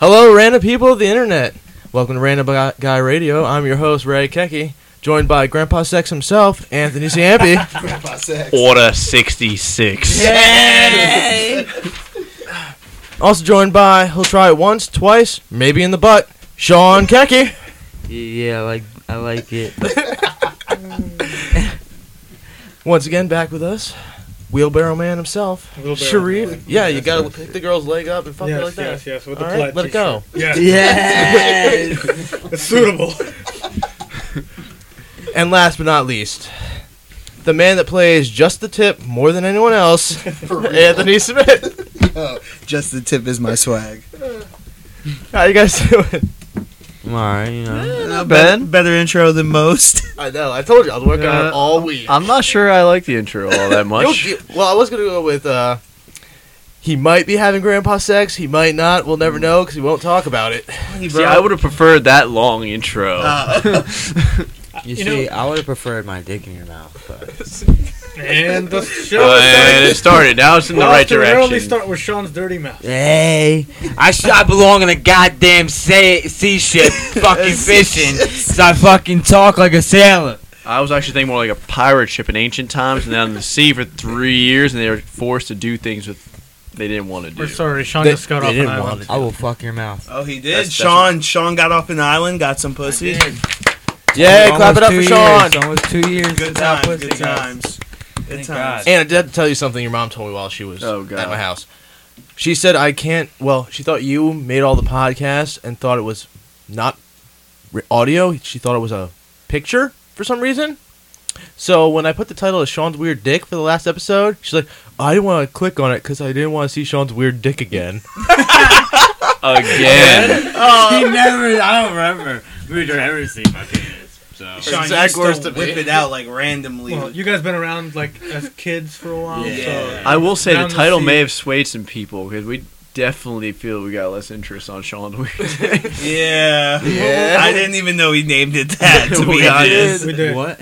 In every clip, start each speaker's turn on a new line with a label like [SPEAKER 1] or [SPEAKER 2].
[SPEAKER 1] Hello, random people of the internet. Welcome to Random Guy- Guy Radio. I'm your host, Ray Keki, joined by Grandpa Sex himself, Anthony Ciampi.
[SPEAKER 2] Grandpa sex.
[SPEAKER 3] Order 66.
[SPEAKER 1] also joined by, he'll try it once, twice, maybe in the butt, Sean Keki.
[SPEAKER 4] Yeah, I like I like it.
[SPEAKER 1] Once again, back with us, Wheelbarrow Man himself,
[SPEAKER 5] Wheelbarrow
[SPEAKER 1] Sharif.
[SPEAKER 5] Man.
[SPEAKER 1] Yeah, you gotta pick the girl's leg up and fuck
[SPEAKER 5] yes,
[SPEAKER 1] her like that.
[SPEAKER 5] yes, yes, with
[SPEAKER 1] All
[SPEAKER 5] the
[SPEAKER 1] right,
[SPEAKER 5] plaid
[SPEAKER 1] let it go.
[SPEAKER 5] t-shirt. Yeah,
[SPEAKER 4] Yes.
[SPEAKER 5] it's suitable.
[SPEAKER 1] And last but not least, the man that plays just the tip more than anyone else,
[SPEAKER 2] For real.
[SPEAKER 1] Anthony Smith.
[SPEAKER 2] Oh, just the tip is my swag.
[SPEAKER 1] How you guys doing?
[SPEAKER 4] I'm alright, you know.
[SPEAKER 2] Not bad. Better intro than most.
[SPEAKER 1] I know. I told you I was working on it
[SPEAKER 6] Yeah.
[SPEAKER 1] all week.
[SPEAKER 6] I'm not sure I like the intro all that much.
[SPEAKER 1] You'll get- well, I was gonna go with uh, he might be having grandpa sex. He might not. We'll never know because he won't talk about it.
[SPEAKER 6] See, I would have preferred that long intro.
[SPEAKER 4] You,
[SPEAKER 5] You
[SPEAKER 4] see, I would have preferred my dick in your mouth. But
[SPEAKER 5] and the show
[SPEAKER 6] But
[SPEAKER 5] started.
[SPEAKER 6] it started. Now it's in the
[SPEAKER 5] Well,
[SPEAKER 6] right
[SPEAKER 5] to only
[SPEAKER 6] direction.
[SPEAKER 5] start with Sean's dirty mouth.
[SPEAKER 4] hey, I sh- I belong in a goddamn say- sea ship, fucking fishing. So I fucking talk like a sailor.
[SPEAKER 6] I was actually thinking more like a pirate ship in ancient times, and they're on the sea for three years, and they were forced to do things with they didn't want to do.
[SPEAKER 5] We're sorry, Sean
[SPEAKER 1] They-
[SPEAKER 5] just got
[SPEAKER 1] they
[SPEAKER 5] off an
[SPEAKER 1] didn't
[SPEAKER 5] island.
[SPEAKER 1] want it.
[SPEAKER 4] I will fuck your mouth.
[SPEAKER 2] oh, he did.
[SPEAKER 6] That's- that's-
[SPEAKER 2] Sean got off an island, got some pussy.
[SPEAKER 1] Yay! Clap it up for Sean.
[SPEAKER 4] Almost two years. without pussy, guys.
[SPEAKER 2] Good
[SPEAKER 4] Thank God.
[SPEAKER 1] And I did have to tell you something your mom told me while she was
[SPEAKER 6] Oh, God.
[SPEAKER 1] at my house. She said I can't. Well, she thought you made all the podcasts and thought it was not re- audio. She thought it was a picture for some reason. So when I put the title of Sean's weird dick for the last episode, she's like, "I didn't want to click on it because I didn't want to see Sean's weird dick again."
[SPEAKER 6] Again,
[SPEAKER 4] He never. I don't remember. We don't ever see my penis. So
[SPEAKER 1] Sean Exact used to words to whip me.
[SPEAKER 2] it out like randomly.
[SPEAKER 5] Well, you guys been around like as kids for a while,
[SPEAKER 2] Yeah.
[SPEAKER 6] I will say
[SPEAKER 5] Down
[SPEAKER 6] the
[SPEAKER 5] the
[SPEAKER 6] title
[SPEAKER 5] sea.
[SPEAKER 6] may have swayed some people because we definitely feel we got less interest on Sean.
[SPEAKER 2] yeah.
[SPEAKER 1] Yeah.
[SPEAKER 2] I didn't even know he named it that. To
[SPEAKER 6] We
[SPEAKER 2] be
[SPEAKER 6] did.
[SPEAKER 2] honest.
[SPEAKER 5] so we did.
[SPEAKER 4] What?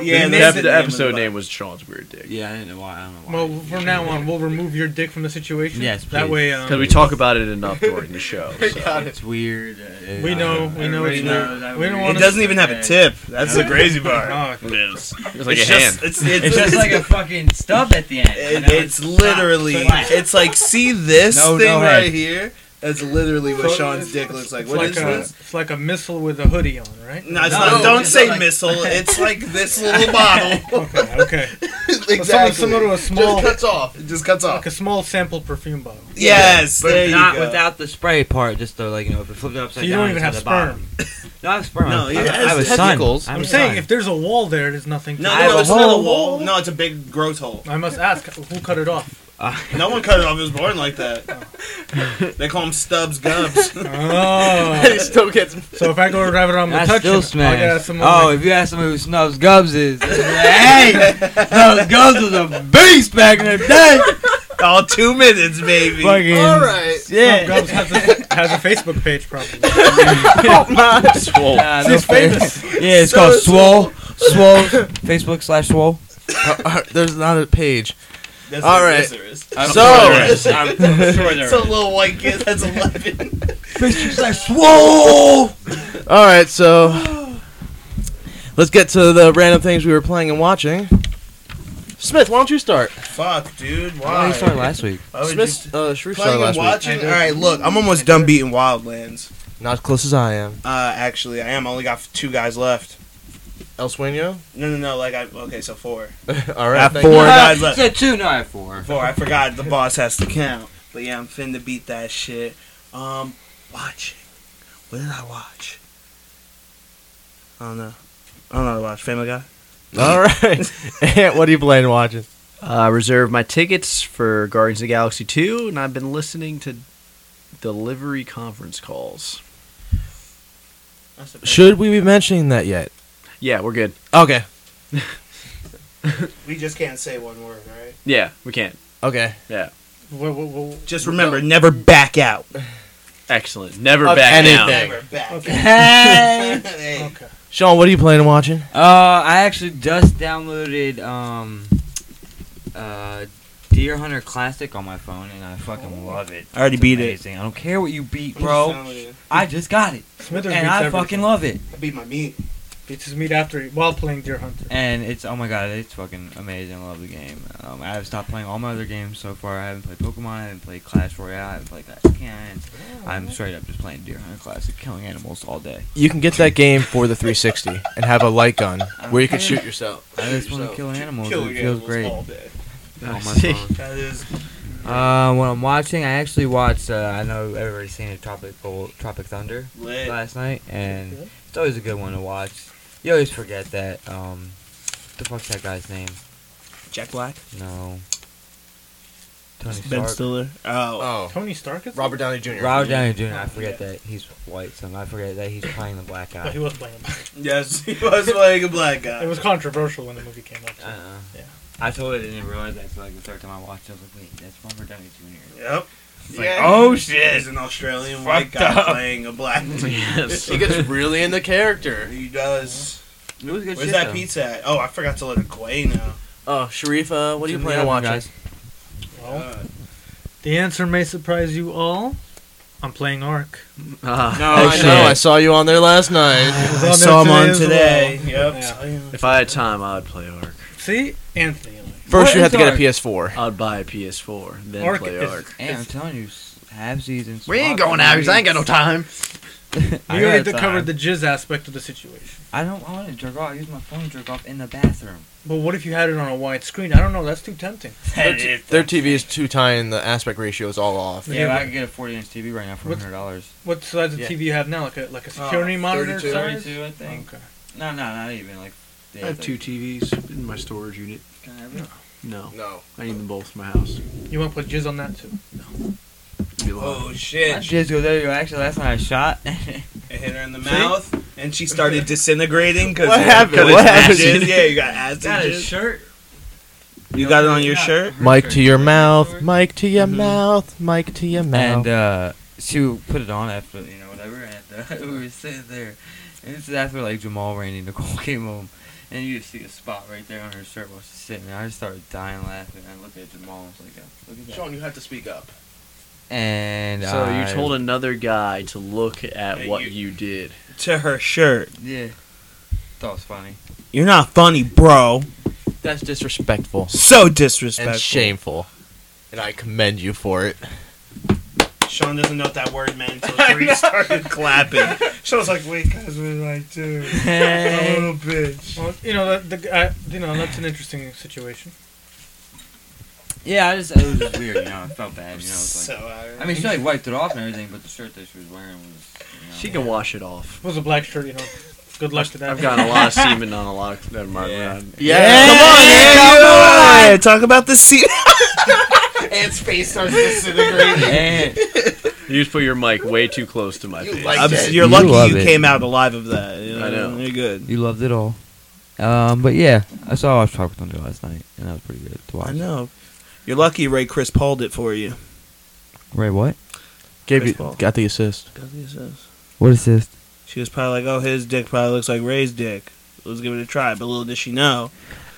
[SPEAKER 2] Yeah,
[SPEAKER 5] we
[SPEAKER 2] they
[SPEAKER 6] the,
[SPEAKER 5] did.
[SPEAKER 2] that's-
[SPEAKER 6] ep-
[SPEAKER 2] said the name
[SPEAKER 6] the
[SPEAKER 2] of the
[SPEAKER 6] episode
[SPEAKER 2] box.
[SPEAKER 6] name was Sean's weird dick
[SPEAKER 4] Yeah, I don't know why. I don't know why.
[SPEAKER 5] Well, from now on, we'll remove your dick from the situation.
[SPEAKER 4] Yes,
[SPEAKER 5] that
[SPEAKER 4] please.
[SPEAKER 5] way
[SPEAKER 6] because
[SPEAKER 5] um,
[SPEAKER 6] we talk about it enough during the show. so.
[SPEAKER 4] it's weird. uh,
[SPEAKER 5] we
[SPEAKER 4] uh,
[SPEAKER 5] know we know it's
[SPEAKER 2] Everybody knows
[SPEAKER 5] not. We don't want
[SPEAKER 2] It doesn't even have a tip. That's the crazy part.
[SPEAKER 5] Oh,
[SPEAKER 6] It's like
[SPEAKER 2] it's
[SPEAKER 6] a hand.
[SPEAKER 2] just, It's, it's,
[SPEAKER 4] It's just like a fucking stub at the end. you
[SPEAKER 2] It,
[SPEAKER 4] know?
[SPEAKER 2] it's literally,
[SPEAKER 4] flat.
[SPEAKER 2] it's like, see this
[SPEAKER 4] No-
[SPEAKER 2] thing
[SPEAKER 4] no head.
[SPEAKER 2] right here? That's literally what
[SPEAKER 5] So
[SPEAKER 2] Sean's
[SPEAKER 5] it's-
[SPEAKER 2] dick looks like.
[SPEAKER 5] it's
[SPEAKER 2] What
[SPEAKER 5] like
[SPEAKER 2] is
[SPEAKER 5] a,
[SPEAKER 2] this?
[SPEAKER 5] It's like a missile with a hoodie on, right?
[SPEAKER 2] No, it's
[SPEAKER 4] No,
[SPEAKER 2] not.
[SPEAKER 4] it's
[SPEAKER 2] Don't
[SPEAKER 4] just
[SPEAKER 2] say
[SPEAKER 4] like-
[SPEAKER 2] missile. It's like this little bottle.
[SPEAKER 5] Okay, okay.
[SPEAKER 2] exactly.
[SPEAKER 5] Something similar to a small,
[SPEAKER 1] Just cuts off.
[SPEAKER 2] it just cuts off.
[SPEAKER 5] like a small sample perfume bottle.
[SPEAKER 2] Yes,
[SPEAKER 4] But
[SPEAKER 2] there you
[SPEAKER 4] not
[SPEAKER 2] go.
[SPEAKER 4] without the spray part, just the like you know, if you flip it upside
[SPEAKER 5] So you
[SPEAKER 4] down.
[SPEAKER 5] don't even have
[SPEAKER 4] it's at the bottom.
[SPEAKER 5] sperm.
[SPEAKER 4] No, I have sperm.
[SPEAKER 2] No,
[SPEAKER 4] I,
[SPEAKER 2] it
[SPEAKER 4] have- I
[SPEAKER 2] has
[SPEAKER 4] have a son.
[SPEAKER 1] testicles.
[SPEAKER 4] I have
[SPEAKER 5] I'm
[SPEAKER 4] a
[SPEAKER 5] saying
[SPEAKER 4] son.
[SPEAKER 5] if there's a wall there, there's nothing. To
[SPEAKER 2] no,
[SPEAKER 4] I have
[SPEAKER 2] no,
[SPEAKER 4] a
[SPEAKER 2] it's not a
[SPEAKER 4] whole-
[SPEAKER 2] wall. No, it's a big growth hole.
[SPEAKER 5] I must ask who cut it off.
[SPEAKER 2] No one cut it off. It was born like that. they call them stubs gubs.
[SPEAKER 5] Oh.
[SPEAKER 1] he still gets
[SPEAKER 5] so if I go drive it on the
[SPEAKER 4] That's
[SPEAKER 5] touch,
[SPEAKER 4] still
[SPEAKER 5] I got
[SPEAKER 4] smash.
[SPEAKER 5] some.
[SPEAKER 4] Oh, if you ask someone who Snubs Gubs is, they'd be like, hey, Snubs Gubs was a beast back in the day.
[SPEAKER 2] All two minutes, baby.
[SPEAKER 4] Fucking
[SPEAKER 1] all right.
[SPEAKER 4] shit.
[SPEAKER 5] Gubs has a, has a Facebook page probably.
[SPEAKER 6] Swole.
[SPEAKER 4] Nah, no
[SPEAKER 5] He's
[SPEAKER 4] fair.
[SPEAKER 5] famous.
[SPEAKER 4] Yeah, it's called Swole. Swole. Facebook slash Swole.
[SPEAKER 1] Uh, There's not a page.
[SPEAKER 2] That's
[SPEAKER 1] All
[SPEAKER 2] what
[SPEAKER 1] right.
[SPEAKER 2] this is.
[SPEAKER 1] So
[SPEAKER 2] It's a little white kid that's 11.
[SPEAKER 4] Facebook slash Swole.
[SPEAKER 1] all right. So let's get to the random things we were playing and watching. Smith, why don't you start?
[SPEAKER 2] Fuck, dude.
[SPEAKER 4] Oh,
[SPEAKER 2] Why?
[SPEAKER 4] you started last week.
[SPEAKER 2] Why would you
[SPEAKER 1] Smith, uh, Sharif started
[SPEAKER 2] playing
[SPEAKER 1] last
[SPEAKER 2] and
[SPEAKER 1] week.
[SPEAKER 2] watching. All right, look, I'm almost done beating Wildlands.
[SPEAKER 1] Not as close as I am.
[SPEAKER 2] Uh, actually, I am. I only got two guys left.
[SPEAKER 1] El Sueño.
[SPEAKER 2] No, no, no. Like I okay, so four.
[SPEAKER 1] all
[SPEAKER 2] I
[SPEAKER 1] right.
[SPEAKER 2] have
[SPEAKER 1] thank
[SPEAKER 2] four
[SPEAKER 1] you.
[SPEAKER 2] guys left.
[SPEAKER 4] said two, no, I have four.
[SPEAKER 2] Four. I forgot the boss has to count. But yeah, I'm finna beat that shit. Um, watching. What did I watch? I don't know. I don't know what to watch. Family Guy.
[SPEAKER 1] All right. Ant, what are you playing and watching?
[SPEAKER 6] I reserved Uh, my tickets for Guardians of the Galaxy 2, and I've been listening to delivery conference calls.
[SPEAKER 2] That's the
[SPEAKER 1] Should we be mentioning that yet?
[SPEAKER 6] Yeah, we're good.
[SPEAKER 1] Okay.
[SPEAKER 2] we just can't say one word, right?
[SPEAKER 6] Yeah, we can.
[SPEAKER 1] Okay.
[SPEAKER 5] Whoa, whoa, whoa.
[SPEAKER 2] Just remember, never back out.
[SPEAKER 6] Excellent. Never
[SPEAKER 1] Of
[SPEAKER 6] back
[SPEAKER 1] anything.
[SPEAKER 6] down.
[SPEAKER 2] Never back.
[SPEAKER 5] Okay.
[SPEAKER 4] Hey.
[SPEAKER 2] Hey.
[SPEAKER 5] Okay.
[SPEAKER 1] Sean, what are you playing and watching?
[SPEAKER 4] Uh, I actually just downloaded um, uh, Deer Hunter Classic on my phone, and I fucking love it.
[SPEAKER 2] I already
[SPEAKER 4] It's
[SPEAKER 2] beat it.
[SPEAKER 4] amazing. I don't care what you beat,
[SPEAKER 2] I'm
[SPEAKER 4] bro.
[SPEAKER 2] telling Oh. you.
[SPEAKER 4] I just got it,
[SPEAKER 5] Smithers
[SPEAKER 4] and
[SPEAKER 5] beats
[SPEAKER 4] I
[SPEAKER 5] everything.
[SPEAKER 4] fucking love it.
[SPEAKER 2] I beat my meat.
[SPEAKER 5] beats his meat after he, while playing Deer Hunter.
[SPEAKER 4] And it's oh my god, it's fucking amazing. I love the game. Um, I have stopped playing all my other games so far. I haven't played Pokemon. I haven't played Clash Royale. I haven't played Clash of Clans.
[SPEAKER 2] Oh.
[SPEAKER 4] I'm straight up just playing Deer Hunter Classic, killing animals all day.
[SPEAKER 1] You can get that game for the 360 and have a light gun where you can shoot yourself.
[SPEAKER 4] I just want to
[SPEAKER 1] Yourself.
[SPEAKER 4] kill animals.
[SPEAKER 2] Killing
[SPEAKER 4] it feels
[SPEAKER 2] animals
[SPEAKER 4] great.
[SPEAKER 2] all day.
[SPEAKER 4] on my
[SPEAKER 6] See?
[SPEAKER 4] phone.
[SPEAKER 2] That is
[SPEAKER 4] Uh, what I'm watching, I actually watched. Uh, I know everybody's seen it, Tropic Tropic Thunder
[SPEAKER 2] lit.
[SPEAKER 4] last night, and it's always a good one to watch. You always forget that. Um, what the fuck's that guy's name?
[SPEAKER 2] Jack Black.
[SPEAKER 4] No. Tony
[SPEAKER 2] Ben
[SPEAKER 4] Stark.
[SPEAKER 2] Stiller. Oh.
[SPEAKER 1] Oh,
[SPEAKER 5] Tony Stark is
[SPEAKER 1] Robert Downey Jr.
[SPEAKER 4] Robert Downey Jr. I forget that he's white, so I forget that he's playing the black
[SPEAKER 5] No, Oh, he
[SPEAKER 4] guy.
[SPEAKER 5] was playing.
[SPEAKER 2] Yes, he was playing a black
[SPEAKER 5] It
[SPEAKER 2] guy.
[SPEAKER 5] was controversial when the movie came out.
[SPEAKER 6] Ah.
[SPEAKER 5] so-
[SPEAKER 4] Uh,
[SPEAKER 5] Yeah.
[SPEAKER 4] I totally didn't realize that. So like the third time I watched, it, I was like, "Wait, that's Robert Downey Jr."
[SPEAKER 2] Yep.
[SPEAKER 4] It's like, oh shit!
[SPEAKER 2] He's an Australian white
[SPEAKER 4] Fucked
[SPEAKER 2] guy
[SPEAKER 4] up.
[SPEAKER 2] playing a black man.
[SPEAKER 6] yes.
[SPEAKER 1] He gets really into character.
[SPEAKER 2] He does.
[SPEAKER 4] It was good
[SPEAKER 2] Where's
[SPEAKER 4] shit,
[SPEAKER 2] that
[SPEAKER 4] though.
[SPEAKER 2] pizza at? Oh, I forgot to let it go away now.
[SPEAKER 1] Oh, Sharifa, what are you
[SPEAKER 4] Jimmy
[SPEAKER 1] planning on watching?
[SPEAKER 4] Hoffa, guys.
[SPEAKER 5] Well,
[SPEAKER 2] Uh,
[SPEAKER 5] the answer may surprise you all. I'm playing Ark.
[SPEAKER 6] Ah.
[SPEAKER 1] No, I
[SPEAKER 4] shit.
[SPEAKER 1] know. I saw you on there last night.
[SPEAKER 5] was
[SPEAKER 2] I
[SPEAKER 5] on
[SPEAKER 2] saw him
[SPEAKER 5] there
[SPEAKER 2] on today.
[SPEAKER 5] today as
[SPEAKER 2] Yep.
[SPEAKER 5] Yeah.
[SPEAKER 2] saw him.
[SPEAKER 6] If I had time, I would play Ark.
[SPEAKER 5] See, Anthony.
[SPEAKER 1] First,
[SPEAKER 4] What
[SPEAKER 1] you have
[SPEAKER 4] is
[SPEAKER 1] to get a
[SPEAKER 4] Ark?
[SPEAKER 1] PS4.
[SPEAKER 6] I'd buy a PS4, then
[SPEAKER 5] Ark
[SPEAKER 6] play
[SPEAKER 5] is-
[SPEAKER 6] Ark.
[SPEAKER 4] Hey, I'm telling you, have season.
[SPEAKER 6] We ain't going out because I ain't got no time.
[SPEAKER 5] We already covered the jizz aspect of the situation.
[SPEAKER 4] I don't want to jerk off. I use my phone to jerk off in the bathroom.
[SPEAKER 5] But what if you had it on a wide screen? I don't know. That's too tempting.
[SPEAKER 1] Their, t- their TV is too tiny and the aspect ratio is all off.
[SPEAKER 4] Yeah, but I can get a 40 inch TV right now for
[SPEAKER 5] What's-
[SPEAKER 4] $100.
[SPEAKER 5] What size of
[SPEAKER 1] Yeah.
[SPEAKER 5] TV you have now? Like a like a
[SPEAKER 6] Oh,
[SPEAKER 5] security monitor
[SPEAKER 1] 32.
[SPEAKER 5] size?
[SPEAKER 4] 32, I think.
[SPEAKER 5] Okay.
[SPEAKER 4] No, no, not even. Like, yeah,
[SPEAKER 6] I have Uh, two
[SPEAKER 4] like-
[SPEAKER 6] TVs in my storage unit.
[SPEAKER 4] Can I have it?
[SPEAKER 6] No,
[SPEAKER 1] No.
[SPEAKER 6] I need them both in my house.
[SPEAKER 5] You want to put jizz on that too?
[SPEAKER 6] It'd be a lot.
[SPEAKER 2] Oh
[SPEAKER 4] I
[SPEAKER 2] shit!
[SPEAKER 4] just go there. You go, actually last night I shot.
[SPEAKER 2] It hit her in the mouth, and she started disintegrating. Cause
[SPEAKER 1] What happened?
[SPEAKER 2] 'cause
[SPEAKER 1] What
[SPEAKER 2] it's
[SPEAKER 1] happened?
[SPEAKER 2] ashes. Yeah, you got acid. jizz.
[SPEAKER 4] shirt.
[SPEAKER 2] You got it on your shirt.
[SPEAKER 1] Mike to your mouth, Mike to your mouth, Mike to your mouth.
[SPEAKER 4] And uh, she put it on after you know whatever. And uh, we were sitting there, and this is after like Jamal, Randy, Nicole came home, and you just see a spot right there on her shirt while she's sitting. there. I just started dying laughing. I looked at Jamal. I was like, oh, look at that.
[SPEAKER 1] you have to speak up.
[SPEAKER 4] And
[SPEAKER 6] So
[SPEAKER 4] I,
[SPEAKER 6] you told another guy to look at
[SPEAKER 2] Hey,
[SPEAKER 6] what
[SPEAKER 2] you-
[SPEAKER 6] you did.
[SPEAKER 2] To her shirt.
[SPEAKER 4] Yeah. That was funny.
[SPEAKER 2] You're not funny, bro.
[SPEAKER 1] That's disrespectful
[SPEAKER 2] So disrespectful.
[SPEAKER 1] and shameful. And I commend you for it.
[SPEAKER 2] Sean doesn't know what that word meant until Sharif started clapping. Sean's like, wait, guys, what did I do? I'm a little bitch.
[SPEAKER 5] Well, you know that the guy. You know that's an interesting situation.
[SPEAKER 4] yeah, I just it was weird. You know, I felt bad. You know, it's
[SPEAKER 2] So
[SPEAKER 4] like.
[SPEAKER 2] I,
[SPEAKER 4] I mean, she like wiped it off and everything, but the shirt that she was wearing was. You know,
[SPEAKER 6] She can wash it off.
[SPEAKER 5] It was a black shirt. You know. Good luck to that.
[SPEAKER 6] I've gotten a lot of semen on a lot of that mark.
[SPEAKER 2] Yeah.
[SPEAKER 1] Yeah.
[SPEAKER 2] Come on, man, come on. Talk about the seat.
[SPEAKER 1] Ant's face starts disintegrating.
[SPEAKER 4] And-
[SPEAKER 6] You just put your mic way too close to my face.
[SPEAKER 1] like-
[SPEAKER 2] I'm,
[SPEAKER 1] said,
[SPEAKER 2] you're
[SPEAKER 1] you
[SPEAKER 2] lucky
[SPEAKER 4] love
[SPEAKER 2] you
[SPEAKER 4] it.
[SPEAKER 2] came out alive of that. You know,
[SPEAKER 6] I know.
[SPEAKER 2] You're good.
[SPEAKER 4] You loved it all. Um, but yeah, I saw I watched Talk with Thunder last night, and that was pretty good to watch.
[SPEAKER 2] I know. You're lucky Ray Chris Paul did for you.
[SPEAKER 4] Ray, what?
[SPEAKER 1] Gave you,
[SPEAKER 2] Baseball.
[SPEAKER 1] got the assist.
[SPEAKER 4] What is this?
[SPEAKER 2] She was probably like, oh, his dick probably looks like Ray's dick. Let's give it a try. But little did she know.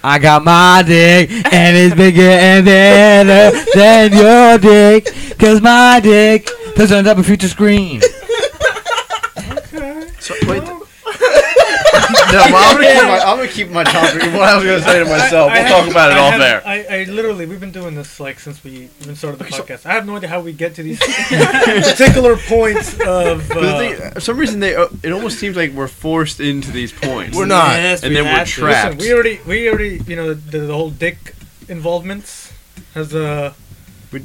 [SPEAKER 4] I got my dick, and it's bigger and better than your dick, cause my dick does on up a future screen.
[SPEAKER 6] So, wait. no, I'm gonna, keep my, I'm gonna keep my topic. What I was gonna say to myself,
[SPEAKER 5] I
[SPEAKER 6] we'll
[SPEAKER 5] have-
[SPEAKER 6] talk about it
[SPEAKER 5] I
[SPEAKER 6] off
[SPEAKER 5] have-
[SPEAKER 6] there.
[SPEAKER 5] I, I literally, we've been doing this like since we even started the podcast. I have no idea how we get to these particular points of.
[SPEAKER 6] But
[SPEAKER 5] uh,
[SPEAKER 6] the thing- for some reason, they uh, it almost seems like we're forced into these points.
[SPEAKER 1] We're not.
[SPEAKER 6] and then we're
[SPEAKER 5] listen,
[SPEAKER 6] trapped.
[SPEAKER 5] we already, we already, you know, the, the whole dick involvements has uh, a.
[SPEAKER 6] We-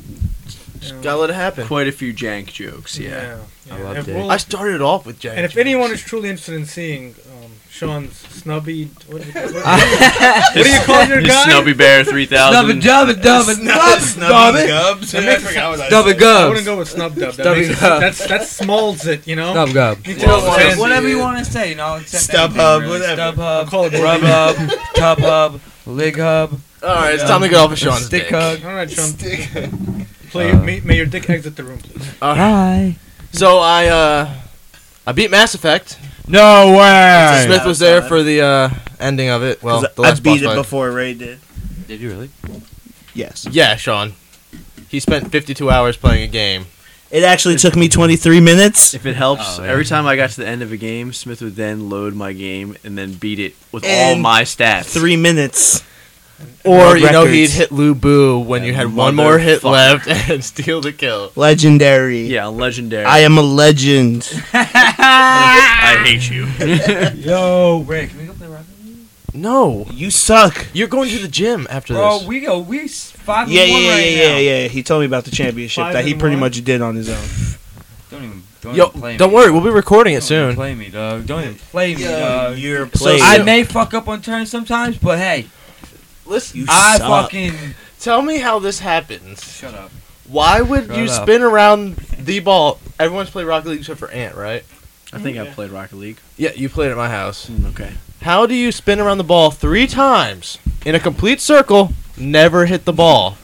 [SPEAKER 1] Gotta let it happen.
[SPEAKER 6] Quite a few jank jokes, yeah.
[SPEAKER 5] yeah.
[SPEAKER 4] I love
[SPEAKER 5] If
[SPEAKER 4] dick.
[SPEAKER 5] we'll-
[SPEAKER 1] I started off with Jack.
[SPEAKER 5] and if anyone is truly interested in seeing um, Sean's snubby, what, what,
[SPEAKER 1] Ah,
[SPEAKER 6] What
[SPEAKER 5] do you call your guy?
[SPEAKER 6] Snubby Bear
[SPEAKER 4] Dubba
[SPEAKER 6] 3000.
[SPEAKER 4] dubba dubba
[SPEAKER 2] Snubby
[SPEAKER 4] dubba
[SPEAKER 2] Gubs. I forgot what I
[SPEAKER 4] dubba
[SPEAKER 2] said.
[SPEAKER 5] I wouldn't
[SPEAKER 4] gubs.
[SPEAKER 5] go with snub dub. That,
[SPEAKER 4] Snub
[SPEAKER 5] makes it,
[SPEAKER 4] dub.
[SPEAKER 5] that's, that smalls it, you know.
[SPEAKER 4] Dub gub.
[SPEAKER 5] You
[SPEAKER 1] Well,
[SPEAKER 5] know what I'm
[SPEAKER 1] whatever-
[SPEAKER 5] saying?
[SPEAKER 4] Whatever you want to say, you know. accept
[SPEAKER 2] Stub
[SPEAKER 4] anything,
[SPEAKER 2] hub,
[SPEAKER 4] really.
[SPEAKER 2] whatever.
[SPEAKER 4] Stub
[SPEAKER 5] I'll
[SPEAKER 4] hub,
[SPEAKER 5] call it
[SPEAKER 4] rub hub, tub hub, lig hub,
[SPEAKER 1] Alright, it's time to get off of Sean's
[SPEAKER 4] stick
[SPEAKER 1] dick.
[SPEAKER 4] hug.
[SPEAKER 5] All right, Sean. Play,
[SPEAKER 1] Uh.
[SPEAKER 5] may, may your dick exit the room, please.
[SPEAKER 1] Alright.
[SPEAKER 4] Hi.
[SPEAKER 1] So I uh I beat Mass Effect.
[SPEAKER 4] No way.
[SPEAKER 1] Smith was there for the uh ending of it. Well, the
[SPEAKER 2] I
[SPEAKER 1] last
[SPEAKER 2] beat
[SPEAKER 1] boss
[SPEAKER 2] it
[SPEAKER 1] fight.
[SPEAKER 2] before Ray did.
[SPEAKER 4] Did you really?
[SPEAKER 2] Yes.
[SPEAKER 1] Yeah, Sean. He spent 52 hours playing a game.
[SPEAKER 2] It actually took me 23 minutes.
[SPEAKER 6] If it helps,
[SPEAKER 4] Oh, yeah.
[SPEAKER 6] every time I got to the end of a game, Smith would then load my game and then beat it with all
[SPEAKER 2] And
[SPEAKER 6] my stats.
[SPEAKER 2] Three minutes.
[SPEAKER 1] Or, you know,
[SPEAKER 2] records.
[SPEAKER 1] he'd hit Lou Boo when you had one more hit
[SPEAKER 6] Motherfucker.
[SPEAKER 1] left and steal the kill.
[SPEAKER 2] Legendary.
[SPEAKER 6] Yeah, legendary.
[SPEAKER 2] I am a legend.
[SPEAKER 3] I hate you.
[SPEAKER 4] Yo, Rick, can we go play Rocket League?
[SPEAKER 1] No.
[SPEAKER 2] You suck.
[SPEAKER 1] You're going to the gym after
[SPEAKER 4] Bro,
[SPEAKER 1] this.
[SPEAKER 4] we go. We s- five and
[SPEAKER 2] Yeah, yeah,
[SPEAKER 4] one
[SPEAKER 2] yeah,
[SPEAKER 4] right
[SPEAKER 2] yeah,
[SPEAKER 4] now.
[SPEAKER 2] yeah. He told me about the championship
[SPEAKER 5] Five
[SPEAKER 2] that he
[SPEAKER 5] and
[SPEAKER 2] pretty
[SPEAKER 5] one?
[SPEAKER 2] much did on his own.
[SPEAKER 4] Don't even. Don't
[SPEAKER 1] Yo,
[SPEAKER 4] even play
[SPEAKER 1] don't
[SPEAKER 4] me.
[SPEAKER 1] worry. We'll be recording it
[SPEAKER 4] Don't even
[SPEAKER 1] soon.
[SPEAKER 4] Play me, dog. Don't even play me, dog.
[SPEAKER 2] you're
[SPEAKER 1] played.
[SPEAKER 4] I may fuck up on turns sometimes, but hey,
[SPEAKER 1] Listen,
[SPEAKER 2] You
[SPEAKER 4] I
[SPEAKER 2] suck.
[SPEAKER 4] fucking
[SPEAKER 1] tell me how this happens.
[SPEAKER 4] shut up.
[SPEAKER 1] Why would
[SPEAKER 4] Shut
[SPEAKER 1] you
[SPEAKER 4] up.
[SPEAKER 1] spin around the ball? Everyone's played Rocket League except for Ant, right?
[SPEAKER 6] I think
[SPEAKER 5] Yeah.
[SPEAKER 6] I've played Rocket League.
[SPEAKER 1] Yeah, you played at my house.
[SPEAKER 6] Mm, okay.
[SPEAKER 1] How do you spin around the ball three times in a complete circle, never hit the ball?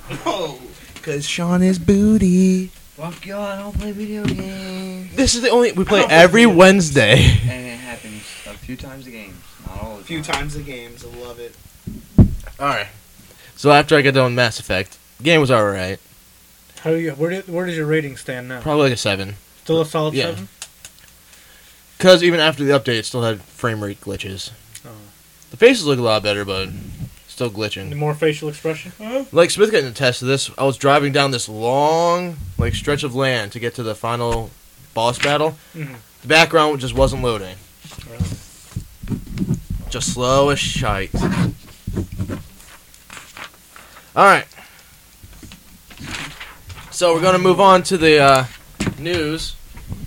[SPEAKER 2] Cause Sean is booty.
[SPEAKER 4] Fuck y'all. I don't play video games.
[SPEAKER 1] This is the only we play
[SPEAKER 5] don't
[SPEAKER 1] every
[SPEAKER 5] think we-
[SPEAKER 1] Wednesday.
[SPEAKER 4] And it happens a few times a game, not all the
[SPEAKER 5] few
[SPEAKER 4] time.
[SPEAKER 5] times the games. I love it.
[SPEAKER 1] All right. So after I got done with Mass Effect, game was all right.
[SPEAKER 5] How do you? Where did, where does your rating stand now?
[SPEAKER 1] Probably like a seven.
[SPEAKER 5] Still a solid
[SPEAKER 1] Yeah.
[SPEAKER 5] seven.
[SPEAKER 1] Because even after the update, it still had frame rate glitches.
[SPEAKER 5] Oh.
[SPEAKER 1] The faces look a lot better, but still glitching.
[SPEAKER 5] Any more facial expression?
[SPEAKER 1] Like Smith got in a test of this. I was driving down this long like stretch of land to get to the final boss battle.
[SPEAKER 2] Mm-hmm.
[SPEAKER 5] Mhm.
[SPEAKER 1] The background just wasn't loading.
[SPEAKER 5] Really?
[SPEAKER 1] Just slow as shite. All right. So we're gonna move on to the uh, news.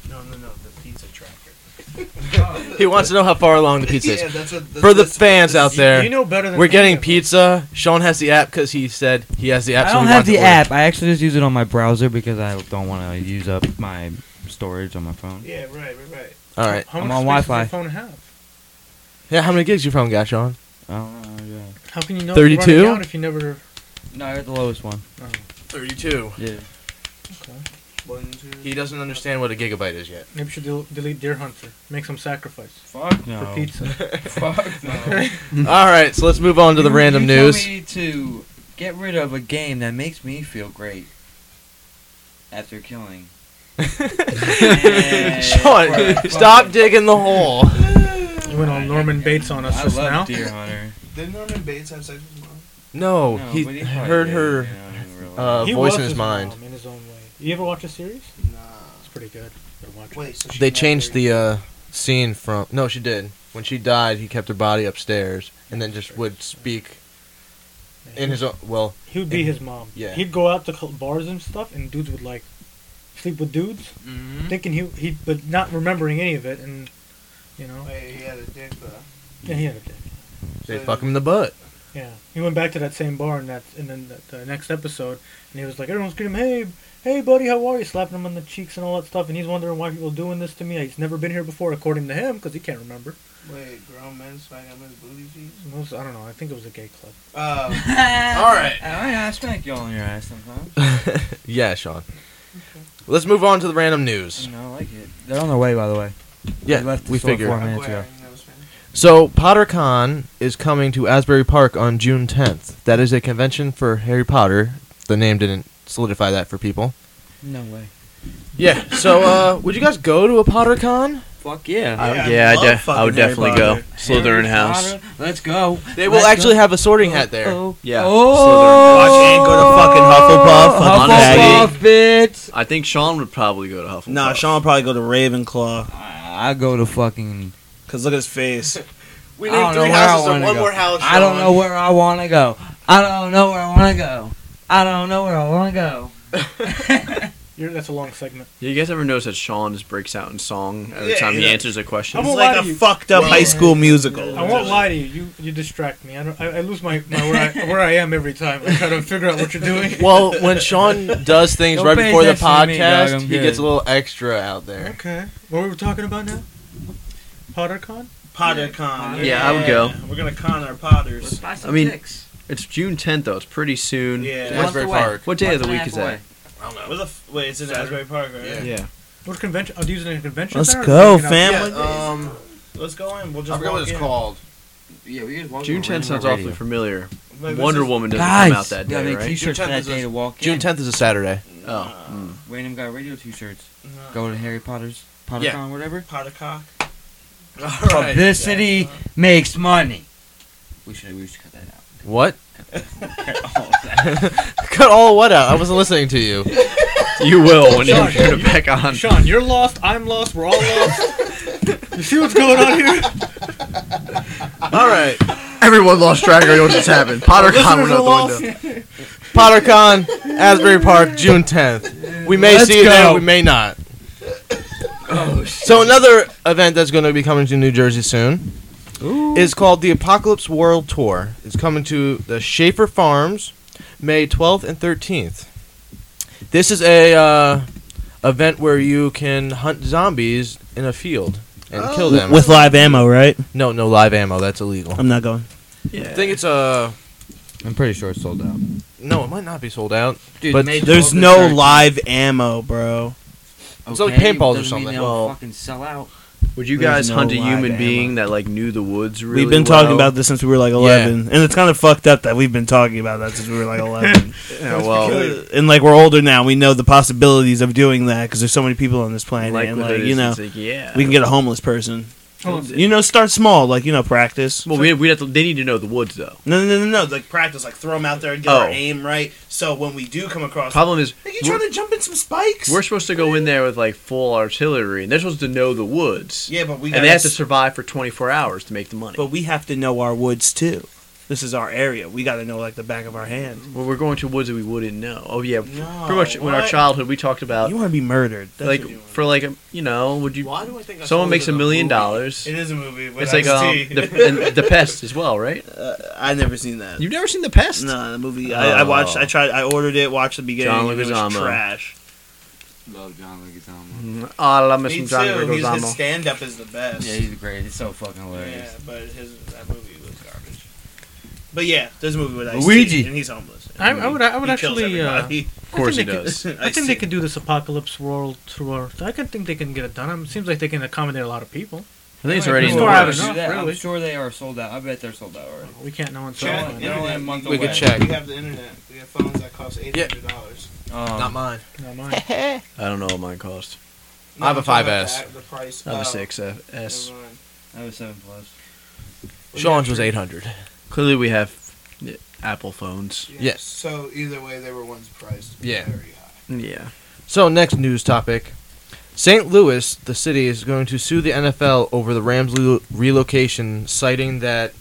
[SPEAKER 2] No, no, no. The pizza tracker.
[SPEAKER 1] He wants to know how far along the pizza is.
[SPEAKER 2] that's what. That's,
[SPEAKER 1] For the fans out
[SPEAKER 5] You,
[SPEAKER 1] there,
[SPEAKER 5] you know better than
[SPEAKER 1] we're getting
[SPEAKER 5] any of us.
[SPEAKER 1] pizza. Sean has the app because he said he has the app.
[SPEAKER 4] I
[SPEAKER 1] so
[SPEAKER 4] don't
[SPEAKER 1] he
[SPEAKER 4] have
[SPEAKER 1] wants to
[SPEAKER 4] the
[SPEAKER 1] order.
[SPEAKER 4] app. I actually just use it on my browser because I don't want to use up my storage on my phone.
[SPEAKER 5] Yeah, right, right, right.
[SPEAKER 1] All right.
[SPEAKER 5] How
[SPEAKER 4] I'm
[SPEAKER 5] much
[SPEAKER 4] on
[SPEAKER 5] space does your
[SPEAKER 4] Wi-Fi.
[SPEAKER 5] Phone have?
[SPEAKER 1] Yeah, how many gigs your phone got, Sean?
[SPEAKER 4] I don't know. Oh, Yeah.
[SPEAKER 5] How can you know? if you're running
[SPEAKER 1] 32?
[SPEAKER 5] out If you never.
[SPEAKER 4] No, I got the lowest one.
[SPEAKER 1] Thirty-two.
[SPEAKER 4] Yeah.
[SPEAKER 1] He doesn't understand what a gigabyte is yet.
[SPEAKER 5] Maybe you should del- delete Deer Hunter. Make some sacrifice
[SPEAKER 4] Fuck
[SPEAKER 5] for
[SPEAKER 4] no.
[SPEAKER 5] pizza.
[SPEAKER 4] Fuck no.
[SPEAKER 1] All right, so let's move on to the
[SPEAKER 4] Hmm. You-
[SPEAKER 1] random
[SPEAKER 4] you
[SPEAKER 1] news.
[SPEAKER 4] Tell me to get rid of a game that makes me feel great after killing. And-
[SPEAKER 1] Sean,
[SPEAKER 4] Fuck.
[SPEAKER 1] stop digging the hole.
[SPEAKER 5] you went all Norman Bates on us
[SPEAKER 4] I
[SPEAKER 5] just
[SPEAKER 4] love
[SPEAKER 5] now.
[SPEAKER 4] Deer Hunter.
[SPEAKER 2] Did Norman Bates have sex with mom?
[SPEAKER 1] No,
[SPEAKER 4] No,
[SPEAKER 1] Oh, he,
[SPEAKER 4] but probably
[SPEAKER 1] heard
[SPEAKER 4] did,
[SPEAKER 1] her.
[SPEAKER 4] you know, in real
[SPEAKER 1] uh,
[SPEAKER 4] life.
[SPEAKER 1] He voice in was his his mind.
[SPEAKER 5] In his own way. You ever watch a series?
[SPEAKER 2] Nah.
[SPEAKER 5] It's pretty good. Better watch it.
[SPEAKER 2] Wait. So she
[SPEAKER 1] They
[SPEAKER 2] met
[SPEAKER 1] changed
[SPEAKER 2] her-
[SPEAKER 1] the uh, scene from. No, she did. When she died, he kept her body upstairs and then just would speak in his own. Well,
[SPEAKER 5] He would be his mom.
[SPEAKER 1] Yeah.
[SPEAKER 5] He'd go out to cl- bars and stuff, and dudes would like sleep with dudes,
[SPEAKER 2] Mm-hmm.
[SPEAKER 4] Mhm.
[SPEAKER 5] thinking he he, but not remembering any of it, and you know,
[SPEAKER 2] Wait, he had a dick though.
[SPEAKER 5] yeah, he had a dick.
[SPEAKER 1] they fuck him in the butt.
[SPEAKER 5] Yeah, he went back to that same bar, and that, and then the, the next episode, and he was like, everyone's screaming, "Hey, hey, buddy, how are you?" Slapping him on the cheeks and all that stuff, and he's wondering why people doing this to me. He's never been here before, according to him, because he can't remember.
[SPEAKER 2] Wait, grown men smacking his booty cheeks.
[SPEAKER 5] It was- I don't know. I think it was a gay club.
[SPEAKER 2] Oh.
[SPEAKER 4] All
[SPEAKER 1] right.
[SPEAKER 4] I, I smack y'all in your ass sometimes.
[SPEAKER 1] yeah, Sean. Let's move on to the random news.
[SPEAKER 4] You know, I like it. They're on their way, by the way.
[SPEAKER 1] Yeah,
[SPEAKER 4] left the
[SPEAKER 1] we
[SPEAKER 4] store
[SPEAKER 1] figure.
[SPEAKER 4] for him. minutes ago.
[SPEAKER 1] So PotterCon is coming to Asbury Park on June 10th. That is a convention for Harry Potter. The name didn't solidify that for people.
[SPEAKER 4] No way.
[SPEAKER 1] Yeah. So, uh, would you guys go to a PotterCon?
[SPEAKER 4] Fuck yeah.
[SPEAKER 2] Yeah,
[SPEAKER 6] I,
[SPEAKER 2] I
[SPEAKER 6] yeah, I,
[SPEAKER 2] love
[SPEAKER 6] def- I would
[SPEAKER 2] fucking Harry
[SPEAKER 6] definitely
[SPEAKER 2] Potter.
[SPEAKER 6] go. Slytherin house.
[SPEAKER 4] Let's go.
[SPEAKER 1] They will
[SPEAKER 4] Let's
[SPEAKER 1] actually
[SPEAKER 4] go.
[SPEAKER 1] have a sorting hat there.
[SPEAKER 4] Oh.
[SPEAKER 6] Yeah,
[SPEAKER 2] Watch
[SPEAKER 4] Oh.
[SPEAKER 2] and go to fucking Hufflepuff. fucking faggot.
[SPEAKER 4] Hufflepuff, bitch.
[SPEAKER 6] I think Sean would probably go to Hufflepuff.
[SPEAKER 2] Nah, Sean will probably go to Ravenclaw.
[SPEAKER 4] I I go to fucking.
[SPEAKER 2] Cause look at his face.
[SPEAKER 1] We
[SPEAKER 4] I don't know where I wanna go. I don't know where I want to go. I don't know where I want to go. I don't know where I want to go.
[SPEAKER 5] You're, that's a long segment.
[SPEAKER 6] Yeah, you guys ever notice that Sean just breaks out in song every
[SPEAKER 2] Yeah,
[SPEAKER 6] time he
[SPEAKER 2] yeah.
[SPEAKER 6] answers a question?
[SPEAKER 5] I
[SPEAKER 2] It's
[SPEAKER 5] won't
[SPEAKER 2] like
[SPEAKER 5] lie
[SPEAKER 2] a
[SPEAKER 5] to you.
[SPEAKER 2] fucked up high school musical.
[SPEAKER 5] I won't lie to you. You you distract me. I don't. I, I lose my, my where I where I am every time. I try to figure out what you're doing.
[SPEAKER 1] Well, when Sean does things
[SPEAKER 4] Don't
[SPEAKER 1] right
[SPEAKER 4] pay
[SPEAKER 1] before the
[SPEAKER 4] attention to me, dog,
[SPEAKER 1] podcast,
[SPEAKER 4] I'm
[SPEAKER 1] he
[SPEAKER 4] good.
[SPEAKER 1] gets a little extra out there.
[SPEAKER 5] Okay. What were we talking about now? PotterCon?
[SPEAKER 2] PotterCon.
[SPEAKER 6] Yeah, I would go.
[SPEAKER 2] We're gonna con our Potters.
[SPEAKER 6] I mean, it's June 10th though. It's pretty soon.
[SPEAKER 2] Yeah.
[SPEAKER 1] That's very
[SPEAKER 4] away.
[SPEAKER 1] Park.
[SPEAKER 6] What day of
[SPEAKER 4] Month
[SPEAKER 6] the
[SPEAKER 4] and a
[SPEAKER 6] week is
[SPEAKER 4] half
[SPEAKER 6] that?
[SPEAKER 4] away.
[SPEAKER 2] Where the f- wait, it's in Asbury Park, right?
[SPEAKER 1] Yeah.
[SPEAKER 6] Yeah.
[SPEAKER 5] What convention? Oh, these are in a convention.
[SPEAKER 2] Let's
[SPEAKER 5] center or
[SPEAKER 2] go,
[SPEAKER 5] is it out-
[SPEAKER 2] fam.
[SPEAKER 1] Yeah,
[SPEAKER 2] What day is
[SPEAKER 1] um,
[SPEAKER 2] Let's go in. We'll
[SPEAKER 1] I
[SPEAKER 2] just
[SPEAKER 1] forgot
[SPEAKER 2] walk
[SPEAKER 1] what it's
[SPEAKER 2] in.
[SPEAKER 1] called.
[SPEAKER 4] Yeah, we just
[SPEAKER 6] June 10th sounds awfully familiar. Wonder Woman doesn't
[SPEAKER 4] Guys,
[SPEAKER 6] come out that
[SPEAKER 4] we gotta
[SPEAKER 6] day,
[SPEAKER 4] make
[SPEAKER 6] right?
[SPEAKER 4] T-shirts
[SPEAKER 1] June
[SPEAKER 4] for
[SPEAKER 1] 10th
[SPEAKER 4] that
[SPEAKER 1] is
[SPEAKER 4] day
[SPEAKER 1] a-
[SPEAKER 4] to walk
[SPEAKER 1] June
[SPEAKER 4] in.
[SPEAKER 1] 10th is a Saturday.
[SPEAKER 6] Oh,
[SPEAKER 5] Uh,
[SPEAKER 6] mm.
[SPEAKER 4] Random got radio T-shirts.
[SPEAKER 2] No.
[SPEAKER 4] Go to Harry Potter's PotterCon,
[SPEAKER 1] Yeah.
[SPEAKER 4] whatever.
[SPEAKER 2] Pottercock.
[SPEAKER 4] Publicity makes money. We should we should cut that out.
[SPEAKER 1] What?
[SPEAKER 4] Cut all of that.
[SPEAKER 1] Cut all what out? I wasn't listening to you.
[SPEAKER 6] You will when you
[SPEAKER 5] Sean,
[SPEAKER 6] turn it back on.
[SPEAKER 5] Sean, you're lost. I'm lost. We're all lost. you see what's going on here?
[SPEAKER 1] All right.
[SPEAKER 6] Everyone lost track of what just happened. PotterCon went
[SPEAKER 5] Listeners are
[SPEAKER 6] out the
[SPEAKER 5] lost.
[SPEAKER 6] window.
[SPEAKER 1] PotterCon, Asbury Park, June 10th. We may
[SPEAKER 4] Let's
[SPEAKER 1] see you there,
[SPEAKER 4] go.
[SPEAKER 1] we may not. So another event that's going to be coming to New Jersey soon is called the Apocalypse World Tour. It's coming to the Schaefer Farms, May 12th and 13th. This is a uh, event where you can hunt zombies in a field and kill them.
[SPEAKER 2] With live ammo, right?
[SPEAKER 1] no, no live ammo. That's illegal.
[SPEAKER 2] I'm not going.
[SPEAKER 1] I
[SPEAKER 6] Yeah.
[SPEAKER 1] think it's uh
[SPEAKER 4] I'm pretty sure it's sold out.
[SPEAKER 1] no. It might not be sold out.
[SPEAKER 4] Dude,
[SPEAKER 1] But
[SPEAKER 4] May
[SPEAKER 2] There's
[SPEAKER 4] 12th is
[SPEAKER 2] no
[SPEAKER 4] Thursday.
[SPEAKER 2] live ammo, bro.
[SPEAKER 1] It's like paintballs or
[SPEAKER 4] doesn't mean
[SPEAKER 1] something.
[SPEAKER 4] they'll
[SPEAKER 1] Well-
[SPEAKER 4] fucking sell out.
[SPEAKER 6] Would you
[SPEAKER 2] There's
[SPEAKER 6] guys
[SPEAKER 2] no
[SPEAKER 6] hunt a human
[SPEAKER 2] live
[SPEAKER 6] being that like knew the woods really
[SPEAKER 2] we've been talking
[SPEAKER 6] well?
[SPEAKER 2] about this since we were like 11, and it's kind of fucked up that we've been talking about that since we were like 11.
[SPEAKER 6] Yeah, well,
[SPEAKER 2] Uh, and like we're older now, we know the possibilities of doing that because there's so many people on this planet,
[SPEAKER 6] like,
[SPEAKER 2] and like you know,
[SPEAKER 6] like, yeah.
[SPEAKER 2] we can get a homeless person.
[SPEAKER 5] Oh,
[SPEAKER 2] You know, start small, like you know, practice.
[SPEAKER 6] well, we we have to. They need to know the woods though.
[SPEAKER 2] No, no, no, no, no. Like practice, like throw them out there and get our
[SPEAKER 6] Oh.
[SPEAKER 2] aim right. So when we do come across,
[SPEAKER 6] Problem is,
[SPEAKER 2] Are you
[SPEAKER 6] we're,
[SPEAKER 2] trying to jump in some spikes?
[SPEAKER 6] we're supposed to go in there with like full artillery, and they're supposed to know the woods.
[SPEAKER 2] yeah, but we
[SPEAKER 6] and
[SPEAKER 2] gotta
[SPEAKER 6] they have to
[SPEAKER 2] s-
[SPEAKER 6] survive for 24 hours to make the money.
[SPEAKER 2] but we have to know our woods too. This is our area. We got to know like the back of our hand.
[SPEAKER 6] well, we're going to woods that we wouldn't know. Oh yeah,
[SPEAKER 2] No,
[SPEAKER 6] pretty much. When our
[SPEAKER 2] what?
[SPEAKER 6] childhood, we talked about
[SPEAKER 2] You want to be murdered? That's
[SPEAKER 6] Uh, like
[SPEAKER 2] what you wanna
[SPEAKER 6] for like a, you know, would you?
[SPEAKER 1] Why do I think
[SPEAKER 6] Someone makes a million dollars.
[SPEAKER 2] do. It is a movie. But
[SPEAKER 6] It's like um, the, and the pest as well, right?
[SPEAKER 2] I've Uh, never seen that.
[SPEAKER 6] You've never seen the pest?
[SPEAKER 2] No, the movie. I, I watched. I
[SPEAKER 6] Oh.
[SPEAKER 2] tried. I ordered it. Watched the beginning.
[SPEAKER 6] John
[SPEAKER 2] and it was
[SPEAKER 6] Leguizamo.
[SPEAKER 2] trash.
[SPEAKER 4] Love John Leguizamo.
[SPEAKER 6] Mm, I love me some John Leguizamo.
[SPEAKER 2] stand up is the best.
[SPEAKER 4] Yeah, he's great. He's so fucking hilarious.
[SPEAKER 2] but his that movie was garbage. But yeah, there's a movie with Ice-T,
[SPEAKER 4] Luigi.
[SPEAKER 2] and he's homeless.
[SPEAKER 5] I, I would. I would
[SPEAKER 2] He kills
[SPEAKER 5] actually. Uh,
[SPEAKER 2] everybody.
[SPEAKER 6] Of course he
[SPEAKER 5] I think they
[SPEAKER 6] does.
[SPEAKER 5] I think they could do this apocalypse world tour. I can think they can get it done. Um, It seems like they can accommodate a lot of people.
[SPEAKER 6] I think it's
[SPEAKER 5] Like,
[SPEAKER 6] already in
[SPEAKER 5] people
[SPEAKER 6] the
[SPEAKER 5] are
[SPEAKER 6] works.
[SPEAKER 5] having enough,
[SPEAKER 4] I'm, sure that-
[SPEAKER 5] really.
[SPEAKER 4] I'm sure they are sold out. I bet they're sold out already.
[SPEAKER 5] We can't know until.
[SPEAKER 2] Check.
[SPEAKER 5] then.
[SPEAKER 4] They're only a month
[SPEAKER 1] We
[SPEAKER 4] away.
[SPEAKER 1] could check.
[SPEAKER 2] have the internet. We have phones that cost eight dollars.
[SPEAKER 4] Um,
[SPEAKER 1] Not mine.
[SPEAKER 5] Not mine.
[SPEAKER 6] I don't know what mine cost.
[SPEAKER 1] I have a 5S.
[SPEAKER 2] The price.
[SPEAKER 6] I have a six S.
[SPEAKER 2] Oh.
[SPEAKER 4] That was seven plus.
[SPEAKER 1] Sean's was eight hundred.
[SPEAKER 6] Clearly, we have yeah, Apple phones.
[SPEAKER 1] Yeah.
[SPEAKER 7] So either way, they were once priced
[SPEAKER 1] Yeah.
[SPEAKER 7] very high.
[SPEAKER 6] Yeah.
[SPEAKER 1] So, next news topic. St. Louis, the city, is going to sue the NFL over the Rams' lo- relocation, citing that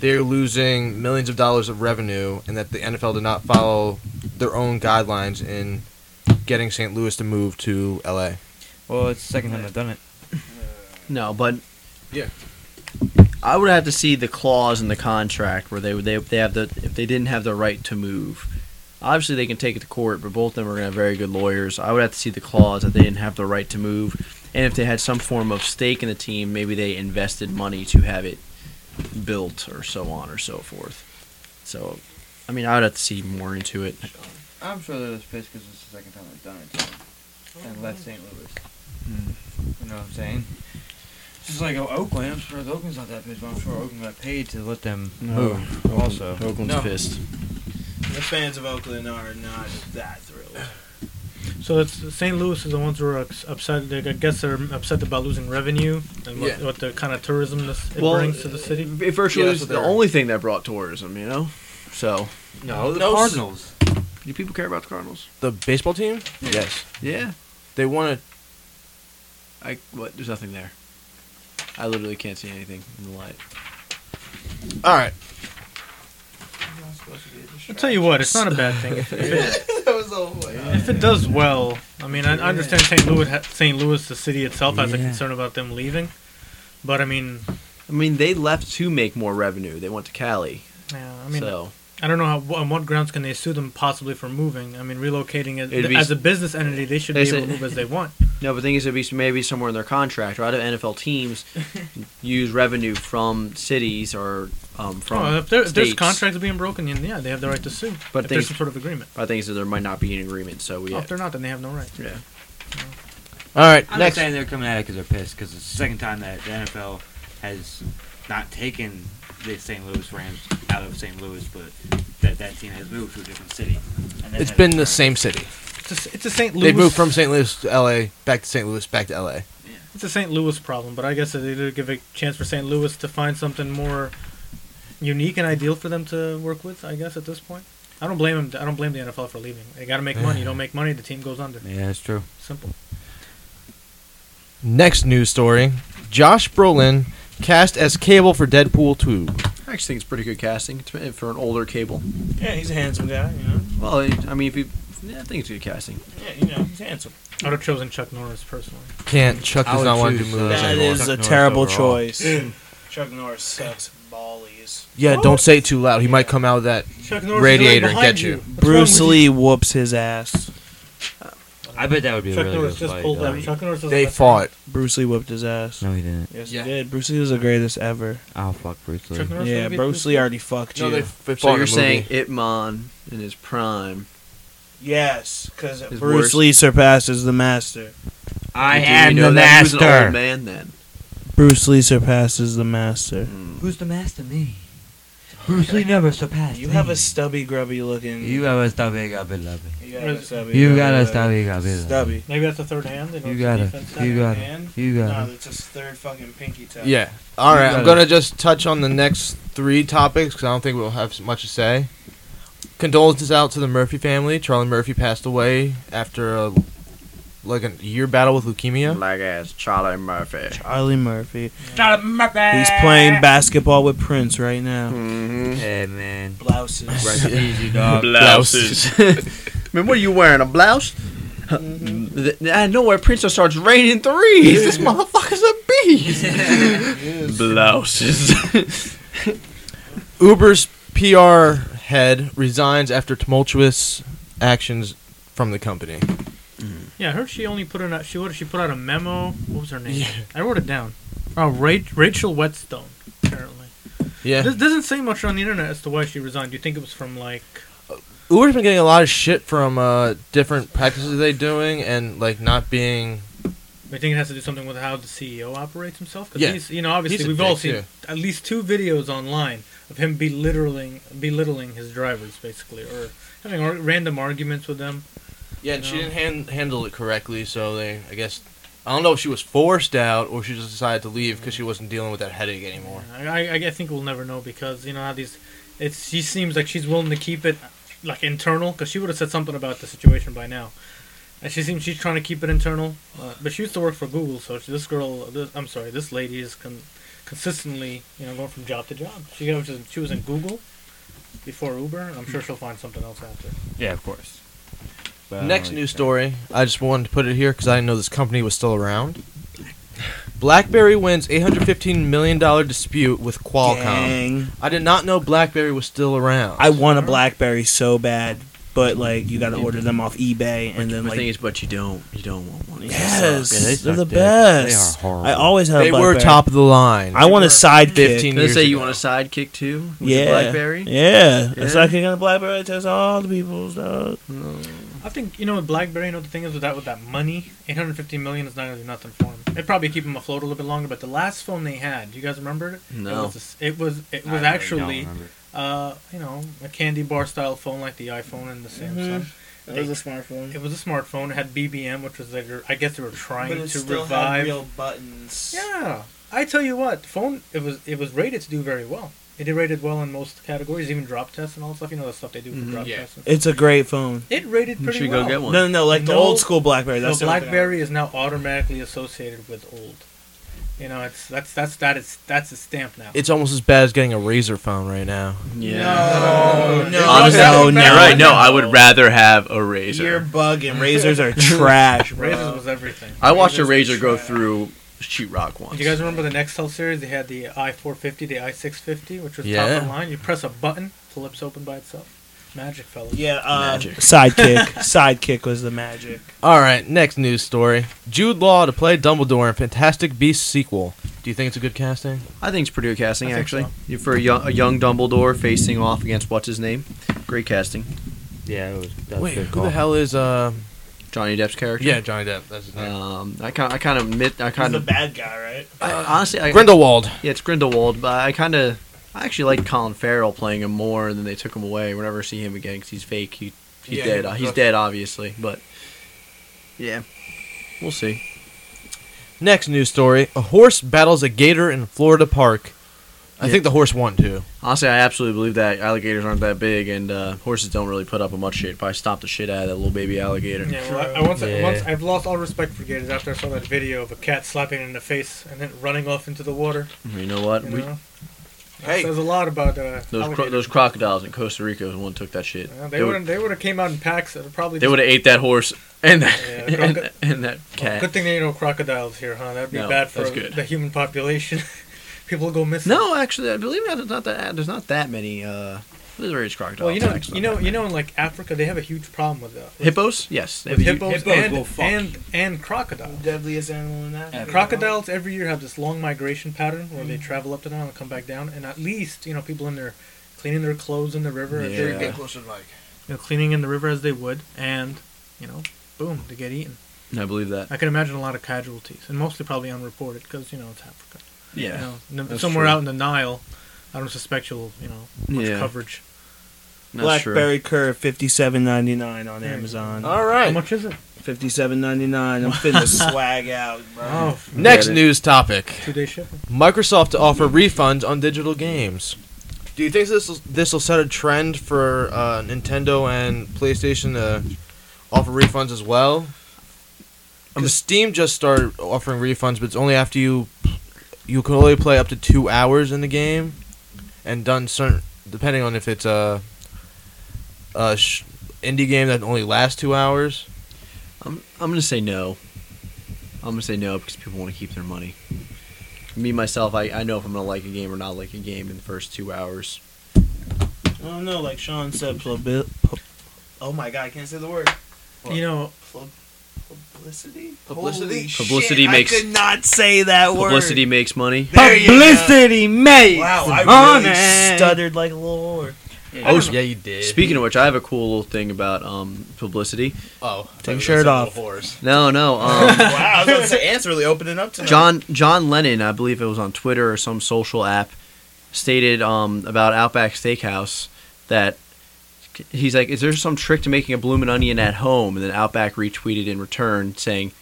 [SPEAKER 1] they're losing millions of dollars of revenue and that the NFL did not follow their own guidelines in getting St. Louis to move to LA.
[SPEAKER 4] Well, it's the second time I've done it.
[SPEAKER 6] No, but
[SPEAKER 1] Yeah.
[SPEAKER 6] I would have to see the clause in the contract where they would they, they have the if they didn't have the right to move. Obviously, they can take it to court, but both of them are going to have very good lawyers. I would have to see the clause that they didn't have the right to move, and if they had some form of stake in the team, maybe they invested money to have it built or so on or so forth. So, I mean, I would have to see more into it.
[SPEAKER 4] I'm sure they're just pissed because it's the second time I've done it. to them. And left St. Louis. Hmm. You know what I'm saying? It's Just like oh, Oakland, I'm surprised Oakland's not that pissed, but I'm sure Oakland got paid to let them move. Also,
[SPEAKER 6] Oakland's
[SPEAKER 4] No.
[SPEAKER 6] pissed.
[SPEAKER 2] The fans of Oakland are not that thrilled.
[SPEAKER 5] So it's St. Louis is the ones who are ups- upset. They, I guess they're upset about losing revenue and what,
[SPEAKER 1] Yeah.
[SPEAKER 5] what the kind of tourism this it brings to the city.
[SPEAKER 6] uh, It virtually
[SPEAKER 1] Yeah, that's
[SPEAKER 6] is
[SPEAKER 1] what
[SPEAKER 6] the
[SPEAKER 1] they're-
[SPEAKER 6] only thing that brought tourism, you know. So,
[SPEAKER 4] no, the
[SPEAKER 1] No s-
[SPEAKER 4] Cardinals.
[SPEAKER 6] do people care about the Cardinals?
[SPEAKER 1] The baseball team? Yes.
[SPEAKER 6] Yeah.
[SPEAKER 1] They want to.
[SPEAKER 6] I what? There's nothing there. I literally can't see anything in the light.
[SPEAKER 1] All right.
[SPEAKER 5] I'll tell you what, it's not a bad thing. If, if, it,
[SPEAKER 7] that was the whole way.
[SPEAKER 5] if it does well, I mean, I I understand St. Louis, ha- St. Louis, the city itself, has a
[SPEAKER 4] Yeah.
[SPEAKER 5] concern about them leaving. But I mean,
[SPEAKER 6] I mean, they left to make more revenue. They went to Cali,
[SPEAKER 5] yeah, I mean,
[SPEAKER 6] so
[SPEAKER 5] I don't know how, on what grounds can they sue them possibly for moving. I mean, relocating as,
[SPEAKER 6] It'd be-
[SPEAKER 5] as a business entity, they should
[SPEAKER 6] They
[SPEAKER 5] be able
[SPEAKER 6] said-
[SPEAKER 5] to move as they want.
[SPEAKER 6] no. But the thing is, it'd be maybe somewhere in their contract. A lot of NFL teams use revenue from cities or um, from
[SPEAKER 5] Oh, if, there, if there's
[SPEAKER 6] states.
[SPEAKER 5] contracts being broken, then yeah, they have the right to sue.
[SPEAKER 6] But
[SPEAKER 5] if there's
[SPEAKER 6] they-
[SPEAKER 5] some sort of agreement.
[SPEAKER 6] But the thing is, that there might not be an agreement. So we
[SPEAKER 5] Oh, if they're not, then they have no right.
[SPEAKER 6] yeah.
[SPEAKER 1] All right.
[SPEAKER 4] I'm
[SPEAKER 1] next.
[SPEAKER 4] just saying they're coming at it because they're pissed because it's the second time that the NFL has not taken the St. Louis Rams out of St. Louis, but that that team has moved to a different city. And that
[SPEAKER 1] It's
[SPEAKER 4] has
[SPEAKER 1] been the
[SPEAKER 4] returned.
[SPEAKER 1] same city.
[SPEAKER 5] It's a, it's a St. Louis.
[SPEAKER 1] They moved from St. Louis to L.A. back to St. Louis back to L.A.
[SPEAKER 5] It's a St. Louis problem, but I guess they did give a chance for St. Louis to find something more unique and ideal for them to work with. I guess at this point, I don't blame them. I don't blame the NFL for leaving. They got to make money. You don't make money, the team goes under.
[SPEAKER 4] Yeah, that's true.
[SPEAKER 5] Simple.
[SPEAKER 1] Next news story: Josh Brolin cast as Cable for Deadpool 2.
[SPEAKER 6] I actually think it's pretty good casting to- for an older cable.
[SPEAKER 2] Yeah, he's a handsome guy, you know.
[SPEAKER 6] Well, I I mean, if you, yeah, I think it's good casting.
[SPEAKER 2] Yeah, you know, he's handsome.
[SPEAKER 5] I'd have chosen Chuck Norris personally.
[SPEAKER 1] Can't Chuck
[SPEAKER 4] I
[SPEAKER 1] does
[SPEAKER 4] would
[SPEAKER 1] not want to do
[SPEAKER 4] choose, uh,
[SPEAKER 1] movies
[SPEAKER 4] That
[SPEAKER 1] anymore.
[SPEAKER 4] is- Chuck Norris overall.
[SPEAKER 2] choice. Chuck Norris sucks ballies.
[SPEAKER 1] yeah, don't say it too loud. He might come out of that.
[SPEAKER 5] Chuck
[SPEAKER 1] Norris is Radiator right behind get you. you.
[SPEAKER 2] Bruce Lee whoops his ass.
[SPEAKER 4] I bet that would be a
[SPEAKER 5] Chuck
[SPEAKER 4] really
[SPEAKER 5] Norris
[SPEAKER 4] good
[SPEAKER 5] just
[SPEAKER 4] fight,
[SPEAKER 5] pulled
[SPEAKER 4] though.
[SPEAKER 5] up. Chuck Norris. was the
[SPEAKER 1] They
[SPEAKER 5] best
[SPEAKER 1] fought.
[SPEAKER 2] Bruce Lee whooped his ass.
[SPEAKER 4] No, he didn't.
[SPEAKER 2] Yes,
[SPEAKER 1] Yeah.
[SPEAKER 2] he did. Bruce Lee is the greatest ever.
[SPEAKER 4] Oh fuck, Bruce Lee.
[SPEAKER 5] Chuck Norris
[SPEAKER 2] yeah,
[SPEAKER 5] gonna be
[SPEAKER 2] Bruce Lee already fucked you.
[SPEAKER 1] fought.
[SPEAKER 6] So you're saying Ip Man in his prime?
[SPEAKER 2] yes, because
[SPEAKER 6] His
[SPEAKER 2] Bruce
[SPEAKER 6] worst-
[SPEAKER 2] Lee surpasses the master.
[SPEAKER 4] I
[SPEAKER 6] Did
[SPEAKER 4] am
[SPEAKER 6] we
[SPEAKER 4] the
[SPEAKER 6] know that? He was an old
[SPEAKER 4] master.
[SPEAKER 6] man then. Hmm.
[SPEAKER 2] Bruce Lee surpasses the master.
[SPEAKER 4] Who's the master? Me. Bruce Lee never surpassed.
[SPEAKER 2] You have a stubby, grubby looking.
[SPEAKER 4] You have a stubby gubby lubby.
[SPEAKER 2] You got a stubby.
[SPEAKER 4] You
[SPEAKER 2] grubby
[SPEAKER 4] got a
[SPEAKER 2] looking-
[SPEAKER 4] stubby gubby.
[SPEAKER 2] Stubby.
[SPEAKER 5] Maybe that's the third hand. They know
[SPEAKER 4] You
[SPEAKER 5] it's a
[SPEAKER 4] got it.
[SPEAKER 5] defense side.
[SPEAKER 4] You got
[SPEAKER 2] hand?
[SPEAKER 4] it. You
[SPEAKER 2] No,
[SPEAKER 4] got it.
[SPEAKER 2] that's his third fucking pinky toe.
[SPEAKER 1] Yeah. All right.
[SPEAKER 4] You
[SPEAKER 1] I'm
[SPEAKER 4] got
[SPEAKER 1] gonna
[SPEAKER 4] it.
[SPEAKER 1] just touch on the next three topics because I don't think we'll have much to say. Condolences out to the Murphy family. Charlie Murphy passed away after a, like a year battle with leukemia.
[SPEAKER 6] Black ass Charlie Murphy.
[SPEAKER 2] Charlie Murphy. He's playing basketball with Prince right now.
[SPEAKER 6] Mm-hmm.
[SPEAKER 4] Hey man.
[SPEAKER 2] Blouses.
[SPEAKER 4] Rest easy, dog.
[SPEAKER 6] Uh, Blouses. Man, what are you wearing? A blouse? Mm-hmm. I know where Prince starts raining threes. This motherfucker's a beast. Blouses.
[SPEAKER 1] Uber's PR head resigns after tumultuous actions from the company.
[SPEAKER 5] Yeah, I heard she only put out. She what? did She put out a memo. What was her name? I wrote it down. Oh, Ra- Rachel Whetstone. Apparently,
[SPEAKER 1] Yeah.
[SPEAKER 5] this doesn't say much on the internet as to why she resigned. Do you think it was from like?
[SPEAKER 1] Uber's been getting a lot of shit from uh, different practices they're doing and like not being.
[SPEAKER 5] Do you think it has to do something with how the CEO operates himself? Because
[SPEAKER 1] Yeah.
[SPEAKER 5] he's, you know, obviously
[SPEAKER 1] He's a
[SPEAKER 5] we've all
[SPEAKER 1] dick,
[SPEAKER 5] seen
[SPEAKER 1] too.
[SPEAKER 5] at least two videos online of him belittling, belittling his drivers, basically, or having ar- random arguments with them.
[SPEAKER 1] Yeah, and she
[SPEAKER 5] No.
[SPEAKER 1] didn't hand, handle it correctly, so they. I guess I don't know if she was forced out or she just decided to leave because she wasn't dealing with that headache anymore.
[SPEAKER 5] I, I, I think we'll never know because you know how these. It's she seems like she's willing to keep it like internal because she would have said something about the situation by now. And she seems she's trying to keep it internal, uh, but she used to work for Google, so she, this girl, this, I'm sorry, this lady is con- consistently you know going from job to job. She was in, she was in Google before Uber. and I'm sure she'll find something else after.
[SPEAKER 4] Yeah, of course. But I don't
[SPEAKER 1] Next
[SPEAKER 4] really
[SPEAKER 1] news
[SPEAKER 4] care.
[SPEAKER 1] story. I just wanted to put it here because I didn't know this company was still around. BlackBerry wins $815 million dispute with Qualcomm.
[SPEAKER 2] Dang.
[SPEAKER 1] I did not know BlackBerry was still around.
[SPEAKER 2] I want a BlackBerry so bad, but like you got to order them off eBay and then
[SPEAKER 6] The thing
[SPEAKER 2] like
[SPEAKER 6] is, but you don't. You don't want one.
[SPEAKER 2] yes,
[SPEAKER 4] Yeah, they
[SPEAKER 2] they are
[SPEAKER 4] suck
[SPEAKER 2] the
[SPEAKER 4] dick.
[SPEAKER 2] best.
[SPEAKER 4] They are horrible.
[SPEAKER 2] I always have.
[SPEAKER 1] they
[SPEAKER 2] a
[SPEAKER 1] were
[SPEAKER 2] BlackBerry.
[SPEAKER 1] top of the line.
[SPEAKER 2] I want a
[SPEAKER 5] were
[SPEAKER 2] sidekick.
[SPEAKER 1] 15
[SPEAKER 6] Let's
[SPEAKER 1] years
[SPEAKER 6] say you
[SPEAKER 1] ago.
[SPEAKER 6] want a sidekick too. With
[SPEAKER 2] Yeah,
[SPEAKER 6] your BlackBerry.
[SPEAKER 2] Yeah,
[SPEAKER 6] Yeah.
[SPEAKER 2] a sidekick on a BlackBerry tells all the people's dog.
[SPEAKER 5] I think you know with BlackBerry. You know the thing is with that with that money, 850 million is not gonna do nothing for them. It probably keep them afloat a little bit longer. But the last phone they had, do you guys remember it? It
[SPEAKER 6] No.
[SPEAKER 5] was, a s- it was, it
[SPEAKER 4] I
[SPEAKER 5] was
[SPEAKER 4] really
[SPEAKER 5] actually,
[SPEAKER 4] don't remember.
[SPEAKER 5] uh, you know, a candy bar style phone like the iPhone and the
[SPEAKER 2] Mm-hmm.
[SPEAKER 5] Samsung. That was a
[SPEAKER 2] smartphone.
[SPEAKER 5] It was a smartphone. It had BBM, which was like, I guess they were
[SPEAKER 2] But
[SPEAKER 5] trying
[SPEAKER 2] it
[SPEAKER 5] to
[SPEAKER 2] still
[SPEAKER 5] revive.
[SPEAKER 2] had real buttons.
[SPEAKER 5] yeah, I tell you what, the phone it was it was rated to do very well. It did rated well in most categories, even drop tests and all that stuff. You know the stuff they do for
[SPEAKER 6] Mhm.
[SPEAKER 5] drop
[SPEAKER 1] Yeah.
[SPEAKER 5] tests. and-
[SPEAKER 2] It's a great phone.
[SPEAKER 5] It rated
[SPEAKER 6] You
[SPEAKER 5] pretty
[SPEAKER 6] should
[SPEAKER 5] well.
[SPEAKER 6] go get
[SPEAKER 2] No,
[SPEAKER 6] one.
[SPEAKER 2] no, no, like the
[SPEAKER 5] No.
[SPEAKER 2] old school BlackBerry.
[SPEAKER 5] So
[SPEAKER 2] That's the only thing I
[SPEAKER 5] BlackBerry is now automatically associated with old. You know, it's that's that's that is that's a stamp now.
[SPEAKER 1] It's almost as bad as getting a Razor phone right now.
[SPEAKER 6] Yeah.
[SPEAKER 2] Oh, no.
[SPEAKER 6] Honestly,
[SPEAKER 2] no,
[SPEAKER 6] you're right. No, I would rather have a razor.
[SPEAKER 2] You're bugging. Razors are trash, bro.
[SPEAKER 5] Razors was everything.
[SPEAKER 6] I watched a
[SPEAKER 2] Razor's
[SPEAKER 6] razor go
[SPEAKER 2] trash.
[SPEAKER 6] through sheetrock once.
[SPEAKER 5] Do you guys remember the Nextel series? They had the i450, the i650, which was top
[SPEAKER 1] Yeah.
[SPEAKER 5] of the line. You press a button, flips open by itself. Magic, fellas.
[SPEAKER 2] Yeah, uh,
[SPEAKER 6] Magic.
[SPEAKER 2] sidekick. sidekick was the magic.
[SPEAKER 1] All right, next news story. Jude Law to play Dumbledore in Fantastic Beasts sequel. Do you think it's a good casting?
[SPEAKER 6] I think it's pretty good casting,
[SPEAKER 5] I think
[SPEAKER 6] actually. You- For a young, a young Dumbledore facing off against what's his name, great casting.
[SPEAKER 4] Yeah, it was. That was
[SPEAKER 1] Wait,
[SPEAKER 4] a good
[SPEAKER 1] who
[SPEAKER 4] call.
[SPEAKER 1] the hell is uh
[SPEAKER 6] Johnny Depp's character.
[SPEAKER 1] Yeah, Johnny Depp. That's his name.
[SPEAKER 6] Um, I kind I kind of admit I
[SPEAKER 2] He's
[SPEAKER 6] kind
[SPEAKER 2] the
[SPEAKER 6] of
[SPEAKER 2] bad guy, right?
[SPEAKER 6] I, honestly I,
[SPEAKER 1] Grindelwald.
[SPEAKER 6] Yeah, it's Grindelwald, but I kind of I actually like Colin Farrell playing him more than they took him away. Whenever I see him again, 'cause he's fake. He, he's
[SPEAKER 7] Yeah,
[SPEAKER 6] dead. uh,
[SPEAKER 7] he-
[SPEAKER 6] he's dead, obviously. But yeah, we'll see.
[SPEAKER 1] Next news story: A horse battles a gator in Florida park. I
[SPEAKER 6] Yeah.
[SPEAKER 1] think the horse won too.
[SPEAKER 6] Honestly, I absolutely believe that alligators aren't that big, and uh, horses don't really put up with much shit. If I stopped the shit out of that little baby alligator,
[SPEAKER 5] Yeah, well, I, I once,
[SPEAKER 4] Yeah.
[SPEAKER 5] once I've lost all respect for gators after I saw that video of a cat slapping it in the face and then running off into the water.
[SPEAKER 6] you know what?
[SPEAKER 5] You
[SPEAKER 6] we,
[SPEAKER 5] know,
[SPEAKER 7] Hey.
[SPEAKER 5] that says a lot about uh,
[SPEAKER 6] those cro-
[SPEAKER 5] alligators.
[SPEAKER 6] those crocodiles in Costa Rica, the one took that shit.
[SPEAKER 5] Uh,
[SPEAKER 6] they
[SPEAKER 5] they
[SPEAKER 6] would
[SPEAKER 5] would they would have came out in packs. That probably
[SPEAKER 6] they
[SPEAKER 5] just-
[SPEAKER 6] would have ate that horse and that
[SPEAKER 5] Yeah,
[SPEAKER 6] and,
[SPEAKER 5] croco- Oh,
[SPEAKER 6] and that cat.
[SPEAKER 5] Good thing there ain't no crocodiles here, huh? That'd be
[SPEAKER 6] No,
[SPEAKER 5] bad for
[SPEAKER 6] that's good.
[SPEAKER 5] the human population. People go missing.
[SPEAKER 6] No, actually, I believe that there's not that there's not that many uh, various crocodiles.
[SPEAKER 5] Well, you know,
[SPEAKER 6] It's not
[SPEAKER 5] you know,
[SPEAKER 6] that
[SPEAKER 5] you
[SPEAKER 6] many.
[SPEAKER 5] know, in like Africa, they have a huge problem with that.
[SPEAKER 6] hippos. Yes, they
[SPEAKER 5] With
[SPEAKER 6] have a huge-
[SPEAKER 5] hippos,
[SPEAKER 4] Hippos
[SPEAKER 5] and,
[SPEAKER 4] will fuck
[SPEAKER 5] and and crocodiles.
[SPEAKER 2] Deadliest animal in Africa.
[SPEAKER 5] Crocodiles every year have this long migration pattern where
[SPEAKER 6] Mm.
[SPEAKER 5] they travel up to the mountain and come back down, and at least you know people in there cleaning their clothes in the river, as they,
[SPEAKER 6] Yeah.
[SPEAKER 7] Get closer to Mike.
[SPEAKER 5] you know, cleaning in the river as they would, and you know, boom, they get eaten.
[SPEAKER 6] I believe that.
[SPEAKER 5] I can imagine a lot of casualties, and mostly probably unreported because you know it's Africa.
[SPEAKER 6] Yeah.
[SPEAKER 5] You know, n-
[SPEAKER 6] that's
[SPEAKER 5] somewhere
[SPEAKER 6] true.
[SPEAKER 5] out in the Nile, I don't suspect you'll you know much
[SPEAKER 6] Yeah.
[SPEAKER 5] coverage.
[SPEAKER 6] That's
[SPEAKER 2] Blackberry Curve, fifty-seven ninety-nine on
[SPEAKER 5] There you go.
[SPEAKER 2] Amazon.
[SPEAKER 1] All
[SPEAKER 5] How
[SPEAKER 1] right.
[SPEAKER 5] much is it?
[SPEAKER 2] Fifty-seven ninety-nine. I'm finna swag out, bro.
[SPEAKER 5] Oh,
[SPEAKER 1] Next
[SPEAKER 6] Get it.
[SPEAKER 1] news topic:
[SPEAKER 5] two day shipping.
[SPEAKER 1] Microsoft to offer refunds on digital games. Do you think this this will set a trend for uh, Nintendo and PlayStation to offer refunds as well? 'Cause Steam just started offering refunds, but it's only after you you can only play up to two hours in the game, and done certain depending on if it's a a sh- indie game that only lasts two hours.
[SPEAKER 6] I'm I'm gonna say no. I'm gonna say no because people want to keep their money. Me myself, I, I know if I'm gonna like a game or not like a game in the first two hours.
[SPEAKER 2] I don't know, like Sean said, plabi- pu- oh my god, I can't say the word.
[SPEAKER 5] You know,
[SPEAKER 2] Pl- publicity?
[SPEAKER 1] Publicity?
[SPEAKER 2] Holy
[SPEAKER 6] Publicity
[SPEAKER 2] shit,
[SPEAKER 6] makes-
[SPEAKER 2] I could not say that word.
[SPEAKER 6] Publicity makes money.
[SPEAKER 2] There you go.
[SPEAKER 4] mate.
[SPEAKER 2] Wow, I really stuttered like a little whore.
[SPEAKER 1] Oh yeah, you did.
[SPEAKER 6] Speaking of which, I have a cool little thing about um publicity.
[SPEAKER 1] oh,
[SPEAKER 2] Take your shirt off.
[SPEAKER 6] No, no. Um,
[SPEAKER 2] Wow, I was gonna say, Ant's really opening up tonight.
[SPEAKER 6] John John Lennon, I believe it was on Twitter or some social app, stated um, about Outback Steakhouse that he's like, "Is there some trick to making a bloomin' onion at home?" And then Outback retweeted in return saying,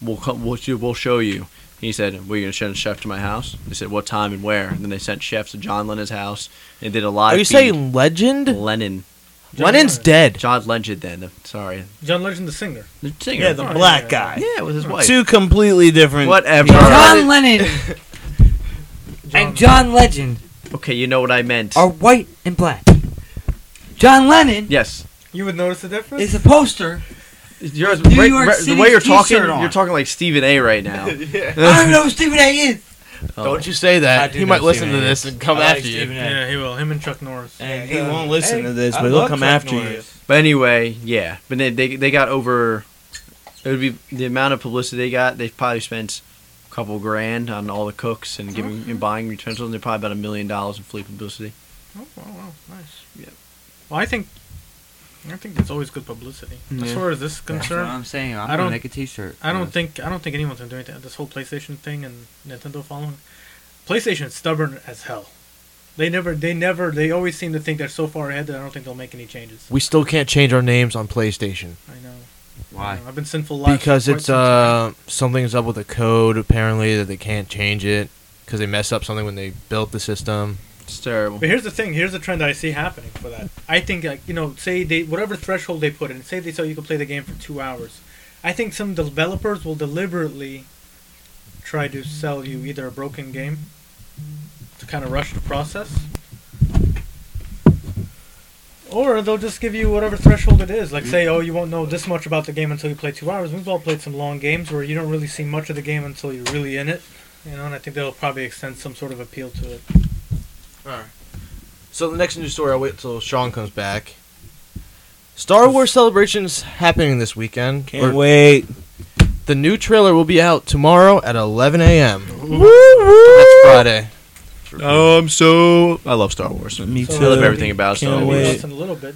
[SPEAKER 6] "We'll come, we'll, do- we'll show you." He said, "We're gonna send a chef to my house." They said, "What time and where?" And then they sent chefs to John Lennon's house and did a live.
[SPEAKER 1] Are you
[SPEAKER 6] feed.
[SPEAKER 1] saying legend?
[SPEAKER 6] Lennon?
[SPEAKER 1] Lennon's dead.
[SPEAKER 6] John Legend, then sorry,
[SPEAKER 5] John Legend, the singer.
[SPEAKER 6] the singer.
[SPEAKER 2] yeah, the
[SPEAKER 5] Oh,
[SPEAKER 2] black
[SPEAKER 5] yeah.
[SPEAKER 2] guy.
[SPEAKER 6] yeah, with his wife.
[SPEAKER 2] Two completely different.
[SPEAKER 6] Whatever.
[SPEAKER 4] John Lennon
[SPEAKER 5] John-
[SPEAKER 4] and John Legend
[SPEAKER 6] Okay, you know what I meant.
[SPEAKER 4] are white and black. John Lennon
[SPEAKER 6] Yes.
[SPEAKER 5] You would notice the difference.
[SPEAKER 4] is a poster.
[SPEAKER 6] You're,
[SPEAKER 4] New
[SPEAKER 6] right-
[SPEAKER 4] York
[SPEAKER 6] right- the way
[SPEAKER 4] City's
[SPEAKER 6] you're talking,
[SPEAKER 4] t-shirt on.
[SPEAKER 6] you're talking like Stephen A. right now. Oh.
[SPEAKER 4] I don't know who Stephen A is.
[SPEAKER 1] Don't you say
[SPEAKER 4] I
[SPEAKER 1] that.
[SPEAKER 4] do
[SPEAKER 1] He
[SPEAKER 4] know
[SPEAKER 1] might listen
[SPEAKER 4] Stephen
[SPEAKER 1] to
[SPEAKER 4] A.
[SPEAKER 1] this and come
[SPEAKER 4] I like
[SPEAKER 1] after you.
[SPEAKER 4] Stephen A.
[SPEAKER 5] yeah, he will. Him and Chuck Norris.
[SPEAKER 2] Yeah,
[SPEAKER 4] And,
[SPEAKER 2] he
[SPEAKER 4] uh,
[SPEAKER 2] won't listen
[SPEAKER 4] hey,
[SPEAKER 2] to this,
[SPEAKER 4] I
[SPEAKER 2] but he'll
[SPEAKER 4] love
[SPEAKER 2] come
[SPEAKER 4] Chuck
[SPEAKER 2] after you.
[SPEAKER 4] Norris.
[SPEAKER 6] But anyway, yeah. But they, they they got over. It would be the amount of publicity they got. They probably spent a couple grand on all the cooks and giving and buying utensils. And they're probably about a million dollars in flea publicity.
[SPEAKER 5] Oh, wow, wow, nice.
[SPEAKER 6] Yeah.
[SPEAKER 5] Well, I think, I think that's always good publicity. As
[SPEAKER 6] Yeah.
[SPEAKER 5] far as this is
[SPEAKER 4] That's what
[SPEAKER 5] concerned,
[SPEAKER 4] I'm saying. I'm
[SPEAKER 5] I
[SPEAKER 4] gonna
[SPEAKER 5] don't-
[SPEAKER 4] make a T-shirt.
[SPEAKER 5] I don't think I don't think anyone's gonna do anything. This whole PlayStation thing and Nintendo following, PlayStation is stubborn as hell. They never, they never, they always seem to think they're so far ahead that I don't think they'll make any changes.
[SPEAKER 1] We still can't change our names on PlayStation
[SPEAKER 5] I know. I
[SPEAKER 4] Why?
[SPEAKER 5] know. I've been sinful life
[SPEAKER 1] because
[SPEAKER 5] for quite
[SPEAKER 1] it's
[SPEAKER 5] some time.
[SPEAKER 1] uh something's up with the code apparently that they can't change it because they messed up something when they built the system.
[SPEAKER 6] It's terrible.
[SPEAKER 5] But here's the thing. Here's the trend that I see happening for that. I think, like you know, say they whatever threshold they put in, say they tell you can play the game for two hours. I think some developers will deliberately try to sell you either a broken game to kind of rush the process, or they'll just give you whatever threshold it is. Like say, oh, you won't know this much about the game until you play two hours. We've all played some long games where you don't really see much of the game until you're really in it. You know, and I think they'll probably extend some sort of appeal to it.
[SPEAKER 1] So the next news story, I'll wait till Sean comes back. Star Wars celebrations happening this weekend.
[SPEAKER 2] Can't
[SPEAKER 1] Or-
[SPEAKER 2] wait.
[SPEAKER 1] The new trailer will be out tomorrow at 11 a.m. That's Friday.
[SPEAKER 6] I'm so I love Star Wars.
[SPEAKER 2] Me
[SPEAKER 5] So
[SPEAKER 2] too.
[SPEAKER 6] I love everything about
[SPEAKER 2] Can't
[SPEAKER 6] Star
[SPEAKER 5] It'll be
[SPEAKER 2] wait.
[SPEAKER 6] Wars.
[SPEAKER 5] less than a little bit.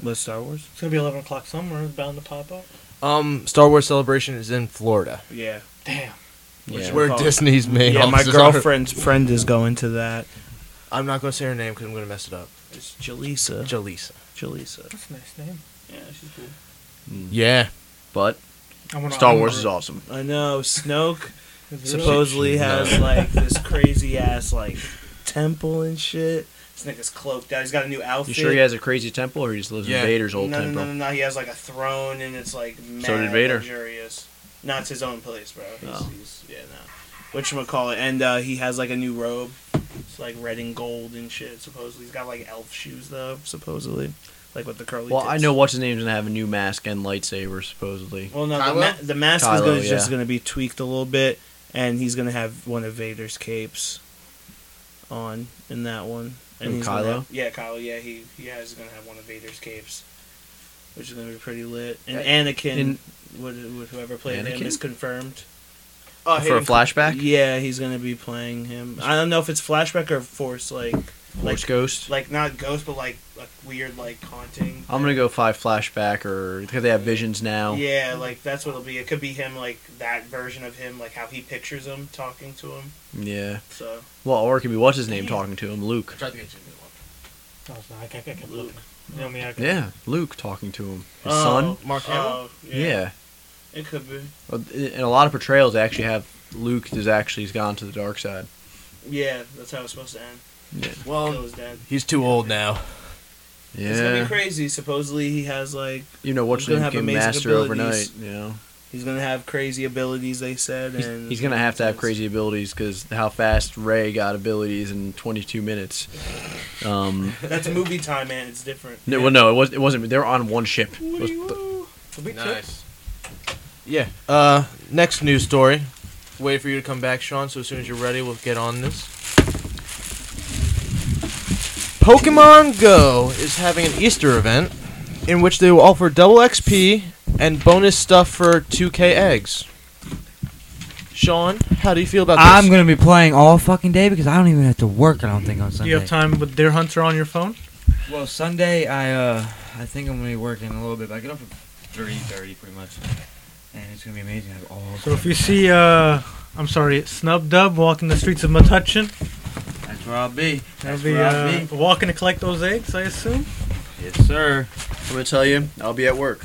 [SPEAKER 2] What Star Wars?
[SPEAKER 5] It's gonna be eleven o'clock somewhere. It's bound to pop up.
[SPEAKER 1] Um, Star Wars Celebration is in Florida,
[SPEAKER 2] Yeah.
[SPEAKER 5] Damn.
[SPEAKER 1] which
[SPEAKER 6] Yeah.
[SPEAKER 1] is where
[SPEAKER 2] Oh.
[SPEAKER 1] Disney's main.
[SPEAKER 2] Yeah, my
[SPEAKER 1] offices are.
[SPEAKER 2] girlfriend's friend is going to that.
[SPEAKER 1] I'm not gonna say her name because I'm gonna mess it up.
[SPEAKER 2] It's Jaleesa.
[SPEAKER 1] Jaleesa.
[SPEAKER 2] Jaleesa.
[SPEAKER 5] That's a nice name.
[SPEAKER 2] Yeah, she's cool.
[SPEAKER 1] Yeah.
[SPEAKER 6] But
[SPEAKER 5] I wanna,
[SPEAKER 6] Star
[SPEAKER 5] I'm-
[SPEAKER 6] Wars is awesome.
[SPEAKER 2] I know. Snoke
[SPEAKER 5] Is it really?
[SPEAKER 2] supposedly has
[SPEAKER 6] No.
[SPEAKER 2] like this crazy ass like temple and shit. This nigga's cloaked out. He's got a new outfit.
[SPEAKER 6] You sure he has a crazy temple, or he just lives
[SPEAKER 1] Yeah.
[SPEAKER 6] in Vader's old
[SPEAKER 2] no, no,
[SPEAKER 6] temple?
[SPEAKER 2] no, no, no. He has like a throne and it's like mad
[SPEAKER 6] So did Vader.
[SPEAKER 2] luxurious. No, it's his own place, bro. He's,
[SPEAKER 6] Oh.
[SPEAKER 2] he's yeah, no. Which call it? And uh, he has like a new robe. It's like red and gold and shit. Supposedly, he's got like elf shoes though. Supposedly, like with the curly.
[SPEAKER 6] Well, I
[SPEAKER 2] tips.
[SPEAKER 6] know what's his name's gonna have a new mask and lightsaber supposedly.
[SPEAKER 2] Well, no, the,
[SPEAKER 7] Kylo?
[SPEAKER 2] ma- the mask is
[SPEAKER 6] Kylo,
[SPEAKER 2] gonna, just
[SPEAKER 6] yeah.
[SPEAKER 2] going to be tweaked a little bit, and he's going to have one of Vader's capes on in that one. And
[SPEAKER 6] Who,
[SPEAKER 2] he's gonna
[SPEAKER 6] Kylo?
[SPEAKER 2] have- yeah, Kylo. Yeah, he he is going to have one of Vader's capes, which is going to be pretty lit. And Anakin,
[SPEAKER 6] In-
[SPEAKER 2] would, would whoever played him
[SPEAKER 6] Anakin?
[SPEAKER 2] is confirmed. Uh,
[SPEAKER 1] Oh,
[SPEAKER 6] for a flashback,
[SPEAKER 2] Yeah, he's going to be playing him. I don't know if it's flashback or force, like
[SPEAKER 6] Force
[SPEAKER 2] like
[SPEAKER 6] Ghost.
[SPEAKER 2] like not ghost, but like like weird like haunting.
[SPEAKER 6] I'm gonna go five flashback, or because they have visions now.
[SPEAKER 2] Yeah, like that's what it'll be. It could be him, like that version of him, like how he pictures him talking to him.
[SPEAKER 6] Yeah.
[SPEAKER 2] So
[SPEAKER 6] Well, or it could be what's his name talking to him, Luke.
[SPEAKER 7] tried to get you a new one.
[SPEAKER 5] Oh, it's not- I, I, I kept looking. You know me, I kept-
[SPEAKER 6] Yeah, Luke talking to him, his
[SPEAKER 2] Oh,
[SPEAKER 6] son.
[SPEAKER 1] Mark Hamill?
[SPEAKER 2] oh,
[SPEAKER 6] Yeah.
[SPEAKER 2] it could be.
[SPEAKER 6] Uh, In a lot of portrayals, they actually have Luke is actually has gone to the dark side.
[SPEAKER 2] Yeah, that's how it's supposed to end.
[SPEAKER 6] Yeah.
[SPEAKER 2] Kill
[SPEAKER 1] Well,
[SPEAKER 2] his dad.
[SPEAKER 1] he's too old now.
[SPEAKER 2] It's gonna be
[SPEAKER 6] Yeah.
[SPEAKER 2] crazy. Supposedly he has like
[SPEAKER 6] You know what's
[SPEAKER 2] He's gonna
[SPEAKER 6] his name
[SPEAKER 2] have
[SPEAKER 6] became
[SPEAKER 2] amazing
[SPEAKER 6] master
[SPEAKER 2] abilities.
[SPEAKER 6] overnight. You know.
[SPEAKER 2] he's gonna have crazy abilities. They said,
[SPEAKER 6] He's,
[SPEAKER 2] and
[SPEAKER 6] he's gonna have to have crazy abilities because how fast Ray got abilities in 22 minutes. Um,
[SPEAKER 2] That's movie time, man. It's different.
[SPEAKER 6] no, well, no, it was it wasn't. They were on one ship. It was-
[SPEAKER 5] Did we check?
[SPEAKER 1] Yeah. Uh, next news story. Wait for you to come back, Sean. So as soon as you're ready, we'll get on this. Pokemon Go is having an Easter event in which they will offer double XP and bonus stuff for 2K eggs. Sean, how do you feel about this?
[SPEAKER 4] I'm gonna be playing all fucking day because I don't even have to work. I don't think on
[SPEAKER 5] Do
[SPEAKER 4] Sunday.
[SPEAKER 5] you have time with Deer Hunter on your phone?
[SPEAKER 4] Well, Sunday I uh I think I'm gonna be working a little bit. But I get up at three thirty pretty much, and it's gonna be amazing. I have all
[SPEAKER 5] So if you see, uh, I'm sorry, Snub Dub walking the streets of Metuchen,
[SPEAKER 4] that's where I'll be.
[SPEAKER 5] that'll
[SPEAKER 4] That's
[SPEAKER 5] be
[SPEAKER 4] where I'll
[SPEAKER 5] uh, walking to collect those eggs, I assume.
[SPEAKER 4] be. Yes, sir.
[SPEAKER 6] I'm gonna tell you, I'll be at work.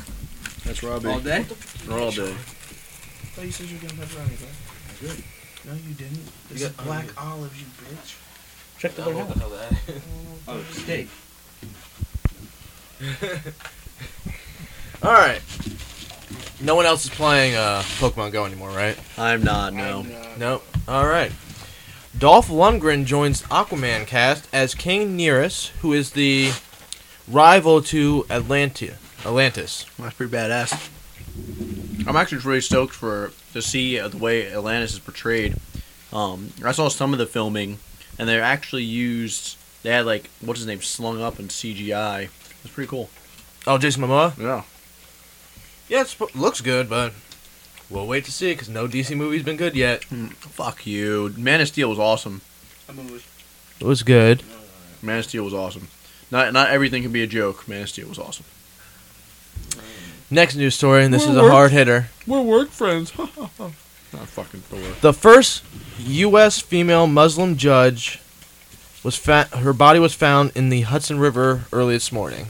[SPEAKER 6] That's where I'll be.
[SPEAKER 4] All day.
[SPEAKER 6] All day.
[SPEAKER 2] I thought you said you were gonna have brownies. Right?
[SPEAKER 1] did.
[SPEAKER 2] No, you didn't. This
[SPEAKER 1] You
[SPEAKER 2] is
[SPEAKER 1] got-
[SPEAKER 2] black olives, you bitch.
[SPEAKER 5] Check the door.
[SPEAKER 4] Oh, steak.
[SPEAKER 1] All right. No one else is playing uh, Pokemon Go anymore, right?
[SPEAKER 6] I'm not. No.
[SPEAKER 1] Nope. All right. Dolph Lundgren joins Aquaman cast as King Nerus, who is the rival to Atlantia, Atlantis.
[SPEAKER 6] That's pretty badass. I'm actually just really stoked for to see uh, the way Atlantis is portrayed. Um, I saw some of the filming, and they actually used they had like what's his name slung up in CGI. It's pretty cool.
[SPEAKER 1] Oh, Jason Momoa.
[SPEAKER 6] Yeah.
[SPEAKER 1] Yeah, it's, looks good, but we'll wait to see because no DC movie's been good yet.
[SPEAKER 6] Fuck you. Man of Steel was awesome.
[SPEAKER 2] I mean,
[SPEAKER 1] It was good.
[SPEAKER 6] Man of Steel was awesome. Not not everything can be a joke. Man of Steel was awesome.
[SPEAKER 1] Next news story, and this is a hard hitter.
[SPEAKER 6] We're work friends. not fucking Thor.
[SPEAKER 1] The first U.S. female Muslim judge was fa- her body was found in the Hudson River early this morning.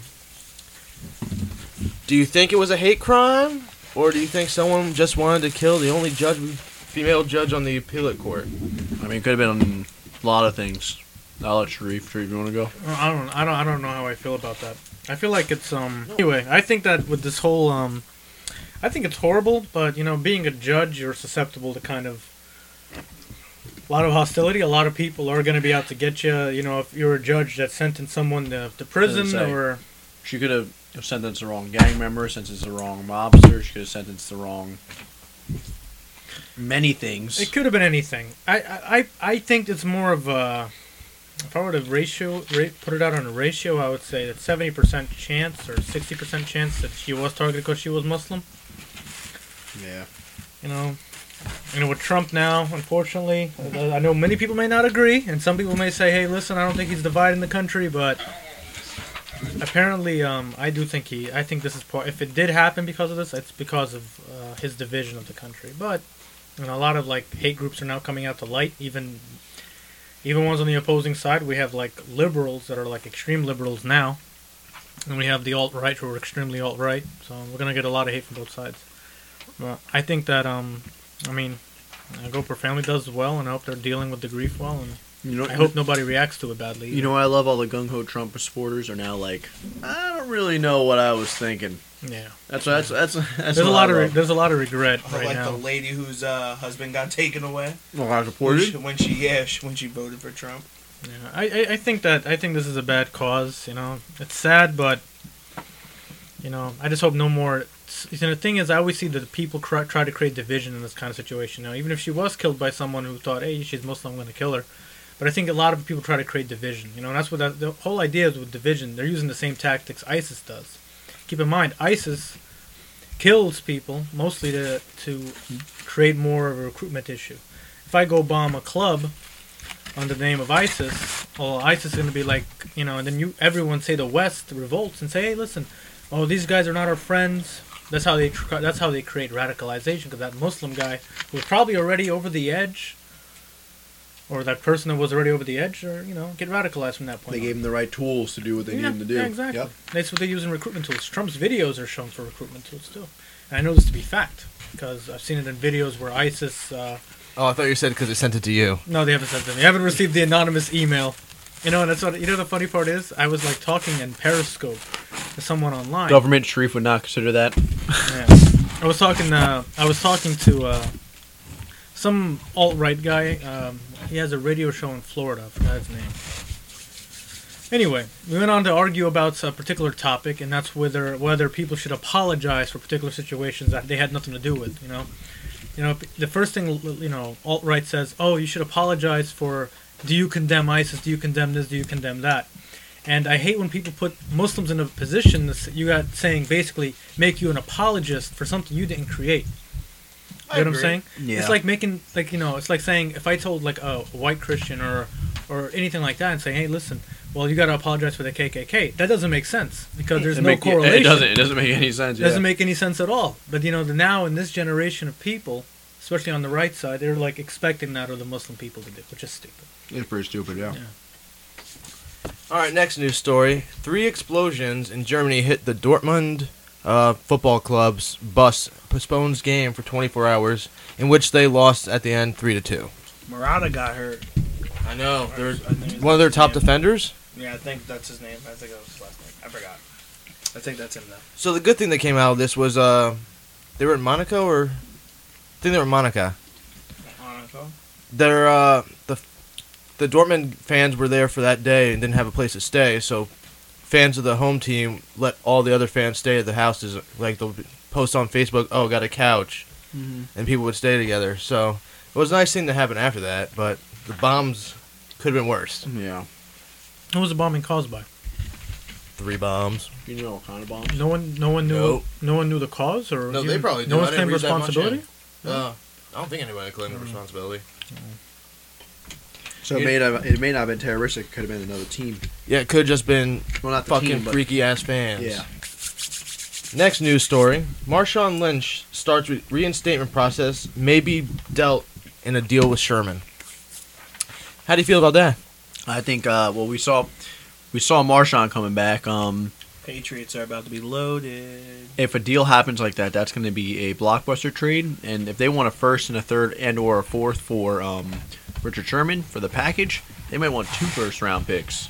[SPEAKER 1] Do you think it was a hate crime, or do you think someone just wanted to kill the only judge, female judge on the appellate court?
[SPEAKER 6] I mean, it could have been a lot of things. I'll let Sharif. Sharif, you want to go?
[SPEAKER 5] Well, I don't, I don't, I don't know how I feel about that. I feel like it's um. Anyway, I think that with this whole um, I think it's horrible. But you know, being a judge, you're susceptible to kind of a lot of hostility. A lot of people are going to be out to get you. You know, if you're a judge that sentenced someone to, to prison
[SPEAKER 6] say.
[SPEAKER 5] or
[SPEAKER 6] She could have sentenced the wrong gang member, sentenced the wrong mobster. She could have sentenced the wrong many things.
[SPEAKER 5] it could have been anything. I, I, I- I think it's more of a. If I were to ratio rate, put it out on a ratio, I would say that seventy percent chance or sixty percent chance that she was targeted because she was Muslim.
[SPEAKER 6] yeah,
[SPEAKER 5] you know, you know, with Trump now, unfortunately, I I know many people may not agree, and some people may say, "Hey, listen, I don't think he's dividing the country," but apparently, um, I do think he. I think this is part. If it did happen because of this, it's because of uh, his division of the country. But you know, a lot of like hate groups are now coming out to light. Even even ones on the opposing side. We have like liberals that are like extreme liberals now, and we have the alt right who are extremely alt right. So we're gonna get a lot of hate from both sides. Well, I think that um, I mean, I hope her family does well, and I hope they're dealing with the grief well, and
[SPEAKER 6] You know,
[SPEAKER 5] I hope nobody reacts to it badly.
[SPEAKER 6] You know what I love? All the gung ho Trump supporters are now like, I don't really know what I was thinking.
[SPEAKER 5] yeah.
[SPEAKER 6] That's that's that's that's
[SPEAKER 5] There's a
[SPEAKER 6] what
[SPEAKER 5] lot
[SPEAKER 6] I
[SPEAKER 5] of re-
[SPEAKER 6] love.
[SPEAKER 5] there's a lot of regret
[SPEAKER 2] Oh,
[SPEAKER 5] right
[SPEAKER 2] like
[SPEAKER 5] now.
[SPEAKER 2] the lady whose uh, husband got taken away
[SPEAKER 6] a lot of
[SPEAKER 2] when
[SPEAKER 6] supporters.
[SPEAKER 2] she, when she yeah she, when she voted for Trump.
[SPEAKER 5] Yeah, I, I, I think that I think this is a bad cause. You know, it's sad, but you know, I just hope no more. You know, the thing is, I always see that the people cr- try to create division in this kind of situation. Now, even if she was killed by someone who thought, "Hey, she's Muslim, I'm going to kill her," but I think a lot of people try to create division. You know, and that's what that, the whole idea is with division. They're using the same tactics ISIS does. Keep in mind, ISIS kills people mostly to to create more of a recruitment issue. If I go bomb a club, under the name of ISIS, well, ISIS is going to be like, you know, and then you everyone say the West revolts and say, hey, listen, oh, these guys are not our friends. That's how they tr- that's how they create radicalization because that Muslim guy who was probably already over the edge, or that person that was already over the edge, or you know, get radicalized from that point.
[SPEAKER 6] They
[SPEAKER 5] on.
[SPEAKER 6] gave them the right tools to do what they
[SPEAKER 5] yeah,
[SPEAKER 6] needed them to do.
[SPEAKER 5] yeah, exactly.
[SPEAKER 6] Yep.
[SPEAKER 5] That's what they use in recruitment tools. Trump's videos are shown for recruitment tools too, and I know this to be fact because I've seen it in videos where ISIS. Uh,
[SPEAKER 1] Oh, I thought you said because it sent it to you.
[SPEAKER 5] no, they haven't sent them. They haven't received the anonymous email. You know, and that's what you know. The funny part is, I was like talking in Periscope to someone online.
[SPEAKER 6] Government Sharif would not consider that.
[SPEAKER 5] Yeah. I was talking. Uh, I was talking to uh, some alt right guy. Um, he has a radio show in Florida. I forgot his name. Anyway, we went on to argue about a particular topic, and that's whether whether people should apologize for particular situations that they had nothing to do with. You know, you know, the first thing you know, alt right says, "Oh, you should apologize for." Do you condemn ISIS? Do you condemn this? Do you condemn that? And I hate when people put Muslims in a position that you got saying basically make you an apologist for something you didn't create. You know what I'm saying?
[SPEAKER 6] Yeah.
[SPEAKER 5] It's like making like you know, it's like saying if I told like a white Christian or or anything like that and saying, hey, listen, well, you got to apologize for the KKK. That doesn't make sense because there's
[SPEAKER 6] It
[SPEAKER 5] no
[SPEAKER 6] make- yeah,
[SPEAKER 5] correlation.
[SPEAKER 6] It doesn't. It doesn't make any sense.
[SPEAKER 5] It doesn't
[SPEAKER 6] yeah.
[SPEAKER 5] make any sense at all. But you know, the, now in this generation of people, especially on the right side, they're like expecting that of the Muslim people to do, which is stupid.
[SPEAKER 6] It's pretty stupid. Yeah.
[SPEAKER 5] Yeah.
[SPEAKER 1] All right, next news story. Three explosions in Germany hit the Dortmund uh, football club's bus, postpones game for 24 hours, in which they lost at the end 3 to 2.
[SPEAKER 2] Murata got hurt.
[SPEAKER 1] I know. They're
[SPEAKER 2] I think it's
[SPEAKER 1] one of their top
[SPEAKER 2] his name.
[SPEAKER 1] defenders.
[SPEAKER 2] Yeah, I think that's his name. I think that was his last name. I forgot. I think that's him though.
[SPEAKER 1] So the good thing that came out of this was uh, they were in Monaco, or I think they were in Monaco.
[SPEAKER 2] Monaco.
[SPEAKER 1] They're uh, the the Dortmund fans were there for that day and didn't have a place to stay, so fans of the home team let all the other fans stay at the houses. Like they'll be- post on Facebook, "Oh, got a couch," and people would stay together. So it was a nice thing to happen after that, but the bombs could have been worse.
[SPEAKER 6] Yeah.
[SPEAKER 5] What was the bombing caused by?
[SPEAKER 1] Three bombs.
[SPEAKER 6] You know all kind of bombs.
[SPEAKER 5] No one, no one knew.
[SPEAKER 1] Nope.
[SPEAKER 5] No one knew the cause, or
[SPEAKER 1] No, they
[SPEAKER 5] even-
[SPEAKER 1] probably do.
[SPEAKER 5] No
[SPEAKER 1] I
[SPEAKER 5] one
[SPEAKER 1] didn't
[SPEAKER 5] claimed
[SPEAKER 1] read that much
[SPEAKER 5] responsibility.
[SPEAKER 1] in. Uh, I don't think anybody claimed
[SPEAKER 6] Mm.
[SPEAKER 1] responsibility.
[SPEAKER 6] So it,
[SPEAKER 1] It-
[SPEAKER 6] may not. It may not have been terroristic. It could have been another team.
[SPEAKER 1] Yeah, it could have just been
[SPEAKER 6] Well, not the
[SPEAKER 1] fucking
[SPEAKER 6] team, but
[SPEAKER 1] freaky ass fans.
[SPEAKER 6] yeah.
[SPEAKER 1] Next news story: Marshawn Lynch starts re- reinstatement process may be dealt in a deal with Sherman. How do you feel about that?
[SPEAKER 6] I think. Uh, well, we saw. We saw Marshawn coming back. Um,
[SPEAKER 2] Patriots are about to be loaded.
[SPEAKER 6] if a deal happens like that, that's going to be a blockbuster trade. And if they want a first and a third and or a fourth for um, Richard Sherman for the package, they might want two first round picks.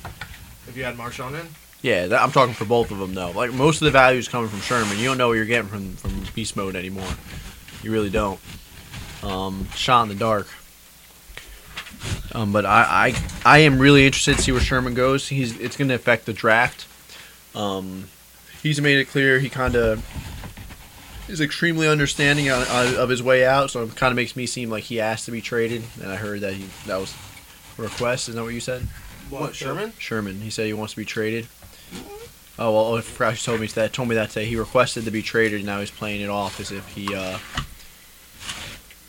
[SPEAKER 1] If you had Marshawn in,
[SPEAKER 6] Yeah, that, I'm talking for both of them though. Like most of the value is coming from Sherman. You don't know what you're getting from from Beast Mode anymore. You really don't. Um, shot in the dark. Um, but I, I I am really interested to see where Sherman goes. He's it's going to affect the draft. Um, he's made it clear he kind of is extremely understanding on, on, of his way out. So it kind of makes me seem like he asked to be traded. And I heard that he that was a request. Isn't that what you said?
[SPEAKER 1] what Sherman?
[SPEAKER 6] Sherman. He said he wants to be traded. Oh well, oh, Crouch told me that. Told me that today. He requested to be traded. and Now he's playing it off as if he uh,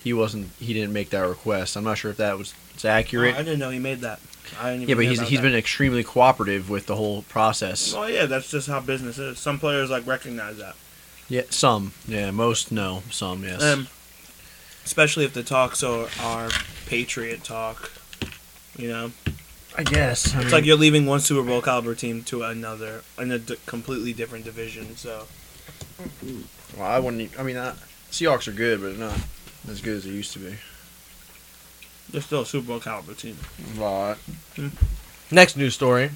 [SPEAKER 6] he wasn't he didn't make that request. I'm not sure if that was it's
[SPEAKER 2] Oh, I
[SPEAKER 6] accurate.
[SPEAKER 2] didn't know he made that. I didn't even
[SPEAKER 6] yeah, but
[SPEAKER 2] hear
[SPEAKER 6] he's
[SPEAKER 2] about
[SPEAKER 6] he's
[SPEAKER 2] that.
[SPEAKER 6] been extremely cooperative with the whole process.
[SPEAKER 2] Oh yeah, that's just how business is. Some players like recognize that,
[SPEAKER 6] Yeah, some. Yeah, most no, some yes.
[SPEAKER 2] um, especially if the talks are, are patriot talk. You know,
[SPEAKER 6] I guess.
[SPEAKER 2] it's like you're leaving one Super Bowl caliber team to another in a d- completely different division. So
[SPEAKER 6] well, I wouldn't. e- I mean, I, Seahawks are good, but not as good as they used to be.
[SPEAKER 2] they're still a Super Bowl caliber team.
[SPEAKER 6] Lot.
[SPEAKER 1] Next news story: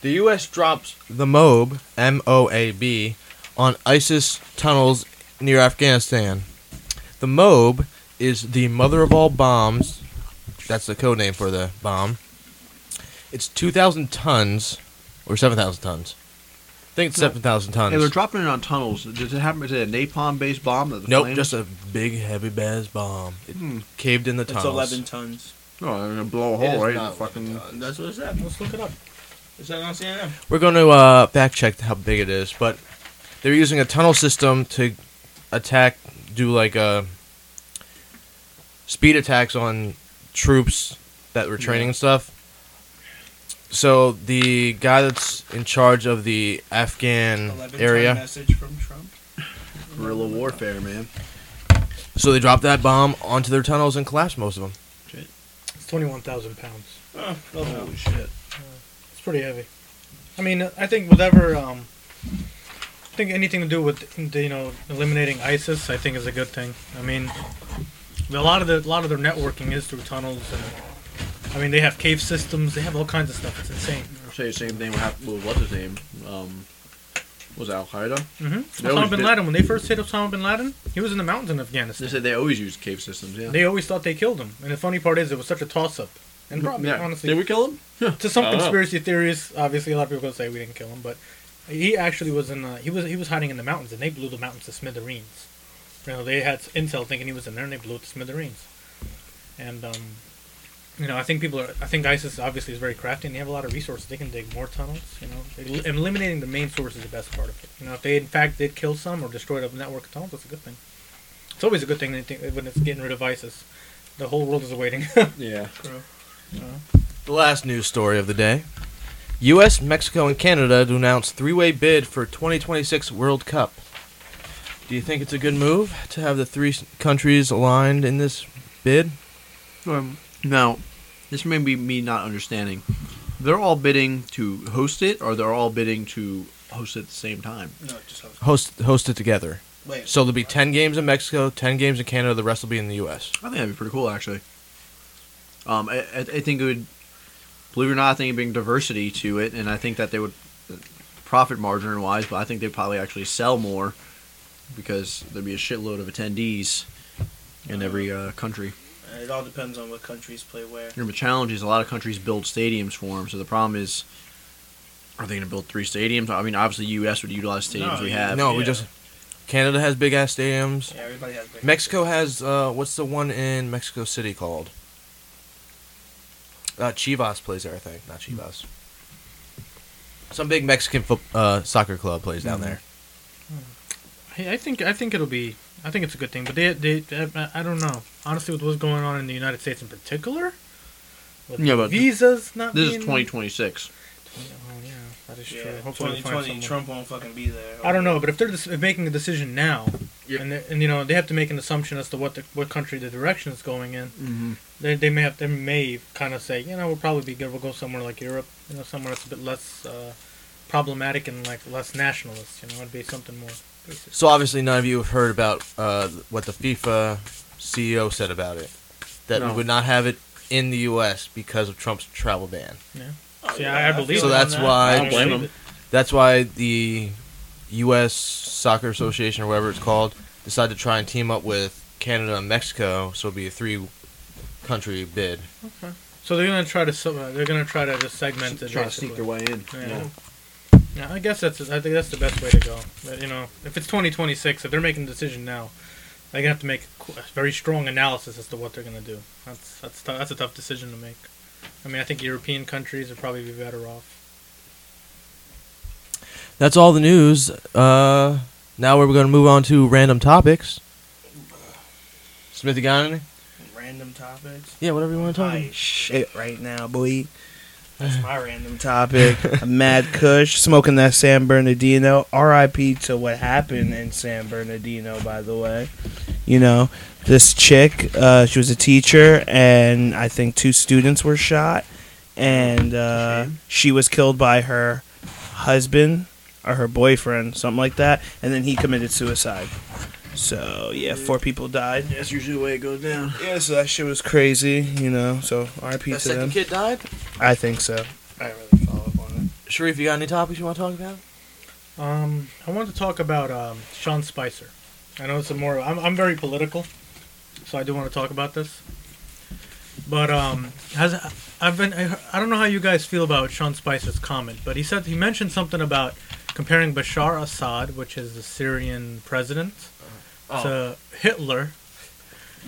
[SPEAKER 1] The U.S. drops the MOAB (M-O-A-B) on ISIS tunnels near Afghanistan. The MOAB is the mother of all bombs. That's the code name for the bomb. It's 2,000 tons or 7,000 tons. I think it's 7,000 tons.
[SPEAKER 6] Hey, they're dropping it on tunnels. Did it happen? Is it a napalm-based bomb? That the
[SPEAKER 1] nope,
[SPEAKER 6] flames-
[SPEAKER 1] just a big heavy bass bomb. It
[SPEAKER 6] Hmm.
[SPEAKER 1] caved in the
[SPEAKER 2] It's
[SPEAKER 1] tunnels.
[SPEAKER 2] 11 tons.
[SPEAKER 6] No, they're gonna blow a
[SPEAKER 7] It is
[SPEAKER 6] hole right in the
[SPEAKER 7] not
[SPEAKER 6] fucking.
[SPEAKER 7] Lebanon.
[SPEAKER 2] That's what it said.
[SPEAKER 5] Let's look it up.
[SPEAKER 2] It said on CNN.
[SPEAKER 1] We're going to uh, fact check how big it is, but they're using a tunnel system to attack, do like uh, speed attacks on troops that were training and stuff. So the guy that's in charge of the
[SPEAKER 5] Hmm.
[SPEAKER 1] Afghan
[SPEAKER 2] 11 ton
[SPEAKER 1] area,
[SPEAKER 2] message from Trump.
[SPEAKER 6] Guerrilla warfare, man.
[SPEAKER 1] so they dropped that bomb onto their tunnels and collapsed most of them.
[SPEAKER 5] It's twenty-one thousand pounds.
[SPEAKER 2] Oh,
[SPEAKER 6] Holy shit.
[SPEAKER 5] It's pretty heavy. I mean, I think whatever. Um, I think anything to do with you know eliminating ISIS, I think is a good thing. I mean, a lot of the a lot of their networking is through tunnels, and I mean they have cave systems, they have all kinds of stuff. It's insane.
[SPEAKER 6] I'll say the same thing what happened with what's his name? Um, was Al Qaeda?
[SPEAKER 5] hmm
[SPEAKER 6] They always
[SPEAKER 5] Osama bin
[SPEAKER 6] did-
[SPEAKER 5] Laden, when they first hit Osama bin Laden, he was in the mountains in
[SPEAKER 6] They
[SPEAKER 5] Afghanistan.
[SPEAKER 6] said they always use cave systems. Yeah.
[SPEAKER 5] They always thought they killed him, and the funny part is it was such a toss-up. And probably,
[SPEAKER 6] yeah.
[SPEAKER 5] honestly,
[SPEAKER 6] Did we kill him?
[SPEAKER 5] to some
[SPEAKER 6] I don't know.
[SPEAKER 5] conspiracy theories, obviously a lot of people gonna say we didn't kill him, but he actually was in. Uh, he was he was hiding in the mountains, and they blew the mountains to smithereens. You know, they had intel thinking he was in there, and they blew it to smithereens. And um, you know, I think people are. I think ISIS obviously is very crafty, and they have a lot of resources. They can dig more tunnels. You know, It- eliminating the main source is the best part of it. You know, if they in fact did kill some or destroyed a network of tunnels, that's a good thing. It's always a good thing that they think- when it's getting rid of ISIS. The whole world is waiting.
[SPEAKER 6] Yeah.
[SPEAKER 1] The last news story of the day: U.S., Mexico, and Canada to announce three-way bid for 2026 World Cup. Do you think it's a good move to have the three s- countries aligned in this bid?
[SPEAKER 6] Um, now, this may be me not understanding. They're all bidding to host it, or they're all bidding to host it at the same time.
[SPEAKER 7] No, just host.
[SPEAKER 1] Host host it together.
[SPEAKER 7] Wait.
[SPEAKER 1] So there'll be 10 games in Mexico, 10 games in Canada. The rest will be in the U.S.
[SPEAKER 6] I think that'd be pretty cool, actually. Um, I, I I think it would, believe it or not, I think it'd bring diversity to it, and I think that they would profit margin wise, but I think they'd probably actually sell more because there'd be a shitload of attendees in every uh, country.
[SPEAKER 2] It all depends on what countries play where.
[SPEAKER 6] You know, the challenge is a lot of countries build stadiums for them, so the problem is. Are they going to build three stadiums? I mean, obviously, U.S. would utilize stadiums
[SPEAKER 2] No,
[SPEAKER 6] we
[SPEAKER 2] you-
[SPEAKER 6] have.
[SPEAKER 1] No, we
[SPEAKER 2] yeah.
[SPEAKER 1] just Canada has big ass stadiums.
[SPEAKER 2] Yeah, everybody has. their-
[SPEAKER 1] Mexico has uh, what's the one in Mexico City called? Uh, Chivas plays there, I think. Not Chivas. Some big Mexican foot, uh, soccer club plays down there.
[SPEAKER 5] I I think I think it'll be. I think it's a good thing, but they they I- I don't know honestly with what's going on in the United States in particular. With
[SPEAKER 6] Yeah, but
[SPEAKER 5] visas not.
[SPEAKER 6] This is
[SPEAKER 5] being-
[SPEAKER 6] 2026.
[SPEAKER 5] Oh yeah, that is
[SPEAKER 2] Yeah,
[SPEAKER 5] true. Hopefully, we find
[SPEAKER 2] 2020,
[SPEAKER 5] someone.
[SPEAKER 2] Trump won't fucking be there.
[SPEAKER 5] I don't know, but if they're dis- making a decision now,
[SPEAKER 6] Yeah.
[SPEAKER 5] and they- and you know they have to make an assumption as to what the, what country the direction is going in,
[SPEAKER 6] Mm-hmm.
[SPEAKER 5] they, they may have they may kind of say you know we'll probably be good. We'll go somewhere like Europe, you know, somewhere that's a bit less uh, problematic and like less nationalist. You know, it'd be something more. Basic.
[SPEAKER 1] So obviously, none of you have heard about uh, what the FIFA CEO said about it. That we
[SPEAKER 6] No.
[SPEAKER 1] would not have it in the U.S. because of Trump's travel ban.
[SPEAKER 2] Oh,
[SPEAKER 5] See, I- I
[SPEAKER 2] feel
[SPEAKER 5] believe
[SPEAKER 1] So
[SPEAKER 2] you on
[SPEAKER 1] that's
[SPEAKER 2] that.
[SPEAKER 1] why- I
[SPEAKER 6] don't blame him.
[SPEAKER 1] That's why the U.S. Soccer Association, or whatever it's called, decided to try and team up with Canada and Mexico, so it'd be a three-country bid.
[SPEAKER 5] So they're gonna try to sub- uh, they're gonna try to just segment it.
[SPEAKER 6] Trying to sneak
[SPEAKER 5] basically.
[SPEAKER 6] their way in.
[SPEAKER 5] Yeah. Yeah, I guess that's I think that's the best way to go. But you know, if it's 2026, if they're making a decision now, they're gonna have to make a qu- a very strong analysis as to what they're gonna do. That's that's tou- that's a tough decision to make. I mean, I think European countries would probably be better off.
[SPEAKER 1] That's all the news. Uh, now we're going to move on to random topics. Smithy got any?
[SPEAKER 2] random topics?
[SPEAKER 1] Yeah, whatever you Uh-huh. want to talk.
[SPEAKER 2] Hi, shit, right now, boy. That's my random topic. Mad Kush smoking that San Bernardino. R.I.P. to what happened in San Bernardino, by the way. You know, this chick, uh, she was a teacher, and I think two students were shot, and uh, she was killed by her husband or her boyfriend, something like that, and then he committed suicide. So yeah, four people died.
[SPEAKER 6] That's usually the way it goes down.
[SPEAKER 2] Yeah, so that shit was crazy, you know. So R.I.P.
[SPEAKER 1] That
[SPEAKER 2] to
[SPEAKER 1] second
[SPEAKER 2] them.
[SPEAKER 1] kid died.
[SPEAKER 2] I think so. I really follow up on it.
[SPEAKER 1] Sharif, you got any topics you want to talk about?
[SPEAKER 5] Um, I want to talk about um, Sean Spicer. I know it's a more. I'm, I'm very political, so I do want to talk about this. But um, has I've been. I, I don't know how you guys feel about Sean Spicer's comment, but he said he mentioned something about comparing Bashar Assad, which is the Syrian president,
[SPEAKER 7] Oh.
[SPEAKER 5] to Hitler,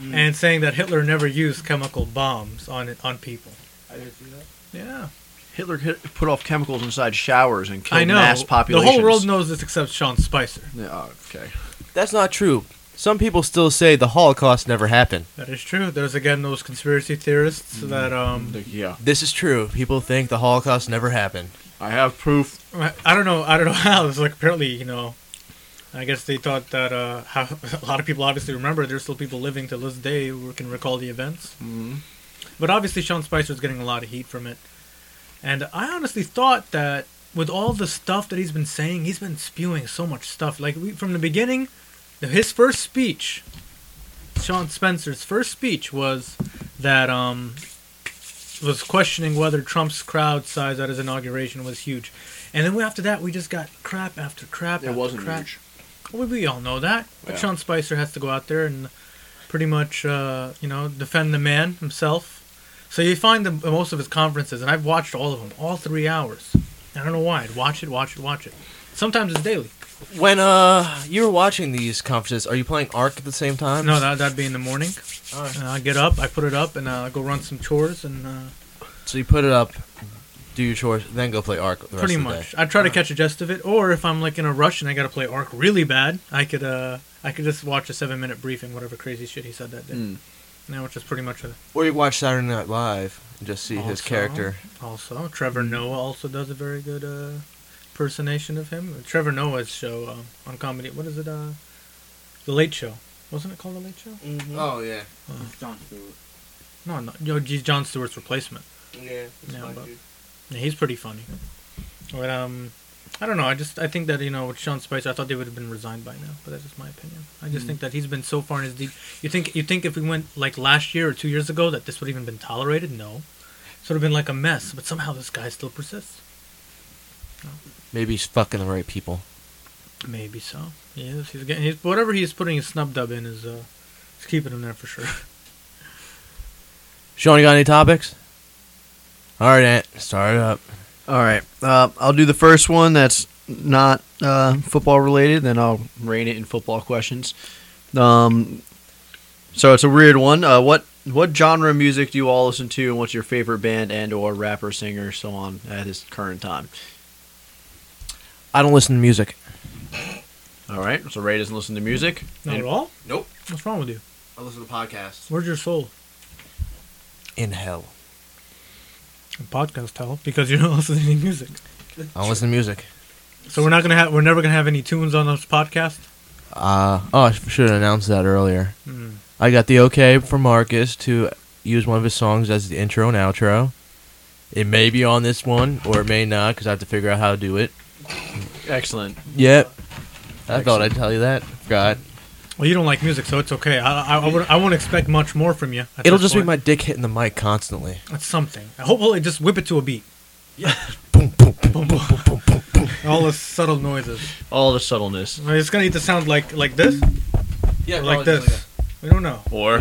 [SPEAKER 7] Mm.
[SPEAKER 5] and saying that Hitler never used chemical bombs on on people.
[SPEAKER 7] I didn't see that.
[SPEAKER 5] Yeah,
[SPEAKER 6] Hitler hit, put off chemicals inside showers and killed
[SPEAKER 5] I know.
[SPEAKER 6] mass
[SPEAKER 5] the
[SPEAKER 6] populations.
[SPEAKER 5] whole world knows this except Sean Spicer.
[SPEAKER 6] Yeah, oh, okay.
[SPEAKER 1] That's not true. Some people still say the Holocaust never happened.
[SPEAKER 5] That is true. There's again those conspiracy theorists that um
[SPEAKER 6] Like, Yeah,
[SPEAKER 1] This is true. People think the Holocaust never happened.
[SPEAKER 6] I have proof.
[SPEAKER 5] I I don't know I don't know how it's like apparently you know I guess they thought that uh how a lot of people obviously remember there's still people living to this day who can recall the events.
[SPEAKER 6] Mhm.
[SPEAKER 5] But obviously Sean Spicer's getting a lot of heat from it. And I honestly thought that with all the stuff that he's been saying, he's been spewing so much stuff. Like we, from the beginning, the- his first speech, Sean Spencer's first speech was that um was questioning whether Trump's crowd size at his inauguration was huge. And then after that, we just got crap after crap.
[SPEAKER 6] It
[SPEAKER 5] after
[SPEAKER 6] wasn't
[SPEAKER 5] crap.
[SPEAKER 6] huge.
[SPEAKER 5] Well, we all know that. But
[SPEAKER 6] Yeah.
[SPEAKER 5] Sean Spicer has to go out there and pretty much, uh, you know, defend the man himself. So you find the, most of his conferences, and I've watched all of them, all three hours. I don't know why. I'd watch it, watch it, watch it. Sometimes it's daily.
[SPEAKER 1] When uh you were watching these conferences, are you playing Ark at the same time?
[SPEAKER 5] No, that, that'd be in the morning.
[SPEAKER 1] Alright.
[SPEAKER 5] And I get up, I put it up, and uh, go run some chores, and uh,
[SPEAKER 1] So you put it up, do your chores, then go play Ark. The rest
[SPEAKER 5] pretty
[SPEAKER 1] of the
[SPEAKER 5] much.
[SPEAKER 1] day.
[SPEAKER 5] I try to catch a gist of it, or if I'm like in a rush and I gotta play Ark really bad, I could uh, I could just watch a seven minute briefing, whatever crazy shit he said that day.
[SPEAKER 6] Mm.
[SPEAKER 5] Now, which is pretty much uh, a
[SPEAKER 1] Or you watch Saturday Night Live and just see his
[SPEAKER 5] Also-
[SPEAKER 1] character.
[SPEAKER 5] Also, Trevor Noah also does a very good uh, impersonation of him. Trevor Noah's show uh, on comedy. What is it? Uh, the Late Show. Wasn't it called The Late Show?
[SPEAKER 1] Mm-hmm.
[SPEAKER 7] Oh yeah.
[SPEAKER 2] John Stewart.
[SPEAKER 5] No, no. Yo, he's John Stewart's replacement.
[SPEAKER 7] Yeah.
[SPEAKER 5] Yeah, but- Yeah, he's pretty funny. But um, I don't know. I just I think that you know with Sean Spicer, I thought they would have been resigned by now. But that's just my opinion. I just think that he's been so far in his deep. You think you think if we went like last year or two years ago that this would even been tolerated? No. So it would have been like a mess. But somehow this guy still persists.
[SPEAKER 1] Maybe he's fucking the right people.
[SPEAKER 5] Maybe so. He is. He's getting. He's whatever he's putting his snub dub in is. uh He's keeping him there for sure.
[SPEAKER 1] Sean, you got any topics? All right, Ant, start it up.
[SPEAKER 6] All right, uh, I'll do the first one that's not uh, football related. Then I'll rein it in football questions. Um, so it's a weird one. Uh, what what genre of music do you all listen to, and what's your favorite band and or rapper, singer, so on at this current time?
[SPEAKER 1] I don't listen to music.
[SPEAKER 6] All right, so Ray doesn't listen to music.
[SPEAKER 5] Not
[SPEAKER 6] And-
[SPEAKER 5] at all.
[SPEAKER 7] Nope.
[SPEAKER 5] What's wrong with you?
[SPEAKER 7] I listen to podcasts.
[SPEAKER 5] Where's your soul?
[SPEAKER 1] In hell,
[SPEAKER 5] Podcast tell because you don't listen to any music.
[SPEAKER 1] I don't listen to music.
[SPEAKER 5] So we're not gonna have. We're never gonna have any tunes on this podcast.
[SPEAKER 1] Uh, oh, I should have announced that earlier.
[SPEAKER 5] Mm.
[SPEAKER 1] I got the okay from Marcus to use one of his songs as the intro and outro. It may be on this one, or it may not, because I have to figure out how to do it.
[SPEAKER 6] Excellent.
[SPEAKER 1] Yep. I thought I'd tell you that. Forgot.
[SPEAKER 5] Well, you don't like music, so it's okay. I I, I, would, I won't expect much more from you. at
[SPEAKER 1] It'll
[SPEAKER 5] this
[SPEAKER 1] just be
[SPEAKER 5] point.
[SPEAKER 1] my dick hitting the mic constantly.
[SPEAKER 5] That's something. Hopefully, just whip it to a beat. Yeah. boom, boom, boom, boom, boom, boom. All the subtle noises.
[SPEAKER 6] All the subtleness.
[SPEAKER 5] It's gonna either sound like like this
[SPEAKER 1] Yeah,
[SPEAKER 5] or like this. We don't know.
[SPEAKER 6] Or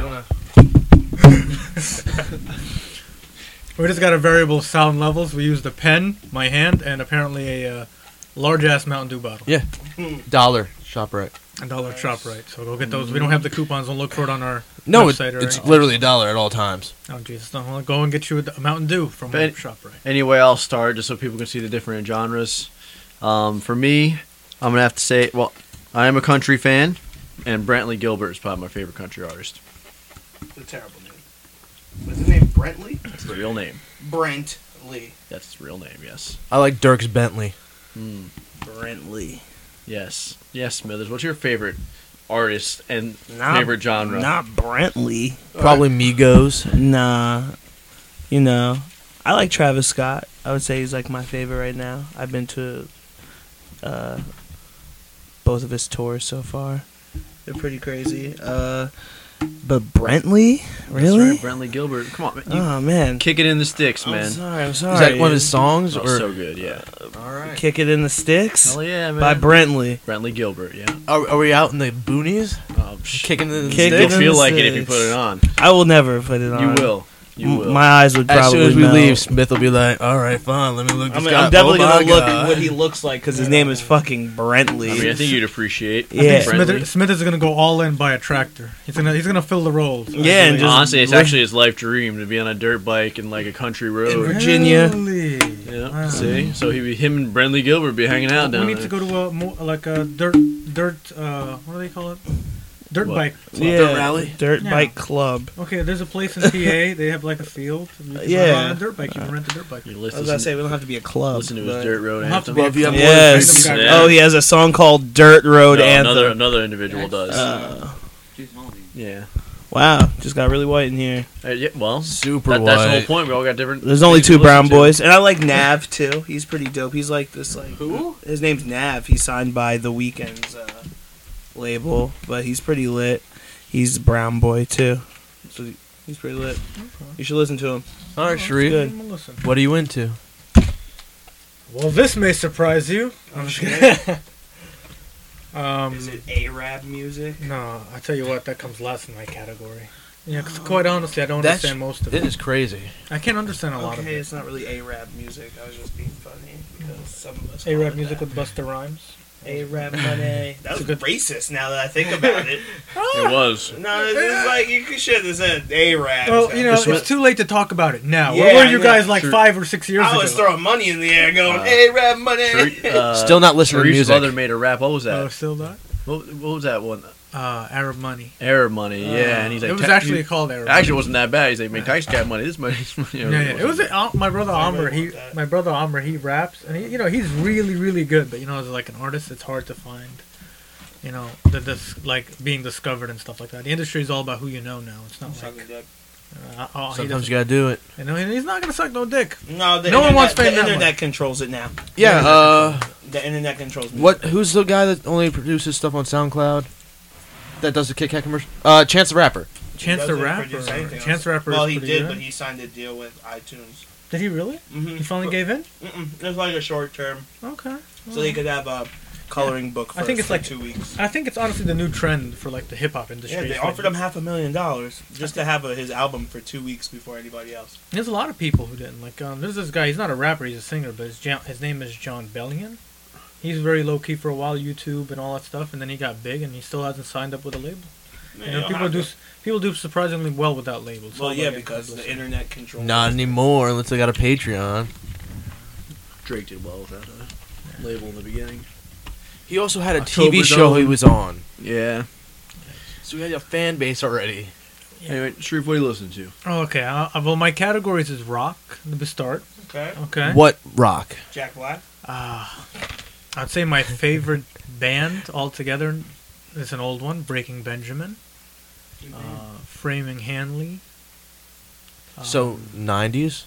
[SPEAKER 5] We just got a variable sound levels. We used a pen, my hand, and apparently a uh, large ass Mountain Dew bottle.
[SPEAKER 1] Yeah. Dollar shop right.
[SPEAKER 5] A dollar shop right. So go get those. We don't have the coupons. Don't look for it on our
[SPEAKER 1] No, it,
[SPEAKER 5] website or
[SPEAKER 1] it's
[SPEAKER 5] anything.
[SPEAKER 1] literally a dollar at all times.
[SPEAKER 5] Oh Jesus! No, well, go and get you a d- Mountain Dew from
[SPEAKER 6] But-
[SPEAKER 5] shop right.
[SPEAKER 6] anyway, I'll start just so people can see the different genres. Um, for me, I'm gonna have to say, well, I am a country fan, and Brantley Gilbert is probably my favorite country artist.
[SPEAKER 7] The terrible name.
[SPEAKER 2] What's his name? Brent Lee?
[SPEAKER 6] That's the real name.
[SPEAKER 2] Brent Lee.
[SPEAKER 6] That's his real name. Yes.
[SPEAKER 1] I like Dirk's Bentley.
[SPEAKER 6] Mm.
[SPEAKER 2] Brent Lee.
[SPEAKER 6] Yes. Yes, Smithers. What's your favorite artist and
[SPEAKER 2] Nah,
[SPEAKER 6] favorite genre?
[SPEAKER 2] Not Brent Lee.
[SPEAKER 1] Probably Migos.
[SPEAKER 2] Nah. You know, I like Travis Scott. I would say he's like my favorite right now. I've been to uh, both of his tours so far. They're pretty crazy. Uh, but Brent Lee?
[SPEAKER 6] That's
[SPEAKER 2] Really?
[SPEAKER 6] right, Brentley Gilbert. Come on, man. You
[SPEAKER 2] Oh, man.
[SPEAKER 6] kick it in the sticks,
[SPEAKER 2] I'm
[SPEAKER 6] man.
[SPEAKER 2] sorry. I'm sorry.
[SPEAKER 1] Is that one of his
[SPEAKER 2] dude.
[SPEAKER 1] songs?
[SPEAKER 6] Oh,
[SPEAKER 1] Or
[SPEAKER 6] so good. Yeah. All right.
[SPEAKER 2] Kick It in the Sticks?
[SPEAKER 6] Hell yeah, man.
[SPEAKER 2] By Brent Lee.
[SPEAKER 6] Brentley Gilbert. Yeah.
[SPEAKER 1] are, are we out in the boonies?
[SPEAKER 6] Oh, sh-
[SPEAKER 1] Kicking the
[SPEAKER 2] Kick it
[SPEAKER 6] You'll
[SPEAKER 1] sticks?
[SPEAKER 2] in
[SPEAKER 6] feel
[SPEAKER 2] the
[SPEAKER 6] like it if you
[SPEAKER 2] sticks.
[SPEAKER 6] put it on.
[SPEAKER 2] I will never put it on.
[SPEAKER 6] You will. You
[SPEAKER 2] M-
[SPEAKER 6] will.
[SPEAKER 2] My eyes would probably
[SPEAKER 1] As soon as we
[SPEAKER 2] melt.
[SPEAKER 1] leave, Smith will be like, "All right, fine, let me look."
[SPEAKER 2] I
[SPEAKER 1] This
[SPEAKER 2] mean,
[SPEAKER 1] guy.
[SPEAKER 2] I'm definitely
[SPEAKER 1] oh
[SPEAKER 2] gonna
[SPEAKER 1] my
[SPEAKER 2] look
[SPEAKER 1] God.
[SPEAKER 2] at what he looks like because his name is fucking Brent Lee.
[SPEAKER 6] I mean, I think you'd appreciate.
[SPEAKER 2] I think
[SPEAKER 6] Brentley.
[SPEAKER 5] Smith, Smith is gonna go all in by a tractor. He's gonna he's gonna fill the roles.
[SPEAKER 2] Yeah, and just-
[SPEAKER 6] Honestly, it's
[SPEAKER 2] look-
[SPEAKER 6] actually his life dream to be on a dirt bike and like a country road.
[SPEAKER 2] Virginia.
[SPEAKER 5] Really?
[SPEAKER 6] Yeah.
[SPEAKER 5] Wow.
[SPEAKER 6] See, so he, him and Brentley Gilbert would be hanging out down
[SPEAKER 5] we need
[SPEAKER 6] there.
[SPEAKER 5] to go to a mo- like a dirt dirt uh what do they call it? Dirt
[SPEAKER 6] What?
[SPEAKER 5] bike.
[SPEAKER 2] yeah,
[SPEAKER 1] Dirt rally?
[SPEAKER 2] dirt
[SPEAKER 5] Yeah.
[SPEAKER 2] bike club.
[SPEAKER 5] Okay, there's a place in PA. They have like a field. You can
[SPEAKER 2] Yeah.
[SPEAKER 5] ride on a dirt bike. You can rent a dirt bike.
[SPEAKER 6] You
[SPEAKER 2] I was gonna say
[SPEAKER 6] listen,
[SPEAKER 2] we don't have to be a club.
[SPEAKER 6] listen to
[SPEAKER 2] but-
[SPEAKER 6] his dirt road
[SPEAKER 5] We'll have to
[SPEAKER 6] anthem.
[SPEAKER 5] be a
[SPEAKER 1] Love you,
[SPEAKER 5] club.
[SPEAKER 1] I'm
[SPEAKER 2] Yes.
[SPEAKER 5] Random guy.
[SPEAKER 6] Yeah.
[SPEAKER 2] Oh, he has a song called Dirt Road
[SPEAKER 6] No,
[SPEAKER 2] Anthem.
[SPEAKER 6] another another individual does.
[SPEAKER 2] Uh,
[SPEAKER 4] Jeez, Molly.
[SPEAKER 6] yeah.
[SPEAKER 2] wow, just got really white in here.
[SPEAKER 6] Uh, yeah. Well,
[SPEAKER 1] Super
[SPEAKER 6] that, that's the whole
[SPEAKER 1] white.
[SPEAKER 6] point. We all got different.
[SPEAKER 2] There's only
[SPEAKER 6] things to
[SPEAKER 2] two brown
[SPEAKER 6] listen to.
[SPEAKER 2] boys, and I like Nav too. He's pretty dope. He's like this like who? His name's Nav. He's signed by The Weeknd's uh, label, but he's pretty lit. He's a brown boy too, so he- he's pretty lit. You should listen to him.
[SPEAKER 1] All right, Sharif,
[SPEAKER 2] Good.
[SPEAKER 5] Give him a listen.
[SPEAKER 1] what are you into?
[SPEAKER 5] Well, this may surprise you. I'm just kidding. um,
[SPEAKER 2] Arab music?
[SPEAKER 5] no, I tell you what, that comes last in my category. Yeah, 'cause quite honestly, I don't
[SPEAKER 1] That's-
[SPEAKER 5] understand most of
[SPEAKER 1] It
[SPEAKER 5] it.
[SPEAKER 1] is crazy.
[SPEAKER 5] I can't understand a lot of
[SPEAKER 2] Okay,
[SPEAKER 5] it.
[SPEAKER 2] it's not really Arab music. I was just being funny because some of us.
[SPEAKER 5] Arab music with Busta Rhymes.
[SPEAKER 2] Arab money. That was
[SPEAKER 5] a good-
[SPEAKER 2] racist. Now that I think about it,
[SPEAKER 6] It was.
[SPEAKER 2] no, this is like you could should have said Arab.
[SPEAKER 5] Well, you know,
[SPEAKER 6] This
[SPEAKER 5] it's
[SPEAKER 6] was-
[SPEAKER 5] too late to talk about it now.
[SPEAKER 2] Yeah,
[SPEAKER 5] Where were you
[SPEAKER 2] I know.
[SPEAKER 5] guys like
[SPEAKER 6] Sure.
[SPEAKER 5] five or six years
[SPEAKER 2] I
[SPEAKER 5] ago?
[SPEAKER 2] was throwing money in the air, going
[SPEAKER 6] Uh,
[SPEAKER 2] Arab money.
[SPEAKER 6] Sharif- uh,
[SPEAKER 1] Still not listening to
[SPEAKER 6] Sharif's
[SPEAKER 1] music.
[SPEAKER 6] mother made a rap. What was
[SPEAKER 5] Oh,
[SPEAKER 6] that?
[SPEAKER 5] still not?
[SPEAKER 6] What, what was that one?
[SPEAKER 5] Uh, Arab money.
[SPEAKER 6] Arab money. yeah,
[SPEAKER 5] Uh,
[SPEAKER 6] and he's like,
[SPEAKER 5] it was
[SPEAKER 6] "Ta-
[SPEAKER 5] actually
[SPEAKER 6] you-
[SPEAKER 5] called Arab.
[SPEAKER 6] actually it wasn't that bad. He's like, make tax cat money. This money. This money.
[SPEAKER 5] money. yeah, yeah. It was uh, my brother Amr.
[SPEAKER 2] want
[SPEAKER 5] He,
[SPEAKER 2] that.
[SPEAKER 5] my brother Amr, he raps, and he, you know, he's really, really good. But you know, as like an artist, it's hard to find. You know, the, this like being discovered and stuff like that. The industry is all about who you know now. It's not like uh, oh, he
[SPEAKER 1] Sometimes you
[SPEAKER 5] doesn't-
[SPEAKER 1] gotta do it.
[SPEAKER 5] you know, and he's not gonna suck no dick.
[SPEAKER 2] No, the
[SPEAKER 5] No
[SPEAKER 2] internet,
[SPEAKER 5] one wants
[SPEAKER 2] the
[SPEAKER 5] fame that
[SPEAKER 2] internet
[SPEAKER 5] much.
[SPEAKER 2] controls it now.
[SPEAKER 1] Yeah. Uh,
[SPEAKER 2] The internet controls. Music.
[SPEAKER 1] what? Who's the guy that only produces stuff on SoundCloud? That does the Kit Kat commercial. Uh, Chance the Rapper.
[SPEAKER 5] Chance the
[SPEAKER 2] doesn't
[SPEAKER 5] rapper.
[SPEAKER 2] produce anything on
[SPEAKER 5] Chance the rapper.
[SPEAKER 2] Well,
[SPEAKER 5] is
[SPEAKER 2] he
[SPEAKER 5] pretty
[SPEAKER 2] did,
[SPEAKER 5] good.
[SPEAKER 2] but he signed a deal with iTunes.
[SPEAKER 5] Did he really? He finally gave in.
[SPEAKER 2] Mm-mm, it was like a short term,
[SPEAKER 5] Okay.
[SPEAKER 2] so they could have a coloring book. For,
[SPEAKER 5] I think it's
[SPEAKER 2] for
[SPEAKER 5] like-
[SPEAKER 2] two weeks.
[SPEAKER 5] I think it's honestly the new trend for like the hip hop industry.
[SPEAKER 2] Yeah, they
[SPEAKER 5] It's like-
[SPEAKER 2] offered him half a million dollars just to have a, his album for two weeks before anybody else.
[SPEAKER 5] There's a lot of people who didn't like. Um, there's this guy. He's not a rapper. He's a singer, but his, ja- his name is John Bellion. He's very low key for a while, YouTube and all that stuff, and then he got big, and he still hasn't signed up with a label. you know, people do s- people do surprisingly well without labels.
[SPEAKER 2] Well,
[SPEAKER 5] All
[SPEAKER 2] yeah,
[SPEAKER 5] about getting
[SPEAKER 2] because the
[SPEAKER 5] publicity.
[SPEAKER 2] internet controls.
[SPEAKER 1] Not anymore, unless they got a Patreon.
[SPEAKER 6] Drake did well without a label in the beginning.
[SPEAKER 1] He also had a
[SPEAKER 6] October
[SPEAKER 1] TV show he
[SPEAKER 6] Dawn.
[SPEAKER 1] was on.
[SPEAKER 6] Yeah.
[SPEAKER 1] So he had a fan base already.
[SPEAKER 6] Anyway, Sharif, what do you listen to?
[SPEAKER 5] Oh, okay. Uh, uh, well, my categories is rock. Let me start.
[SPEAKER 2] Okay,
[SPEAKER 5] Okay.
[SPEAKER 1] What rock?
[SPEAKER 2] Jack Black.
[SPEAKER 5] Uh, I'd say my favorite band altogether is an old one, Breaking Benjamin, uh, Framing Hanley.
[SPEAKER 1] so
[SPEAKER 5] Um,
[SPEAKER 1] 90s.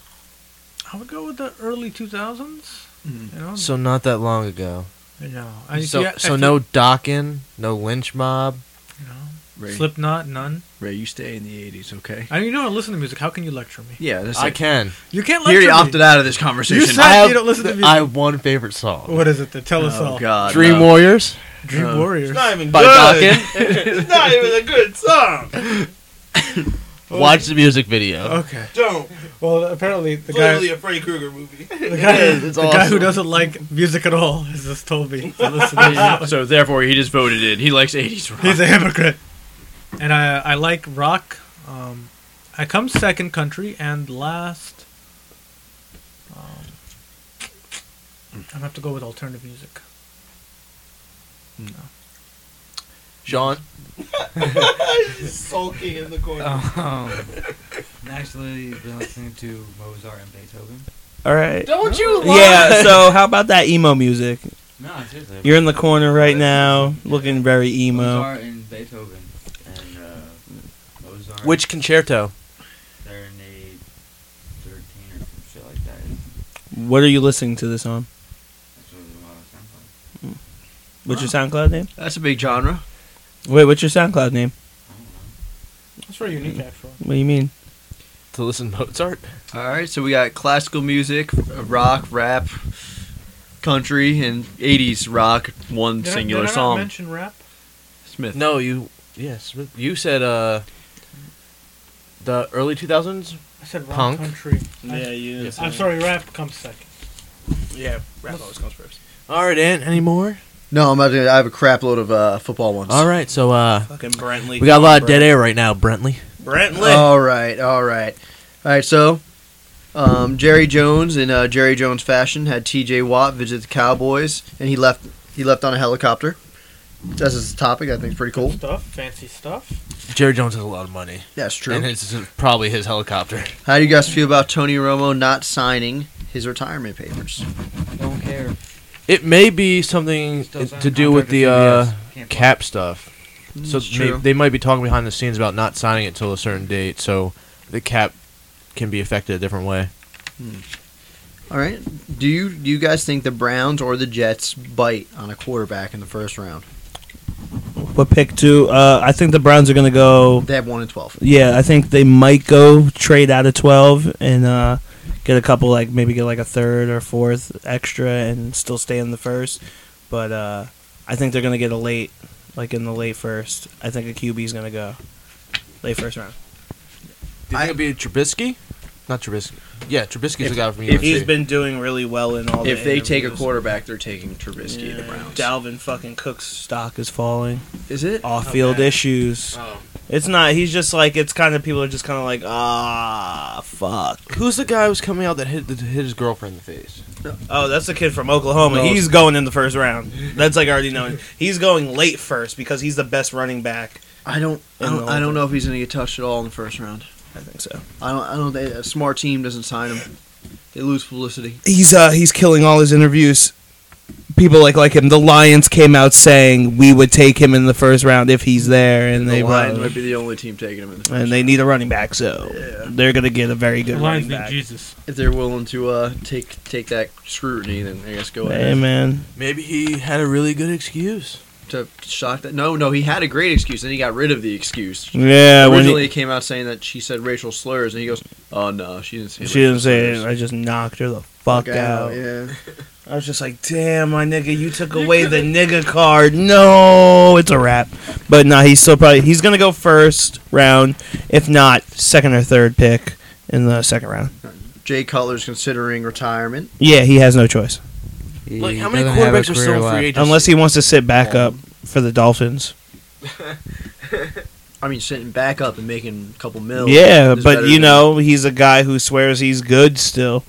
[SPEAKER 5] I would go with the early 2000s. You know,
[SPEAKER 1] So not that long ago.
[SPEAKER 5] no, I,
[SPEAKER 1] so
[SPEAKER 5] yeah, I
[SPEAKER 1] so
[SPEAKER 5] feel-
[SPEAKER 1] no Dockin, no Lynch Mob.
[SPEAKER 5] no.
[SPEAKER 6] Ray,
[SPEAKER 5] Slipknot, none.
[SPEAKER 6] Ray, you stay in the '80s, okay?
[SPEAKER 5] I mean, you don't listen to music. How can you lecture me?
[SPEAKER 6] Yeah, that's
[SPEAKER 1] I
[SPEAKER 6] like,
[SPEAKER 1] can.
[SPEAKER 5] You can't
[SPEAKER 6] He
[SPEAKER 5] lecture
[SPEAKER 6] already
[SPEAKER 5] me.
[SPEAKER 6] opted out of this
[SPEAKER 5] You
[SPEAKER 6] conversation.
[SPEAKER 5] said
[SPEAKER 1] I
[SPEAKER 5] you don't listen to music.
[SPEAKER 1] I have one favorite song.
[SPEAKER 5] What is it? The tell us
[SPEAKER 6] oh
[SPEAKER 5] all.
[SPEAKER 6] God,
[SPEAKER 1] Dream
[SPEAKER 6] no.
[SPEAKER 1] Warriors
[SPEAKER 5] Dream
[SPEAKER 6] Uh,
[SPEAKER 5] Warriors.
[SPEAKER 2] Not even
[SPEAKER 1] by
[SPEAKER 2] good.
[SPEAKER 1] Dockin.
[SPEAKER 2] it's not even a good song.
[SPEAKER 5] Oh.
[SPEAKER 1] Watch the music video.
[SPEAKER 5] Okay.
[SPEAKER 2] Don't.
[SPEAKER 5] Well, apparently the
[SPEAKER 2] It's
[SPEAKER 5] guy,
[SPEAKER 2] literally a Freddy Krueger movie.
[SPEAKER 5] the guy, the
[SPEAKER 1] it's
[SPEAKER 5] guy who
[SPEAKER 1] awesome.
[SPEAKER 5] doesn't like music at all has just told me to listen to music.
[SPEAKER 6] so therefore, he just voted in. He likes '80s rock.
[SPEAKER 5] He's a hypocrite. And I I like rock. Um, I come second country and last. Um, I'm gonna have to go with alternative music.
[SPEAKER 1] Sean.
[SPEAKER 2] Sulking in the corner.
[SPEAKER 4] Um,
[SPEAKER 2] Oh.
[SPEAKER 4] naturally, been listening to Mozart and Beethoven.
[SPEAKER 2] All right.
[SPEAKER 1] Don't you
[SPEAKER 2] Yeah. So how about that emo music?
[SPEAKER 4] No, seriously.
[SPEAKER 2] You're in the corner right now, looking very emo.
[SPEAKER 4] Mozart and Beethoven. And uh, Mozart.
[SPEAKER 1] Which concerto?
[SPEAKER 4] Serenade 13 or some shit like that.
[SPEAKER 2] What are you listening to this on?
[SPEAKER 4] That's what it was sound like.
[SPEAKER 2] What's your SoundCloud name?
[SPEAKER 6] That's a big genre.
[SPEAKER 2] Wait, what's your SoundCloud name?
[SPEAKER 4] I don't know.
[SPEAKER 5] That's very unique, actually.
[SPEAKER 2] What do you mean?
[SPEAKER 1] To listen to Mozart?
[SPEAKER 6] All right, so we got classical music, uh, rock, rap, country, and '80s rock. One
[SPEAKER 5] Did I-
[SPEAKER 6] singular
[SPEAKER 5] did I not
[SPEAKER 6] song.
[SPEAKER 5] mention rap?
[SPEAKER 6] Smith.
[SPEAKER 1] No, you. Yes, you said uh, the early two thousands.
[SPEAKER 5] I said rock
[SPEAKER 1] Punk?
[SPEAKER 5] country. I,
[SPEAKER 2] you.
[SPEAKER 5] I'm sorry, rap comes second.
[SPEAKER 2] Yeah, rap always comes first.
[SPEAKER 1] All right, Ant. Any more?
[SPEAKER 6] No, I'm about to. I have a crap load of uh, football ones.
[SPEAKER 1] All right, so uh,
[SPEAKER 2] Fucking Brentley.
[SPEAKER 1] we got a lot of dead air right now, Brentley.
[SPEAKER 2] Brentley.
[SPEAKER 6] All right, all right, all right. So, um, Jerry Jones, in uh, Jerry Jones fashion, had T.J. Watt visit the Cowboys, and he left. He left on a helicopter. That's his topic. I think it's pretty cool.
[SPEAKER 5] Stuff, fancy stuff.
[SPEAKER 1] Jerry Jones has a lot of money,
[SPEAKER 6] That's true.
[SPEAKER 1] and it's probably his helicopter.
[SPEAKER 6] How do you guys feel about Tony Romo not signing his retirement papers?
[SPEAKER 4] Don't care.
[SPEAKER 1] It may be something
[SPEAKER 4] Still signed
[SPEAKER 1] to do with
[SPEAKER 4] contract
[SPEAKER 1] the
[SPEAKER 4] with
[SPEAKER 1] uh,
[SPEAKER 4] CBS. Can't play.
[SPEAKER 1] cap stuff. So
[SPEAKER 6] Mm, It's
[SPEAKER 1] may,
[SPEAKER 6] true.
[SPEAKER 1] they might be talking behind the scenes about not signing it till a certain date, so the cap can be affected a different way.
[SPEAKER 6] All right. Do you do you guys think the Browns or the Jets bite on a quarterback in the first round?
[SPEAKER 2] What pick two? Uh, I think the Browns are gonna go.
[SPEAKER 6] They have one and twelve.
[SPEAKER 2] Yeah, I think they might go trade out of twelve and uh, get a couple like maybe get like a third or fourth extra and still stay in the first. But uh, I think they're gonna get a late, like in the late first. I think a QB is gonna go late first round.
[SPEAKER 1] Do you think
[SPEAKER 6] I-
[SPEAKER 1] it'd be Trubisky? Not Trubisky. Yeah, Trubisky's the guy from
[SPEAKER 2] If
[SPEAKER 1] UNC.
[SPEAKER 2] he's been doing really well in all.
[SPEAKER 6] If
[SPEAKER 2] the
[SPEAKER 6] they take a
[SPEAKER 2] interviews.
[SPEAKER 6] quarterback, they're taking Trubisky to the Browns.
[SPEAKER 2] Dalvin fucking Cook's stock is falling.
[SPEAKER 6] Is it?
[SPEAKER 2] Off field
[SPEAKER 5] Okay.
[SPEAKER 2] issues.
[SPEAKER 1] Oh.
[SPEAKER 2] It's not. He's just like it's kind of people are just kind of like ah fuck.
[SPEAKER 1] Who's the guy who's coming out that hit, that hit his girlfriend in the face?
[SPEAKER 2] Oh, that's the kid from Oklahoma. He's going in the first round. That's like already known. He's going late first because he's the best running back.
[SPEAKER 6] I don't. I
[SPEAKER 2] In
[SPEAKER 6] don't,
[SPEAKER 2] the
[SPEAKER 6] I
[SPEAKER 2] whole
[SPEAKER 6] don't
[SPEAKER 2] thing.
[SPEAKER 6] know if he's going to get touched at all in the first round.
[SPEAKER 2] I think so.
[SPEAKER 6] I don't. I don't. They, a smart team doesn't sign him. They lose publicity.
[SPEAKER 2] He's uh he's killing all his interviews. People like like him. The Lions came out saying we would take him in the first round if he's there, and
[SPEAKER 6] the
[SPEAKER 2] they
[SPEAKER 6] Lions
[SPEAKER 2] won.
[SPEAKER 6] might be the only team taking him in the first.
[SPEAKER 2] and they need a running back, so
[SPEAKER 6] Yeah.
[SPEAKER 2] they're gonna get a very good
[SPEAKER 5] The
[SPEAKER 2] running
[SPEAKER 5] Lions need
[SPEAKER 2] back.
[SPEAKER 5] Jesus.
[SPEAKER 6] If they're willing to uh, take take that scrutiny, then I guess go
[SPEAKER 2] Hey
[SPEAKER 6] ahead
[SPEAKER 2] man,
[SPEAKER 1] Maybe he had a really good excuse.
[SPEAKER 6] to shock that. No, no, he had a great excuse, and he got rid of the excuse.
[SPEAKER 2] yeah. When
[SPEAKER 6] Originally,
[SPEAKER 2] he,
[SPEAKER 6] it came out saying that she said racial slurs, and he goes, "Oh no, she didn't say."
[SPEAKER 2] she didn't say it. I just knocked her the fuck out.
[SPEAKER 6] Yeah.
[SPEAKER 2] I was just like, damn, my nigga, you took away the nigga card. No, it's a wrap. But nah, he's still probably he's gonna go first round, if not second or third pick in the second round.
[SPEAKER 6] Jay Cutler's considering retirement.
[SPEAKER 2] Yeah, he has no choice
[SPEAKER 1] Like, how many quarterbacks are still in free agency?
[SPEAKER 2] unless he wants to sit back up for the Dolphins.
[SPEAKER 6] I mean, sitting back up and making a couple mil.
[SPEAKER 2] Yeah,
[SPEAKER 6] is
[SPEAKER 2] but
[SPEAKER 6] better
[SPEAKER 2] you
[SPEAKER 6] than-
[SPEAKER 2] know, he's a guy who swears he's good still.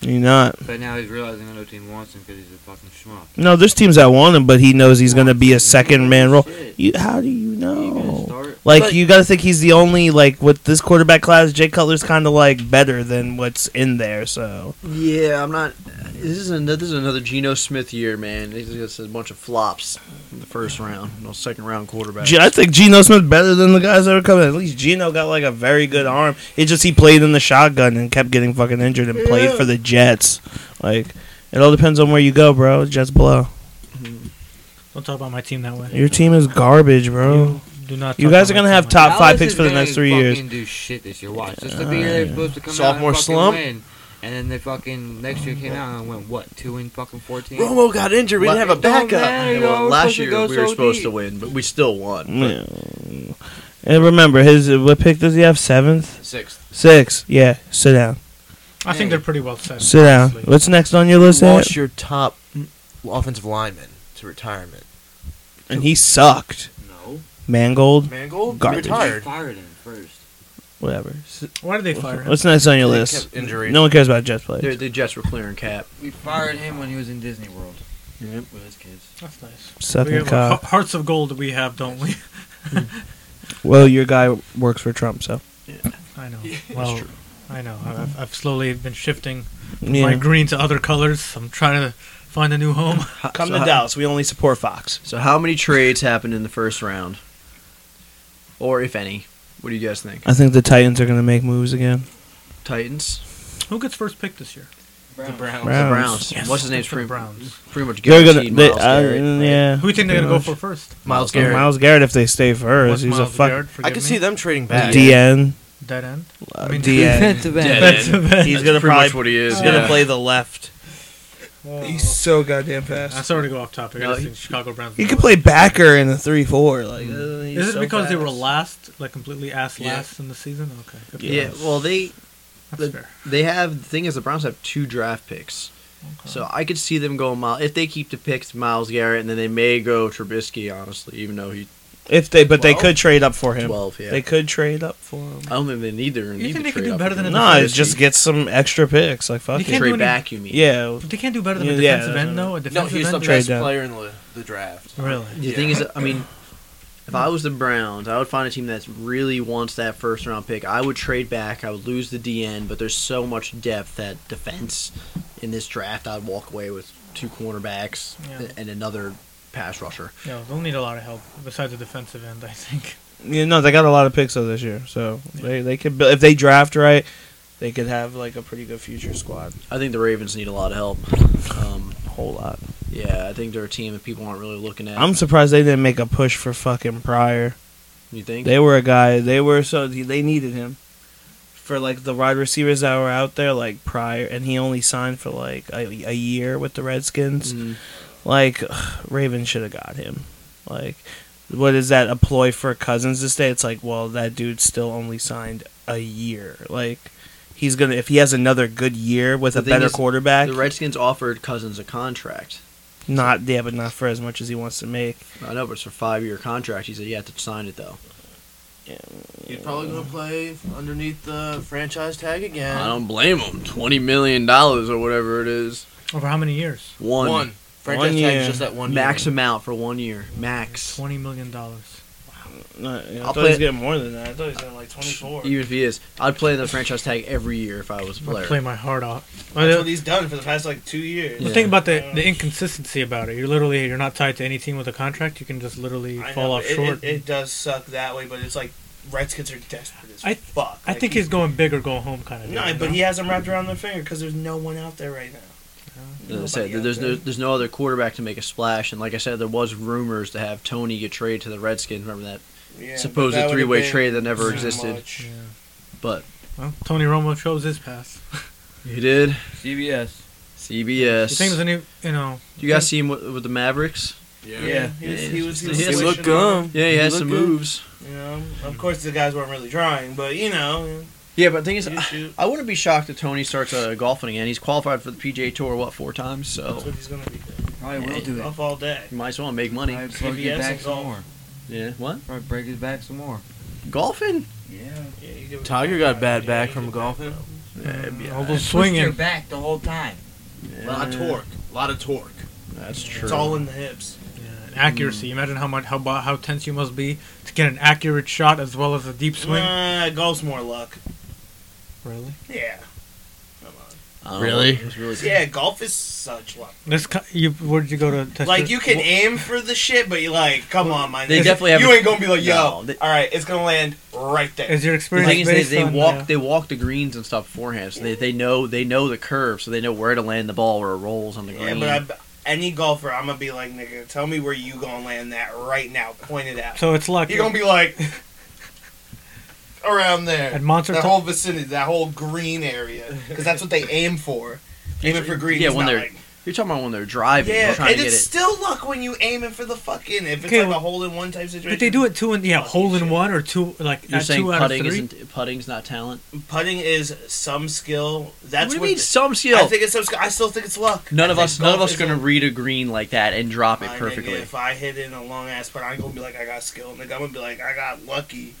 [SPEAKER 2] You're not.
[SPEAKER 4] But now he's realizing that no team wants him because he's a fucking schmuck.
[SPEAKER 2] No, there's teams that want him, but he knows he's gonna be a
[SPEAKER 4] Wants him.
[SPEAKER 2] second man role.
[SPEAKER 4] Shit.
[SPEAKER 2] You, how do you
[SPEAKER 4] He
[SPEAKER 2] know?
[SPEAKER 4] gonna start?
[SPEAKER 2] Like
[SPEAKER 1] But-
[SPEAKER 2] you got to think he's the only like with this quarterback class. Jay Cutler's kind of like better than what's in there. So
[SPEAKER 6] Yeah, I'm not. This is another. This is another Geno Smith year, man. This is just a bunch of flops in the first round, no second round quarterback.
[SPEAKER 2] G- I think Geno Smith better than the guys that are coming. At least Geno got like a very good arm. It just he played in the shotgun and kept getting fucking injured and played for the Jets. Like it all depends on where you go, bro. Jets blow.
[SPEAKER 5] Don't talk about my team that way.
[SPEAKER 2] Your team is garbage, bro.
[SPEAKER 5] You do not.
[SPEAKER 2] You
[SPEAKER 5] talk
[SPEAKER 2] guys
[SPEAKER 5] about
[SPEAKER 2] are gonna
[SPEAKER 5] my
[SPEAKER 2] have
[SPEAKER 5] team
[SPEAKER 2] top-
[SPEAKER 4] Dallas
[SPEAKER 2] five picks
[SPEAKER 4] is
[SPEAKER 2] for the
[SPEAKER 4] gonna
[SPEAKER 2] next three years.
[SPEAKER 4] fucking Do shit this year. Watch. This is the year they're supposed to come
[SPEAKER 1] Sophomore
[SPEAKER 4] out and fucking
[SPEAKER 1] slump?
[SPEAKER 4] win. And then they fucking next year came out and went what two and fucking fourteen.
[SPEAKER 1] Romo got injured. We
[SPEAKER 6] Well,
[SPEAKER 1] didn't have a
[SPEAKER 4] it don't
[SPEAKER 1] backup.
[SPEAKER 4] matter.
[SPEAKER 6] Yeah,
[SPEAKER 4] you
[SPEAKER 6] well,
[SPEAKER 4] were
[SPEAKER 6] last
[SPEAKER 4] supposed to
[SPEAKER 6] year
[SPEAKER 4] go
[SPEAKER 6] we were
[SPEAKER 4] so
[SPEAKER 6] supposed to
[SPEAKER 4] deep.
[SPEAKER 6] win, but we still won.
[SPEAKER 2] Yeah. And remember, his what pick does he have? Seventh,
[SPEAKER 1] Sixth.
[SPEAKER 2] six. Yeah, sit down,
[SPEAKER 5] I think they're pretty well set.
[SPEAKER 2] sit down.
[SPEAKER 5] honestly.
[SPEAKER 2] What's next on your
[SPEAKER 1] You
[SPEAKER 2] list? Ant?
[SPEAKER 1] lost your top offensive lineman to retirement.
[SPEAKER 2] And he sucked.
[SPEAKER 1] No.
[SPEAKER 2] Mangold,
[SPEAKER 1] Mangold?
[SPEAKER 2] Garbage.
[SPEAKER 1] Retired.
[SPEAKER 4] Fired him first.
[SPEAKER 2] whatever. S-
[SPEAKER 5] Why did they fire him?
[SPEAKER 2] What's next on your
[SPEAKER 1] They
[SPEAKER 2] list?
[SPEAKER 1] kept injuries.
[SPEAKER 2] No one cares about Jets players.
[SPEAKER 6] The, the Jets were clearing cap.
[SPEAKER 4] We fired him when he was in Disney World. with his kids.
[SPEAKER 5] That's nice. We
[SPEAKER 2] Southern
[SPEAKER 5] have our
[SPEAKER 2] cop.
[SPEAKER 5] he- hearts of gold that we have, don't we?
[SPEAKER 2] Well, your guy works for Trump, so
[SPEAKER 5] I know. Well, I know. I- I've, I've slowly been shifting my
[SPEAKER 2] yeah.
[SPEAKER 5] green to other colors. I'm trying to find a new home.
[SPEAKER 2] Come
[SPEAKER 6] so
[SPEAKER 2] to
[SPEAKER 6] how-
[SPEAKER 2] Dallas. We only support Fox.
[SPEAKER 6] So how many trades happened in the first round, or if any? What do you guys think?
[SPEAKER 2] I think the Titans are going to make moves again.
[SPEAKER 6] Titans,
[SPEAKER 5] Who gets first pick this year?
[SPEAKER 4] The Browns.
[SPEAKER 6] the
[SPEAKER 2] Browns.
[SPEAKER 6] Browns.
[SPEAKER 5] Yes,
[SPEAKER 6] What's his name's
[SPEAKER 5] let's go
[SPEAKER 6] pretty,
[SPEAKER 5] Browns.
[SPEAKER 6] pretty much
[SPEAKER 2] They're
[SPEAKER 6] guaranteed.
[SPEAKER 2] gonna, they,
[SPEAKER 6] Miles
[SPEAKER 2] uh,
[SPEAKER 6] Garrett, right?
[SPEAKER 2] yeah.
[SPEAKER 5] Who do you think they're
[SPEAKER 2] pretty
[SPEAKER 5] gonna go
[SPEAKER 2] much.
[SPEAKER 5] for first?
[SPEAKER 1] Miles Garrett.
[SPEAKER 2] Miles Garrett, if they stay
[SPEAKER 5] Was
[SPEAKER 2] first, he's a
[SPEAKER 5] Miles
[SPEAKER 2] fuck
[SPEAKER 5] Garrett,
[SPEAKER 1] I
[SPEAKER 5] forgive
[SPEAKER 1] could
[SPEAKER 5] me?
[SPEAKER 1] see them trading back.
[SPEAKER 2] DN.
[SPEAKER 5] dead end.
[SPEAKER 2] uh,
[SPEAKER 5] mean,
[SPEAKER 2] DN.
[SPEAKER 3] Dead end.
[SPEAKER 2] He's gonna
[SPEAKER 6] Pretty much what he is.
[SPEAKER 2] He's gonna
[SPEAKER 6] yeah.
[SPEAKER 2] play the left.
[SPEAKER 5] Oh.
[SPEAKER 2] so goddamn
[SPEAKER 5] I'm
[SPEAKER 2] fast.
[SPEAKER 5] sorry to go off topic. I
[SPEAKER 6] No,
[SPEAKER 5] just
[SPEAKER 6] he-
[SPEAKER 5] think Chicago Browns.
[SPEAKER 2] He could play backer in the three four. Like uh, he's
[SPEAKER 5] Is this
[SPEAKER 2] so
[SPEAKER 5] because they
[SPEAKER 2] fast.
[SPEAKER 5] were last, like completely ass
[SPEAKER 6] Yeah.
[SPEAKER 5] last in the season? Okay. good for
[SPEAKER 6] Yeah,
[SPEAKER 5] them.
[SPEAKER 6] well, they
[SPEAKER 5] that's
[SPEAKER 6] the-
[SPEAKER 5] fair.
[SPEAKER 6] they have the thing is the Browns have two draft picks, so I could see them going Miles if they keep the picks Miles Garrett, and then they may go Trubisky. Honestly, even though he
[SPEAKER 2] If they, but they
[SPEAKER 6] Twelve?
[SPEAKER 2] could trade up for him.
[SPEAKER 6] twelve, yeah,
[SPEAKER 2] They could trade up for him.
[SPEAKER 6] I don't think they need their.
[SPEAKER 5] You think they could do better than a
[SPEAKER 2] No,
[SPEAKER 5] defensive
[SPEAKER 2] it's just get some extra picks. Like fuck
[SPEAKER 5] You
[SPEAKER 2] it.
[SPEAKER 5] can't-
[SPEAKER 6] trade
[SPEAKER 5] do any-
[SPEAKER 6] back. You mean?
[SPEAKER 2] Yeah,
[SPEAKER 5] But they can't do better than a
[SPEAKER 2] Yeah,
[SPEAKER 5] defensive
[SPEAKER 2] yeah,
[SPEAKER 5] end, though.
[SPEAKER 7] No,
[SPEAKER 5] A defensive
[SPEAKER 7] he was the
[SPEAKER 5] end.
[SPEAKER 2] trade
[SPEAKER 7] best
[SPEAKER 2] down.
[SPEAKER 7] player in the, the draft.
[SPEAKER 5] Really?
[SPEAKER 6] The thing is, I mean, if I was the Browns, I would find a team that really wants that first round pick. I would trade back. I would lose the DN, but there's so much depth that defense in this draft. I'd walk away with two cornerbacks
[SPEAKER 5] Yeah.
[SPEAKER 6] and another pass rusher.
[SPEAKER 5] No, they'll need a lot of help besides the defensive end. I think.
[SPEAKER 2] you know they got a lot of picks though this year, so they they could bu- if they draft right, they could have like a pretty good future squad.
[SPEAKER 6] I think the Ravens need a lot of help. Um,
[SPEAKER 2] A whole lot.
[SPEAKER 6] yeah, I think they're a team that people aren't really looking at.
[SPEAKER 2] I'm surprised they didn't make a push for fucking Pryor.
[SPEAKER 6] you think?
[SPEAKER 2] They were a guy. They were so they needed him for like the wide receivers that were out there, like Pryor, and he only signed for like a, a year with the Redskins.
[SPEAKER 6] Mm,
[SPEAKER 2] Like ugh, Ravens should have got him. Like, what is that a ploy for Cousins to stay? It's like, well, that dude still only signed a year. Like, he's gonna if he has another good year with
[SPEAKER 6] The
[SPEAKER 2] a
[SPEAKER 6] thing
[SPEAKER 2] better
[SPEAKER 6] is,
[SPEAKER 2] quarterback,
[SPEAKER 6] the Redskins offered Cousins a contract.
[SPEAKER 2] not yeah, but not for as much as he wants to make.
[SPEAKER 6] I know, but it's a five year contract. He said you have to sign it though.
[SPEAKER 7] He's probably going to play underneath the franchise tag again.
[SPEAKER 6] I don't blame him. Twenty million dollars or whatever it is.
[SPEAKER 5] Over how many years?
[SPEAKER 6] One,
[SPEAKER 7] One. Franchise
[SPEAKER 2] One
[SPEAKER 7] tag
[SPEAKER 2] year.
[SPEAKER 7] is just that one
[SPEAKER 6] max
[SPEAKER 7] year.
[SPEAKER 6] amount for one year. Max.
[SPEAKER 5] Twenty million dollars.
[SPEAKER 2] No, you know, I thought
[SPEAKER 6] I'll
[SPEAKER 2] he
[SPEAKER 6] play-
[SPEAKER 2] was getting more than that. I thought he was getting like twenty four.
[SPEAKER 6] Even if he is, I'd play the franchise tag every year if I was a
[SPEAKER 5] I
[SPEAKER 6] player.
[SPEAKER 5] play my heart off. But
[SPEAKER 2] That's
[SPEAKER 5] the
[SPEAKER 2] what he's done for the past like two years.
[SPEAKER 6] Yeah.
[SPEAKER 5] thing about the, the inconsistency about it, you're literally you're not tied to any team with a contract. You can just literally
[SPEAKER 2] I know,
[SPEAKER 5] fall
[SPEAKER 2] but
[SPEAKER 5] off
[SPEAKER 2] it,
[SPEAKER 5] short.
[SPEAKER 2] It, it does suck that way, but it's like Redskins are desperate as
[SPEAKER 5] I-
[SPEAKER 2] fuck.
[SPEAKER 5] I
[SPEAKER 2] Like,
[SPEAKER 5] think he's going big or going home kind of.
[SPEAKER 2] no,
[SPEAKER 5] deal,
[SPEAKER 2] but
[SPEAKER 5] you
[SPEAKER 2] he has them wrapped around their finger because there's no one out there right now.
[SPEAKER 6] As I said,
[SPEAKER 2] Nobody out
[SPEAKER 6] there's no
[SPEAKER 2] there.
[SPEAKER 6] there's no other quarterback to make a splash, and like I said, there was rumors to have Tony get traded to the Redskins. Remember that
[SPEAKER 2] Yeah,
[SPEAKER 6] supposed
[SPEAKER 2] but that would've
[SPEAKER 6] three way
[SPEAKER 2] been
[SPEAKER 6] trade that never
[SPEAKER 2] so
[SPEAKER 6] existed?
[SPEAKER 2] much.
[SPEAKER 5] know? Yeah.
[SPEAKER 6] But
[SPEAKER 5] Well, Tony Romo chose his path.
[SPEAKER 6] he did.
[SPEAKER 4] CBS.
[SPEAKER 5] The thing is,
[SPEAKER 6] CBS.
[SPEAKER 5] when you you know,
[SPEAKER 6] You guys see him with, with the Mavericks?
[SPEAKER 4] Yeah.
[SPEAKER 2] He was, he was, he
[SPEAKER 6] He
[SPEAKER 2] was
[SPEAKER 6] looked
[SPEAKER 2] switching
[SPEAKER 1] good.
[SPEAKER 6] Yeah, he
[SPEAKER 1] He
[SPEAKER 6] has
[SPEAKER 1] looked
[SPEAKER 6] some
[SPEAKER 1] good.
[SPEAKER 6] moves.
[SPEAKER 2] up, You know, of course the guys weren't really trying, but you know,
[SPEAKER 6] Yeah, but the thing is,
[SPEAKER 2] you
[SPEAKER 6] I,
[SPEAKER 2] shoot.
[SPEAKER 6] I wouldn't be shocked if Tony starts uh, golfing again. He's qualified for the PGA Tour what four times, so
[SPEAKER 2] That's what he's gonna be
[SPEAKER 4] Probably
[SPEAKER 6] Yeah,
[SPEAKER 4] will do
[SPEAKER 2] doing.
[SPEAKER 4] it.
[SPEAKER 2] Up all day.
[SPEAKER 6] you might as well make money.
[SPEAKER 4] Probably break his
[SPEAKER 2] CBS
[SPEAKER 4] back
[SPEAKER 2] is
[SPEAKER 4] some
[SPEAKER 2] all-
[SPEAKER 4] more.
[SPEAKER 6] Yeah, what
[SPEAKER 4] Probably break his back some more.
[SPEAKER 6] golfing?
[SPEAKER 4] Yeah.
[SPEAKER 2] Yeah, you give it-
[SPEAKER 1] Tiger got bad
[SPEAKER 2] Yeah,
[SPEAKER 1] back
[SPEAKER 2] you
[SPEAKER 1] from
[SPEAKER 2] give it-
[SPEAKER 1] golfing.
[SPEAKER 6] Yeah,
[SPEAKER 5] uh,
[SPEAKER 6] yeah.
[SPEAKER 5] all those
[SPEAKER 4] Pushed her
[SPEAKER 5] swinging.
[SPEAKER 4] back the whole time.
[SPEAKER 7] A lot of torque. A lot of torque.
[SPEAKER 6] That's true.
[SPEAKER 2] It's all in the hips.
[SPEAKER 5] Yeah, and accuracy. Imagine how much how bo- how tense you must be to get an accurate shot as well as a deep swing.
[SPEAKER 2] Nah, golf's more luck.
[SPEAKER 5] Really?
[SPEAKER 2] Yeah.
[SPEAKER 6] I don't
[SPEAKER 1] Really?
[SPEAKER 6] know. It's really
[SPEAKER 2] Yeah, golf is such luck.
[SPEAKER 5] This ki- you where did you go to test?
[SPEAKER 2] Like you
[SPEAKER 5] your-
[SPEAKER 2] can aim for the shit, but you like, come on, man.
[SPEAKER 6] They
[SPEAKER 2] It's-
[SPEAKER 6] definitely have
[SPEAKER 2] You
[SPEAKER 6] a-
[SPEAKER 2] ain't gonna be like, yo,
[SPEAKER 6] No, they-
[SPEAKER 2] all right, it's gonna land right there.
[SPEAKER 5] Is your
[SPEAKER 6] The
[SPEAKER 5] experience
[SPEAKER 6] thing is, they,
[SPEAKER 5] based
[SPEAKER 6] they
[SPEAKER 5] on,
[SPEAKER 6] walk
[SPEAKER 5] uh,
[SPEAKER 6] they walk the greens and stuff beforehand, so they, they know they know the curve, so they know where to land the ball where it rolls on the
[SPEAKER 2] yeah,
[SPEAKER 6] green.
[SPEAKER 2] but I, any golfer, I'm gonna be like, nigga, tell me where you gonna land that right now. Point it out.
[SPEAKER 5] uh, So it's luck.
[SPEAKER 2] You're gonna be like around there,
[SPEAKER 5] At Monster
[SPEAKER 2] that
[SPEAKER 5] Top-
[SPEAKER 2] whole vicinity, that whole green area, because that's what they aim for. Aiming for green.
[SPEAKER 6] yeah,
[SPEAKER 2] it's
[SPEAKER 6] when
[SPEAKER 2] not
[SPEAKER 6] they're
[SPEAKER 2] like-
[SPEAKER 6] You're talking about when they're driving,
[SPEAKER 2] yeah,
[SPEAKER 6] they're trying
[SPEAKER 2] and
[SPEAKER 6] to get
[SPEAKER 2] it's
[SPEAKER 6] it.
[SPEAKER 2] still luck when you aiming for the fucking. If it's
[SPEAKER 5] Okay,
[SPEAKER 2] like
[SPEAKER 5] well-
[SPEAKER 2] a hole in one type situation,
[SPEAKER 5] But they do it two in yeah,
[SPEAKER 2] Fucking
[SPEAKER 5] hole in
[SPEAKER 2] shit.
[SPEAKER 5] one or two like
[SPEAKER 6] You're
[SPEAKER 5] at
[SPEAKER 6] saying
[SPEAKER 5] two out of
[SPEAKER 6] putting
[SPEAKER 5] 3
[SPEAKER 6] isn't putting's not talent.
[SPEAKER 2] Putting is some skill. That's
[SPEAKER 6] what do you
[SPEAKER 2] what
[SPEAKER 6] mean
[SPEAKER 2] the-
[SPEAKER 6] some skill?
[SPEAKER 2] I think it's some skill. I still think it's luck.
[SPEAKER 6] None
[SPEAKER 2] I
[SPEAKER 6] of
[SPEAKER 2] think
[SPEAKER 6] us, none of
[SPEAKER 2] golf
[SPEAKER 6] us,
[SPEAKER 2] is
[SPEAKER 6] gonna
[SPEAKER 2] a-
[SPEAKER 6] read a green like that and drop it
[SPEAKER 2] My nigga,
[SPEAKER 6] perfectly.
[SPEAKER 2] if I hit in a long ass putt, I'm gonna be like, I got skill, nigga. I'm gonna be like, I got lucky.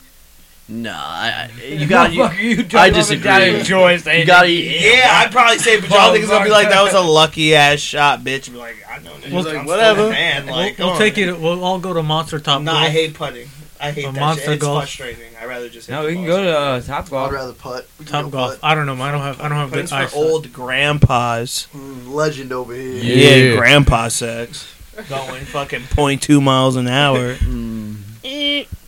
[SPEAKER 6] Nah, I, I- you got you.
[SPEAKER 4] Fuck you
[SPEAKER 6] I
[SPEAKER 4] Joe
[SPEAKER 6] disagree.
[SPEAKER 4] Montana enjoys
[SPEAKER 6] You
[SPEAKER 4] it.
[SPEAKER 6] got to eat.
[SPEAKER 2] Yeah, I'd probably say, but y'all niggas gonna be like, that was a lucky ass shot, bitch. Be like, I know, niggas.
[SPEAKER 5] Well,
[SPEAKER 2] like,
[SPEAKER 5] I'm
[SPEAKER 2] whatever,
[SPEAKER 5] still a
[SPEAKER 2] man.
[SPEAKER 5] We'll-
[SPEAKER 2] Like,
[SPEAKER 5] we'll take you. To, we'll all go to Monster Top.
[SPEAKER 2] No,
[SPEAKER 5] Golf.
[SPEAKER 2] I hate putting. I hate
[SPEAKER 5] Or
[SPEAKER 2] that
[SPEAKER 5] monster
[SPEAKER 2] shit. It's
[SPEAKER 5] golf.
[SPEAKER 2] frustrating. I rather just. hit
[SPEAKER 4] No,
[SPEAKER 2] the
[SPEAKER 4] we can
[SPEAKER 2] balls.
[SPEAKER 4] go to uh, Top
[SPEAKER 7] I'd
[SPEAKER 4] Golf.
[SPEAKER 7] rather putt. We can
[SPEAKER 5] Top
[SPEAKER 7] go putt.
[SPEAKER 5] golf. I don't know. I don't have. I don't have
[SPEAKER 2] Putting's
[SPEAKER 5] good
[SPEAKER 2] for
[SPEAKER 5] eyes.
[SPEAKER 2] old grandpas.
[SPEAKER 7] Mm, Legend over here.
[SPEAKER 1] Yeah.
[SPEAKER 2] grandpa sex. Going fucking 0.2 miles an hour.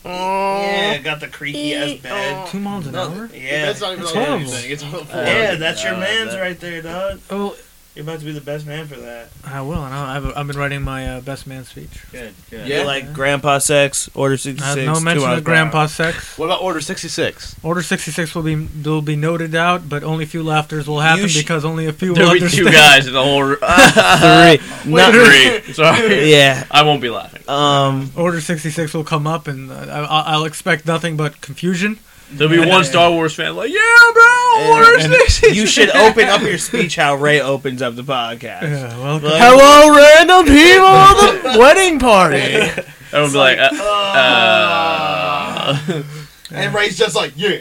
[SPEAKER 2] yeah, got the creaky ass bed.
[SPEAKER 5] Two miles an hour.
[SPEAKER 2] Yeah.
[SPEAKER 7] That's not even
[SPEAKER 5] It's
[SPEAKER 7] on
[SPEAKER 5] horrible.
[SPEAKER 7] anything. It's on the floor.
[SPEAKER 2] yeah, that's your
[SPEAKER 6] God,
[SPEAKER 2] man's
[SPEAKER 6] that-
[SPEAKER 2] right there, dog.
[SPEAKER 5] Oh,
[SPEAKER 2] You're about to be the best man for that.
[SPEAKER 5] I will. And I- I've, I've been writing my uh, best man speech.
[SPEAKER 2] Good, good.
[SPEAKER 1] Yeah?
[SPEAKER 2] like grandpa sex, order
[SPEAKER 5] I
[SPEAKER 2] 66.
[SPEAKER 5] have no
[SPEAKER 2] two
[SPEAKER 5] mention
[SPEAKER 2] hours
[SPEAKER 5] of grandpa sex.
[SPEAKER 1] What about Order 66?
[SPEAKER 5] Order 66 will be will be noted out, but only a few laughters will happen
[SPEAKER 2] sh-
[SPEAKER 5] because only a few will
[SPEAKER 6] There'll be two
[SPEAKER 5] understand.
[SPEAKER 6] guys in the whole room.
[SPEAKER 2] per hour. Three.
[SPEAKER 6] Not
[SPEAKER 2] Not-
[SPEAKER 6] three. Sorry.
[SPEAKER 2] yeah.
[SPEAKER 6] I won't be laughing.
[SPEAKER 2] Um.
[SPEAKER 5] Order 66 will come up, and uh, I, I- I'll expect nothing but confusion.
[SPEAKER 6] There'll be one Star Wars fan like, yeah, bro, Order
[SPEAKER 2] and-
[SPEAKER 6] 66.
[SPEAKER 2] You should open up your speech how Ray opens up the podcast.
[SPEAKER 5] Yeah, well,
[SPEAKER 2] Like,
[SPEAKER 1] Hello, random people of the wedding party.
[SPEAKER 6] Everyone be like, uh, uh,
[SPEAKER 7] And Ray's just like, yeah.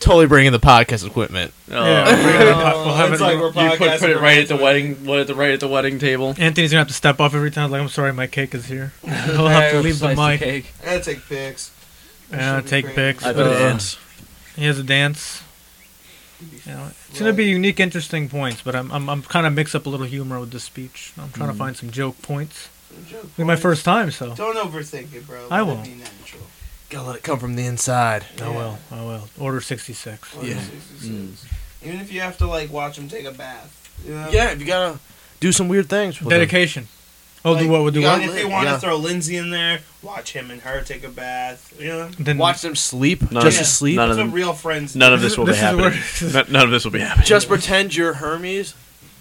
[SPEAKER 1] totally bringing the podcast equipment.
[SPEAKER 5] yeah,
[SPEAKER 6] uh,
[SPEAKER 5] we'll bring it up, we'll have
[SPEAKER 2] it's
[SPEAKER 5] it-
[SPEAKER 2] like we're
[SPEAKER 6] you put,
[SPEAKER 2] podcasting
[SPEAKER 6] put it
[SPEAKER 2] for
[SPEAKER 6] right at
[SPEAKER 2] Ray's
[SPEAKER 6] the wedding, what at the right at the wedding table.
[SPEAKER 5] Anthony's gonna have to step off every time. Like, I'm sorry, my cake is here. He'll have to leave the mic
[SPEAKER 4] Cake.
[SPEAKER 7] I gotta take pics.
[SPEAKER 5] and take pics.
[SPEAKER 6] I
[SPEAKER 5] but,
[SPEAKER 6] bet
[SPEAKER 5] uh,
[SPEAKER 6] it ends.
[SPEAKER 5] He has a dance. You know, it's gonna be unique, interesting points, but I'm I'm, I'm kind of mix up a little humor with the speech. I'm trying
[SPEAKER 6] Mm.
[SPEAKER 5] to find some joke points. It's my first time, so
[SPEAKER 2] Oh,
[SPEAKER 5] Oh,
[SPEAKER 7] Don't overthink it, bro. Let
[SPEAKER 5] I
[SPEAKER 7] it
[SPEAKER 5] won't.
[SPEAKER 7] Be natural.
[SPEAKER 1] Gotta let it come from the inside.
[SPEAKER 5] I will. I will. oh, Order 66.
[SPEAKER 7] Yeah.
[SPEAKER 2] Mm.
[SPEAKER 7] Even if you have to like watch him take a bath. You know?
[SPEAKER 1] Yeah, if you gotta do some weird things. with them.
[SPEAKER 5] Dedication. I'll Oh, do what we'll do.
[SPEAKER 7] you
[SPEAKER 5] What?
[SPEAKER 7] gotta-
[SPEAKER 2] And if they want
[SPEAKER 1] Yeah.
[SPEAKER 2] to throw Lindsay in there, watch him and her take a bath. You know,
[SPEAKER 5] Then
[SPEAKER 1] Watch them sleep.
[SPEAKER 6] None
[SPEAKER 1] just
[SPEAKER 6] of-
[SPEAKER 1] asleep.
[SPEAKER 6] None of
[SPEAKER 2] that's what
[SPEAKER 6] them.
[SPEAKER 2] real friends. do.
[SPEAKER 6] None of this will be
[SPEAKER 5] This is
[SPEAKER 6] happening.
[SPEAKER 5] where-
[SPEAKER 6] None- None of this will be happening.
[SPEAKER 1] Just pretend you're Hermes.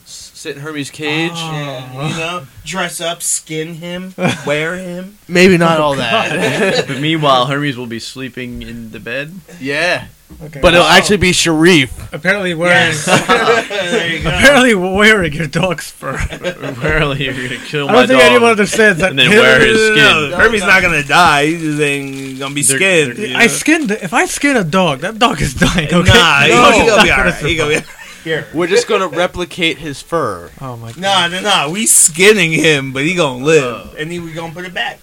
[SPEAKER 1] s- Sit in Hermes' cage.
[SPEAKER 2] Oh.
[SPEAKER 5] Oh.
[SPEAKER 2] Yeah, you know, dress up, skin him, wear him.
[SPEAKER 1] Maybe not all that.
[SPEAKER 6] But meanwhile, Hermes will be sleeping in the bed.
[SPEAKER 1] yeah.
[SPEAKER 5] Okay.
[SPEAKER 6] uh,
[SPEAKER 1] But it'll actually be Sharif.
[SPEAKER 5] apparently wearing
[SPEAKER 2] there you go.
[SPEAKER 5] apparently wearing your dog's fur. I
[SPEAKER 6] Apparently, you're gonna kill my
[SPEAKER 5] don't think
[SPEAKER 6] dog.
[SPEAKER 5] anyone understands that.
[SPEAKER 6] And then wear his
[SPEAKER 2] No,
[SPEAKER 6] skin.
[SPEAKER 2] Herbie's not gonna die. He just ain't gonna be
[SPEAKER 6] They're-
[SPEAKER 2] skinned.
[SPEAKER 6] they're-
[SPEAKER 5] I skinned. If I skin a dog, that dog is dying. Okay.
[SPEAKER 2] Nah, he- he
[SPEAKER 5] No,
[SPEAKER 2] gonna
[SPEAKER 5] he's not
[SPEAKER 2] be
[SPEAKER 5] gonna
[SPEAKER 2] alright. He gonna be.
[SPEAKER 1] We're just gonna replicate his fur.
[SPEAKER 5] Oh my god.
[SPEAKER 2] Nah, nah, nah. We skinning him, but he gonna live, and he we gonna put it back.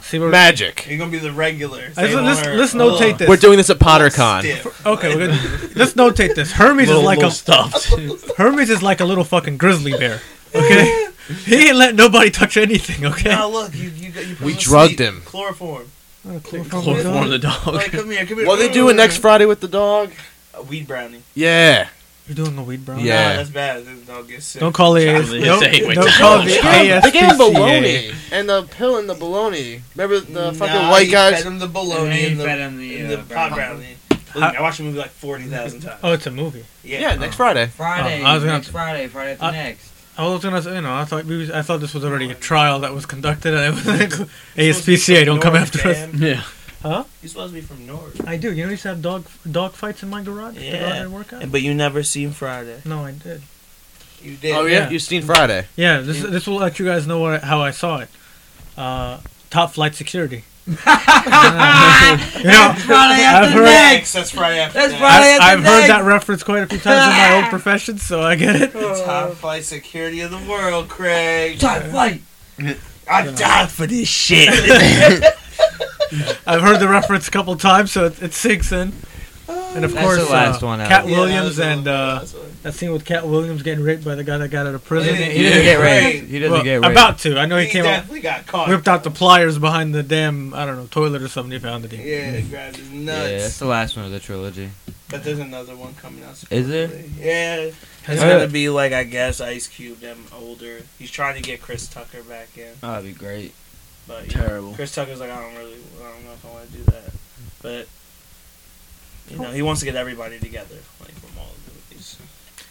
[SPEAKER 5] See, we're,
[SPEAKER 1] Magic.
[SPEAKER 2] He gonna be the regular.
[SPEAKER 5] Let's-
[SPEAKER 2] Same
[SPEAKER 5] let's,
[SPEAKER 2] owner.
[SPEAKER 5] let's
[SPEAKER 2] Ugh.
[SPEAKER 5] notate this.
[SPEAKER 1] We're doing this at PotterCon.
[SPEAKER 2] Stiff.
[SPEAKER 5] Okay, we're gonna, let's notate this. Hermes is
[SPEAKER 6] Little,
[SPEAKER 5] like
[SPEAKER 6] little
[SPEAKER 5] a
[SPEAKER 6] stuffed.
[SPEAKER 5] Hermes is like a little fucking grizzly bear. Okay, he ain't let nobody touch anything. Okay,
[SPEAKER 2] Now look, you you, got- you put
[SPEAKER 1] We
[SPEAKER 2] him to
[SPEAKER 1] drugged
[SPEAKER 2] sleep.
[SPEAKER 1] him.
[SPEAKER 2] Chloroform.
[SPEAKER 6] Chloroform the dog.
[SPEAKER 2] Like, come here, come here.
[SPEAKER 1] What they doing next Friday with the dog?
[SPEAKER 2] A weed brownie.
[SPEAKER 1] Yeah.
[SPEAKER 5] You're doing a weed brown.
[SPEAKER 1] Yeah.
[SPEAKER 2] Nah, that's bad. This dog gets sick.
[SPEAKER 5] Don't call the AS.
[SPEAKER 6] Charlie,
[SPEAKER 5] Don't,
[SPEAKER 6] say, wait,
[SPEAKER 5] don't
[SPEAKER 6] Charlie.
[SPEAKER 5] call the
[SPEAKER 6] They
[SPEAKER 5] ASPCA.
[SPEAKER 1] They gave him bologna and the pill and the bologna. Remember the fucking
[SPEAKER 2] Nah,
[SPEAKER 1] white
[SPEAKER 2] he
[SPEAKER 1] guys?
[SPEAKER 2] Fed him the
[SPEAKER 4] And
[SPEAKER 2] bologna
[SPEAKER 4] he
[SPEAKER 2] and the,
[SPEAKER 4] fed
[SPEAKER 2] and
[SPEAKER 4] him the,
[SPEAKER 2] the
[SPEAKER 4] uh,
[SPEAKER 2] pot
[SPEAKER 4] brownie.
[SPEAKER 2] brownie. Look, I watched the movie like forty thousand times.
[SPEAKER 5] Oh, it's a movie.
[SPEAKER 2] yeah.
[SPEAKER 1] Yeah, next Friday.
[SPEAKER 4] Friday.
[SPEAKER 5] Oh, I was gonna-
[SPEAKER 4] next Friday. Friday after
[SPEAKER 5] Uh,
[SPEAKER 4] next.
[SPEAKER 5] I was gonna say, you know, I thought we was, I thought this was already a trial that was conducted. And it was ASPCA, don't come
[SPEAKER 2] North,
[SPEAKER 5] after us.
[SPEAKER 2] man.
[SPEAKER 6] Yeah.
[SPEAKER 2] He's supposed to be from North.
[SPEAKER 5] I do. You know, we used to have dog dog fights in my garage. to go out
[SPEAKER 2] Yeah.
[SPEAKER 5] and work out.
[SPEAKER 2] But you never seen Friday.
[SPEAKER 5] No, I did.
[SPEAKER 2] You did.
[SPEAKER 1] Oh
[SPEAKER 5] yeah.
[SPEAKER 1] yeah, you've seen Friday.
[SPEAKER 5] Yeah, this this will let you guys know what, how I saw it. Uh, top flight security. you know,
[SPEAKER 4] Friday
[SPEAKER 5] I've
[SPEAKER 4] after
[SPEAKER 5] heard-
[SPEAKER 4] next.
[SPEAKER 2] That's Friday after
[SPEAKER 4] That's
[SPEAKER 2] that.
[SPEAKER 4] Friday.
[SPEAKER 5] I,
[SPEAKER 4] at the
[SPEAKER 5] I've heard
[SPEAKER 4] neck.
[SPEAKER 5] that reference quite a few times in my old profession, so I get it.
[SPEAKER 2] The top flight security of the world, Craig.
[SPEAKER 4] Top flight.
[SPEAKER 2] I died for this shit.
[SPEAKER 5] I've heard the reference a couple times, so it, it sinks in. And of
[SPEAKER 4] That's
[SPEAKER 5] course,
[SPEAKER 4] the last
[SPEAKER 5] uh,
[SPEAKER 4] one out.
[SPEAKER 5] Cat
[SPEAKER 4] Yeah,
[SPEAKER 5] Williams
[SPEAKER 7] that was
[SPEAKER 5] and
[SPEAKER 7] the
[SPEAKER 5] uh,
[SPEAKER 7] last one.
[SPEAKER 5] that scene with Cat Williams getting raped by the guy that got out of prison.
[SPEAKER 2] He didn't-
[SPEAKER 4] He doesn't get
[SPEAKER 2] Right.
[SPEAKER 4] raped. He doesn't
[SPEAKER 5] Well,
[SPEAKER 4] get raped.
[SPEAKER 5] about to. I know he,
[SPEAKER 2] he
[SPEAKER 5] came out,
[SPEAKER 2] definitely got caught.
[SPEAKER 5] whipped out the pliers behind the damn I don't know toilet or something he found it. in.
[SPEAKER 2] Yeah, grabbed his nuts.
[SPEAKER 4] Yeah, that's the last one of the trilogy.
[SPEAKER 2] But there's another one coming out.
[SPEAKER 4] Is there?
[SPEAKER 2] supposedly. Yeah. It's
[SPEAKER 5] Yeah.
[SPEAKER 2] gonna be like I guess Ice Cube, them older. He's trying to get Chris Tucker back in,
[SPEAKER 4] Oh, that'd be great.
[SPEAKER 2] but you know,
[SPEAKER 6] Terrible.
[SPEAKER 2] Chris Tucker's like I don't really, I don't know if I want to do that. But you know, he wants to get everybody together, like from all the movies.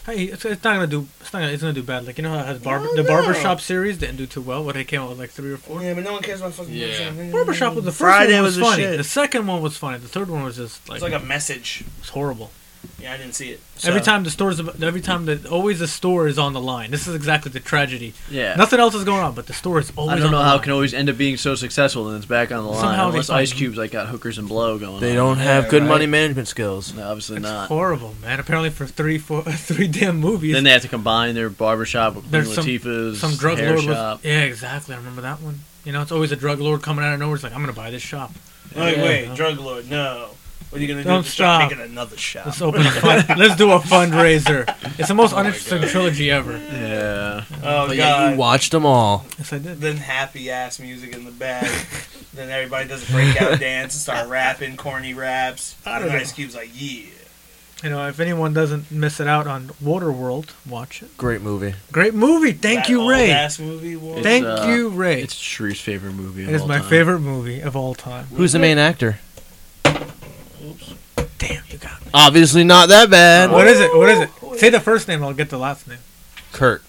[SPEAKER 5] Hey, it's, it's not gonna do. It's not. Gonna, it's gonna do bad. Like you know how it has barber,
[SPEAKER 2] Oh,
[SPEAKER 5] the
[SPEAKER 2] no.
[SPEAKER 5] barbershop series didn't do too well. What they came out with like three or four.
[SPEAKER 2] Yeah, but no one cares about fucking.
[SPEAKER 1] Yeah.
[SPEAKER 2] Barbershop.
[SPEAKER 5] Barbershop was the first
[SPEAKER 2] Friday
[SPEAKER 5] one
[SPEAKER 2] was
[SPEAKER 5] was,
[SPEAKER 2] the
[SPEAKER 5] funny.
[SPEAKER 2] shit.
[SPEAKER 5] The second one was funny. The third one was just like,
[SPEAKER 2] It's like a message.
[SPEAKER 5] it's horrible.
[SPEAKER 2] Yeah, I didn't see it.
[SPEAKER 5] Every
[SPEAKER 2] So-
[SPEAKER 5] time the store's ab- every time the always the store is on the line. This is exactly the tragedy.
[SPEAKER 6] Yeah.
[SPEAKER 5] Nothing else is going on, but the store is always.
[SPEAKER 6] I don't
[SPEAKER 5] on
[SPEAKER 6] know
[SPEAKER 5] the
[SPEAKER 6] how
[SPEAKER 5] line.
[SPEAKER 6] it can always end up being so successful and it's back on the line.
[SPEAKER 5] Somehow they
[SPEAKER 6] Unless
[SPEAKER 5] find-
[SPEAKER 6] Ice Cube's like got hookers and blow going
[SPEAKER 1] They don't
[SPEAKER 6] on.
[SPEAKER 2] Yeah,
[SPEAKER 1] have good
[SPEAKER 2] right.
[SPEAKER 1] money management skills.
[SPEAKER 6] No, obviously
[SPEAKER 5] It's
[SPEAKER 6] not.
[SPEAKER 5] horrible, man. Apparently, for three, four, three damn movies,
[SPEAKER 6] Then they have to combine their barbershop with Queen
[SPEAKER 5] There's some-
[SPEAKER 6] Latifah's
[SPEAKER 5] some drug
[SPEAKER 6] hair
[SPEAKER 5] lord
[SPEAKER 6] shop.
[SPEAKER 5] was. Yeah, exactly. I remember that one. You know, it's always a drug lord coming out of nowhere. It's like I'm gonna buy this shop.
[SPEAKER 2] Wait,
[SPEAKER 5] Yeah.
[SPEAKER 2] wait, drug lord, no. What are you gonna do?
[SPEAKER 5] Don't
[SPEAKER 2] Just start
[SPEAKER 5] stop.
[SPEAKER 2] Making another shot.
[SPEAKER 5] Let's open a fun, Let's do a fundraiser. It's the most uninteresting trilogy ever.
[SPEAKER 6] Oh Yeah.
[SPEAKER 2] Oh
[SPEAKER 1] But yet you
[SPEAKER 2] god.
[SPEAKER 1] watched them all.
[SPEAKER 5] Yes, I did.
[SPEAKER 2] then happy ass music in the back. then everybody does a breakout dance and start rapping corny raps.
[SPEAKER 5] I don't
[SPEAKER 2] and
[SPEAKER 5] know.
[SPEAKER 2] Ice Cube's like, yeah.
[SPEAKER 5] You know, if anyone doesn't miss it out on Waterworld, watch it.
[SPEAKER 1] Great movie.
[SPEAKER 5] Great movie. Thank
[SPEAKER 2] That
[SPEAKER 5] you,
[SPEAKER 2] old
[SPEAKER 5] Ray.
[SPEAKER 2] Ass movie was.
[SPEAKER 6] It's,
[SPEAKER 5] Thank
[SPEAKER 6] uh,
[SPEAKER 5] you, Ray.
[SPEAKER 6] It's Shrew's favorite movie. of
[SPEAKER 5] It is
[SPEAKER 6] all
[SPEAKER 5] my
[SPEAKER 6] time.
[SPEAKER 5] favorite movie of all time.
[SPEAKER 1] Who's the main actor?
[SPEAKER 5] Damn, you got me.
[SPEAKER 1] Obviously not that bad.
[SPEAKER 5] What is it? What is it? Say the first name, I'll get the last name.
[SPEAKER 1] Kurt.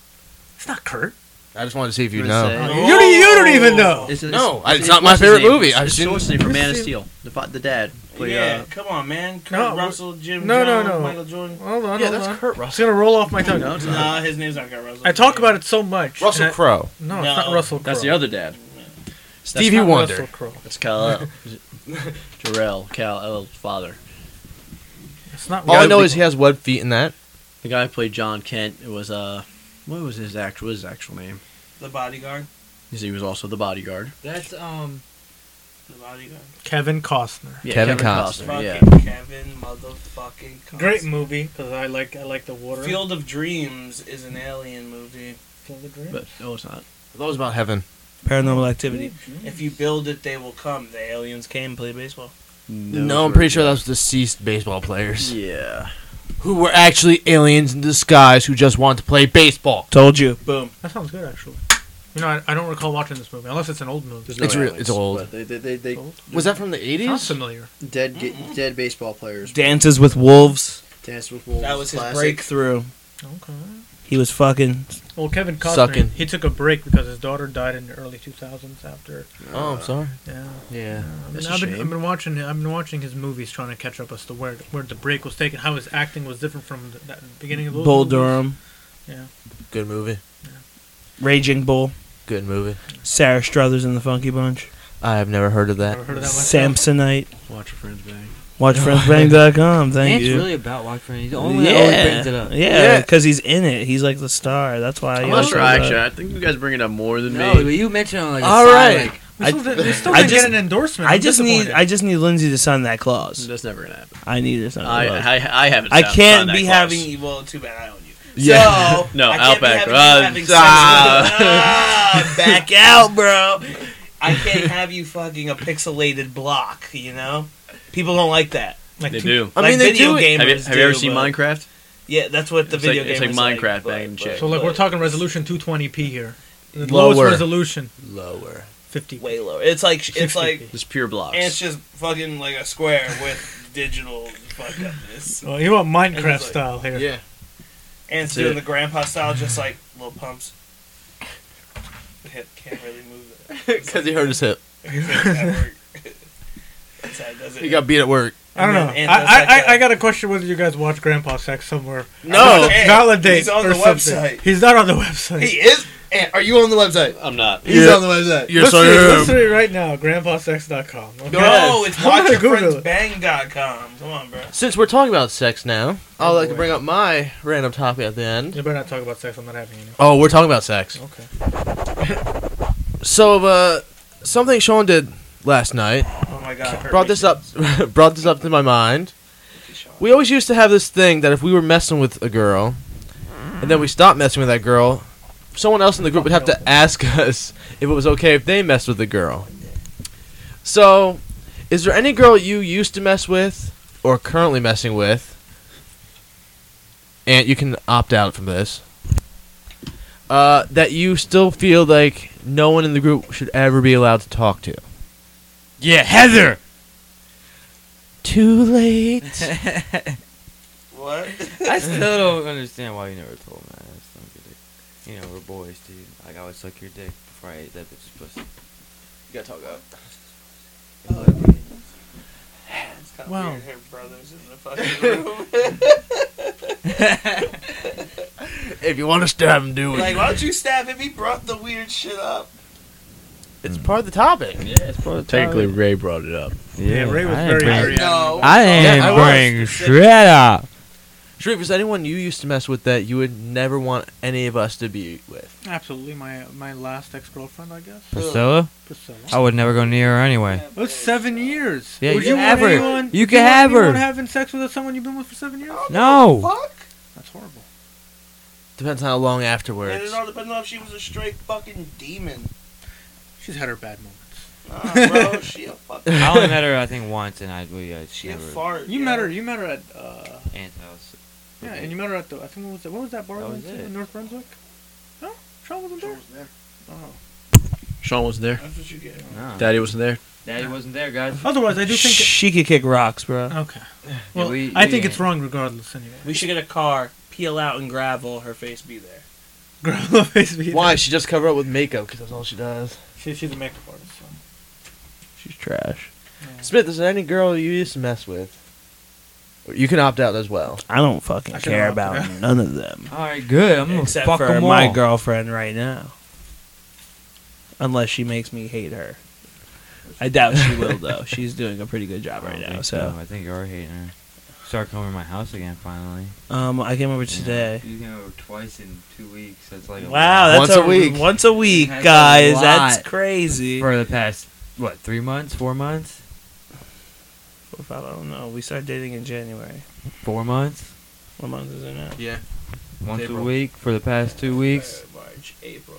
[SPEAKER 5] It's not Kurt.
[SPEAKER 1] I just wanted to see if you
[SPEAKER 6] What
[SPEAKER 1] know.
[SPEAKER 6] does it say?
[SPEAKER 5] You, don't, you don't even know.
[SPEAKER 6] It's,
[SPEAKER 1] No, it's not my
[SPEAKER 6] what's his
[SPEAKER 1] favorite
[SPEAKER 6] name?
[SPEAKER 1] movie.
[SPEAKER 6] It's,
[SPEAKER 1] I've
[SPEAKER 6] it's
[SPEAKER 1] seen-
[SPEAKER 6] Schwarzenegger from Man of
[SPEAKER 5] Christine-
[SPEAKER 6] Steel. The, fa- the dad. Play,
[SPEAKER 2] yeah,
[SPEAKER 6] uh,
[SPEAKER 2] come on, man. Kurt
[SPEAKER 5] No,
[SPEAKER 2] Russell, Jim
[SPEAKER 5] no, no,
[SPEAKER 2] Jones,
[SPEAKER 5] no.
[SPEAKER 2] Michael Jordan.
[SPEAKER 5] Hold on,
[SPEAKER 1] Yeah,
[SPEAKER 5] hold
[SPEAKER 1] that's
[SPEAKER 5] on.
[SPEAKER 1] Kurt
[SPEAKER 5] It's
[SPEAKER 1] Russell.
[SPEAKER 5] gonna roll off my tongue.
[SPEAKER 6] no, it's not.
[SPEAKER 2] Nah, his name's not Kurt Russell.
[SPEAKER 5] I talk about it so much.
[SPEAKER 1] Russell
[SPEAKER 5] and I-
[SPEAKER 1] Crowe.
[SPEAKER 5] No, it's not
[SPEAKER 2] No.
[SPEAKER 5] Russell Crowe.
[SPEAKER 6] That's the other dad.
[SPEAKER 1] Stevie
[SPEAKER 5] Not
[SPEAKER 1] Wonder.
[SPEAKER 5] Russell Crowe.
[SPEAKER 6] That's Kal Jarrell, Cal El's father.
[SPEAKER 5] It's not.
[SPEAKER 1] All I
[SPEAKER 5] Russell
[SPEAKER 1] know
[SPEAKER 5] Crowe.
[SPEAKER 1] is he has web feet in that.
[SPEAKER 6] The guy who played John Kent it was uh what was his act what was his actual name?
[SPEAKER 2] The bodyguard.
[SPEAKER 6] Because he was also the bodyguard.
[SPEAKER 4] That's um.
[SPEAKER 2] The bodyguard.
[SPEAKER 5] Kevin Costner.
[SPEAKER 6] Yeah,
[SPEAKER 1] Kevin
[SPEAKER 2] Fucking
[SPEAKER 6] yeah.
[SPEAKER 2] Kevin motherfucking Costner.
[SPEAKER 5] Great movie because I like I like the water.
[SPEAKER 2] Field of Dreams is an alien movie.
[SPEAKER 5] Field of Dreams.
[SPEAKER 6] But no it's not.
[SPEAKER 1] That was about heaven.
[SPEAKER 2] Paranormal activity. If you build it, they will come. The aliens came play baseball.
[SPEAKER 1] No, I'm pretty sure that was deceased baseball players
[SPEAKER 6] Yeah.
[SPEAKER 1] who were actually aliens in disguise who just want to play baseball.
[SPEAKER 2] Told you. Boom.
[SPEAKER 5] That sounds good actually. You know, I, I don't recall watching this movie unless it's an old movie.
[SPEAKER 6] There's no
[SPEAKER 1] It's real-
[SPEAKER 6] aliens,
[SPEAKER 1] it's old.
[SPEAKER 6] but They, they, they, they,
[SPEAKER 5] Old?
[SPEAKER 1] Was that from the
[SPEAKER 5] Sounds
[SPEAKER 1] 80s?
[SPEAKER 5] familiar.
[SPEAKER 6] dead ga- dead baseball players
[SPEAKER 2] Dances with Wolves.
[SPEAKER 6] dance with wolves.
[SPEAKER 2] That was his
[SPEAKER 6] classic.
[SPEAKER 2] breakthrough.
[SPEAKER 5] Okay.
[SPEAKER 2] He was fucking.
[SPEAKER 5] Well, Kevin Costner,
[SPEAKER 1] Sucking.
[SPEAKER 5] he took a break because his daughter died in the early 2000s after.
[SPEAKER 1] Oh, I'm sorry.
[SPEAKER 5] Yeah.
[SPEAKER 1] Yeah.
[SPEAKER 5] I
[SPEAKER 6] That's
[SPEAKER 5] mean,
[SPEAKER 6] a
[SPEAKER 5] I've, been,
[SPEAKER 6] shame.
[SPEAKER 5] I've been watching. I've been watching his movies, trying to catch up as to where where the break was taken, how his acting was different from the, that beginning of those.
[SPEAKER 2] Bull
[SPEAKER 5] movies.
[SPEAKER 2] Durham.
[SPEAKER 1] Good movie.
[SPEAKER 2] Raging Bull.
[SPEAKER 1] Good movie.
[SPEAKER 2] Sarah Struthers and the Funky Bunch.
[SPEAKER 1] I have never heard of that.
[SPEAKER 5] Ever heard of that myself?
[SPEAKER 2] Samsonite.
[SPEAKER 6] Watch your friends bang.
[SPEAKER 2] WatchFriendsBang.com. Thank
[SPEAKER 4] It's
[SPEAKER 2] you.
[SPEAKER 4] really about Walk Friend. He's the only one that always brings it up.
[SPEAKER 2] Yeah,
[SPEAKER 1] Yeah.
[SPEAKER 2] because he's in it. He's like the star. That's why.
[SPEAKER 6] I'm
[SPEAKER 2] he
[SPEAKER 6] not
[SPEAKER 2] always
[SPEAKER 6] sure
[SPEAKER 2] comes
[SPEAKER 6] actually.
[SPEAKER 2] up.
[SPEAKER 6] I think you guys bring it up more than
[SPEAKER 4] No,
[SPEAKER 6] me.
[SPEAKER 4] but you mentioned it on like a
[SPEAKER 1] All
[SPEAKER 4] side,
[SPEAKER 1] right.
[SPEAKER 4] like,
[SPEAKER 5] We
[SPEAKER 1] I-
[SPEAKER 5] still, did, we still
[SPEAKER 2] I
[SPEAKER 5] didn't
[SPEAKER 2] just-
[SPEAKER 5] get an endorsement.
[SPEAKER 2] I
[SPEAKER 5] I'm
[SPEAKER 2] just need.
[SPEAKER 5] disappointed.
[SPEAKER 2] I just need Lindsay to sign that clause.
[SPEAKER 6] That's never gonna happen.
[SPEAKER 2] I need to sign.
[SPEAKER 6] I,
[SPEAKER 2] that clause.
[SPEAKER 6] I, I haven't.
[SPEAKER 2] I
[SPEAKER 6] found-
[SPEAKER 2] can't
[SPEAKER 6] found
[SPEAKER 2] be
[SPEAKER 6] that
[SPEAKER 2] having
[SPEAKER 6] close.
[SPEAKER 2] you. Well, too bad I own you.
[SPEAKER 1] Yeah.
[SPEAKER 2] So,
[SPEAKER 6] No,
[SPEAKER 2] I can't be
[SPEAKER 6] Outback.
[SPEAKER 2] having you
[SPEAKER 6] Uh,
[SPEAKER 2] having sex with- Ah, back out, bro. I can't have you fucking a pixelated block. You know, people don't like that.
[SPEAKER 5] like
[SPEAKER 6] They
[SPEAKER 5] two-
[SPEAKER 6] do.
[SPEAKER 1] I mean,
[SPEAKER 2] Like
[SPEAKER 1] they
[SPEAKER 2] video
[SPEAKER 1] do. it-
[SPEAKER 2] gamers
[SPEAKER 6] Have you, have you ever seen
[SPEAKER 2] but-
[SPEAKER 6] Minecraft?
[SPEAKER 2] Yeah, that's what the
[SPEAKER 6] It's
[SPEAKER 2] video
[SPEAKER 6] like- it's
[SPEAKER 2] game.
[SPEAKER 6] like
[SPEAKER 2] is
[SPEAKER 6] Minecraft
[SPEAKER 2] but-
[SPEAKER 6] back in
[SPEAKER 2] but-
[SPEAKER 6] shape.
[SPEAKER 5] So look, we're
[SPEAKER 2] but
[SPEAKER 5] talking resolution 220p here. The lowest
[SPEAKER 1] Lower.
[SPEAKER 5] resolution
[SPEAKER 1] Lower.
[SPEAKER 5] 50.
[SPEAKER 2] way lower. It's like it's like
[SPEAKER 5] 60p.
[SPEAKER 6] It's pure
[SPEAKER 1] Oh,
[SPEAKER 6] blocks.
[SPEAKER 2] and it's just fucking like a square with digital fuck upness.
[SPEAKER 5] Well, Oh, you want Minecraft
[SPEAKER 2] like-
[SPEAKER 5] style here?
[SPEAKER 1] Yeah.
[SPEAKER 2] And it's
[SPEAKER 6] That's
[SPEAKER 2] doing
[SPEAKER 6] it.
[SPEAKER 2] the grandpa style, just like little pumps. The hip can't really move. it.
[SPEAKER 1] Because he hurt his hip.
[SPEAKER 2] That work. That's how it does it.
[SPEAKER 1] He got beat at work.
[SPEAKER 5] I don't know.
[SPEAKER 2] And
[SPEAKER 5] I,
[SPEAKER 2] then- and
[SPEAKER 5] I,
[SPEAKER 2] it's like
[SPEAKER 5] I,
[SPEAKER 2] a-
[SPEAKER 5] I got a question whether you guys watch Grandpa Sex somewhere.
[SPEAKER 1] No.
[SPEAKER 2] Oh, Hey,
[SPEAKER 5] Validate
[SPEAKER 2] he's on
[SPEAKER 5] or
[SPEAKER 2] the
[SPEAKER 5] something.
[SPEAKER 2] website.
[SPEAKER 5] He's not on the website.
[SPEAKER 1] He is? Eh, Are you on the website?
[SPEAKER 6] I'm not.
[SPEAKER 1] He's Yeah. on the website. Yes,
[SPEAKER 5] Listen,
[SPEAKER 1] I
[SPEAKER 5] listen to me right now, grandpasex.com. Okay?
[SPEAKER 2] No, it's
[SPEAKER 5] I'm gonna Google it.
[SPEAKER 2] watchyourfriendsbang.com. Come on, bro.
[SPEAKER 1] Since we're talking about sex now, I'd like to
[SPEAKER 5] boy.
[SPEAKER 1] Oh, bring up my random topic at the end.
[SPEAKER 5] You better not talk about sex. I'm not having any.
[SPEAKER 1] Oh, we're talking about sex.
[SPEAKER 5] Okay.
[SPEAKER 1] So, uh, something Sean did last night
[SPEAKER 2] Oh my god. hurt
[SPEAKER 1] brought
[SPEAKER 2] me.
[SPEAKER 1] this up. brought this up to my mind. We always used to have this thing that if we were messing with a girl, and then we stopped messing with that girl, someone else in the group would have to ask us if it was okay if they messed with the girl. So, is there any girl you used to mess with or currently messing with? And you can opt out from this. Uh, that you still feel like no one in the group should ever be allowed to talk to.
[SPEAKER 3] Yeah, Heather.
[SPEAKER 1] Too late.
[SPEAKER 2] What?
[SPEAKER 4] I still don't understand why you never told me. I just don't get it. You know, we're boys, dude. Like I would suck your dick before I ate that bitch's pussy.
[SPEAKER 2] You gotta talk up.
[SPEAKER 4] Kinda
[SPEAKER 1] Wow.
[SPEAKER 4] weird, her brother's in the fucking room.
[SPEAKER 1] If you want to stab him, do
[SPEAKER 4] like, why don't you stab him? He brought the weird shit up.
[SPEAKER 1] It's part of the topic.
[SPEAKER 4] Yeah, it's probably
[SPEAKER 6] Technically, Ray brought it up.
[SPEAKER 5] Yeah, Ray was very, very
[SPEAKER 4] No.
[SPEAKER 3] I didn't
[SPEAKER 1] Yeah, I was.
[SPEAKER 3] bring shit up.
[SPEAKER 1] Sharif, is anyone you used to mess with that you would never want any of us to be with?
[SPEAKER 5] Absolutely, my my last ex girlfriend, I guess.
[SPEAKER 3] Priscilla?
[SPEAKER 5] Priscilla.
[SPEAKER 3] I would never go near her anyway.
[SPEAKER 5] It was seven years.
[SPEAKER 3] Yeah,
[SPEAKER 5] Would
[SPEAKER 3] you
[SPEAKER 5] you
[SPEAKER 3] can
[SPEAKER 5] want
[SPEAKER 3] have her.
[SPEAKER 5] anyone-
[SPEAKER 3] You can
[SPEAKER 5] want
[SPEAKER 3] have her.
[SPEAKER 5] anyone having sex with someone you've been with for seven years?
[SPEAKER 3] No.
[SPEAKER 5] That's horrible.
[SPEAKER 1] Depends on how long
[SPEAKER 4] And
[SPEAKER 1] afterwards.
[SPEAKER 4] it all depends on if she was a straight fucking demon.
[SPEAKER 5] She's had her bad moments.
[SPEAKER 4] Nah, bro, she a fucking.
[SPEAKER 3] I only met her, I think, once, and I we uh,
[SPEAKER 4] She a
[SPEAKER 3] never-
[SPEAKER 4] fart.
[SPEAKER 5] You
[SPEAKER 4] yo.
[SPEAKER 5] met her. You met her at. Uh,
[SPEAKER 3] Aunt's house.
[SPEAKER 5] yeah, and you met her at the. I think what was that? What was that bar
[SPEAKER 3] That
[SPEAKER 5] we
[SPEAKER 3] was
[SPEAKER 5] went to
[SPEAKER 3] it.
[SPEAKER 5] in North Brunswick? No, Sean wasn't there. Oh.
[SPEAKER 6] Sean wasn't there.
[SPEAKER 4] That's what you get.
[SPEAKER 3] No.
[SPEAKER 6] Daddy wasn't there.
[SPEAKER 3] Daddy wasn't there, guys.
[SPEAKER 5] Otherwise, I do think.
[SPEAKER 2] She could kick rocks, bro.
[SPEAKER 5] Okay. Well,
[SPEAKER 3] we-
[SPEAKER 5] I think
[SPEAKER 3] yeah.
[SPEAKER 5] it's wrong regardless. Anyway,
[SPEAKER 4] We should get a car, peel out and gravel, her face be there.
[SPEAKER 5] Grandma face me.
[SPEAKER 1] Why? She just covered up with makeup because that's all she does.
[SPEAKER 5] She, she's a makeup artist. So.
[SPEAKER 2] She's trash.
[SPEAKER 1] Smith, is there any girl you used to mess with? Or You can opt out as well.
[SPEAKER 2] I don't fucking
[SPEAKER 5] I should've
[SPEAKER 2] care
[SPEAKER 5] laughed
[SPEAKER 2] about
[SPEAKER 5] at
[SPEAKER 2] none of them.
[SPEAKER 3] All right, good. I'm gonna
[SPEAKER 2] Except
[SPEAKER 3] fuck
[SPEAKER 2] for
[SPEAKER 3] them
[SPEAKER 2] my
[SPEAKER 3] all.
[SPEAKER 2] girlfriend right now. Unless she makes me hate her. I doubt she will though. She's doing a pretty good job
[SPEAKER 3] I
[SPEAKER 2] right
[SPEAKER 3] don't
[SPEAKER 2] now.
[SPEAKER 3] think
[SPEAKER 2] So
[SPEAKER 3] I think you are hating her. Start coming to my house again finally.
[SPEAKER 2] um I came over today.
[SPEAKER 4] You can go twice in two weeks. That's like
[SPEAKER 2] Wow, that's
[SPEAKER 1] Once a week.
[SPEAKER 2] Once a week,
[SPEAKER 4] That's a
[SPEAKER 2] guys. That's
[SPEAKER 4] lot.
[SPEAKER 2] crazy.
[SPEAKER 3] For the past what three months, four months,
[SPEAKER 2] I don't know. We started dating in January.
[SPEAKER 3] four months,
[SPEAKER 2] What month is it now?
[SPEAKER 1] Yeah.
[SPEAKER 3] once
[SPEAKER 1] April.
[SPEAKER 3] a week for the past two weeks.
[SPEAKER 4] March, April,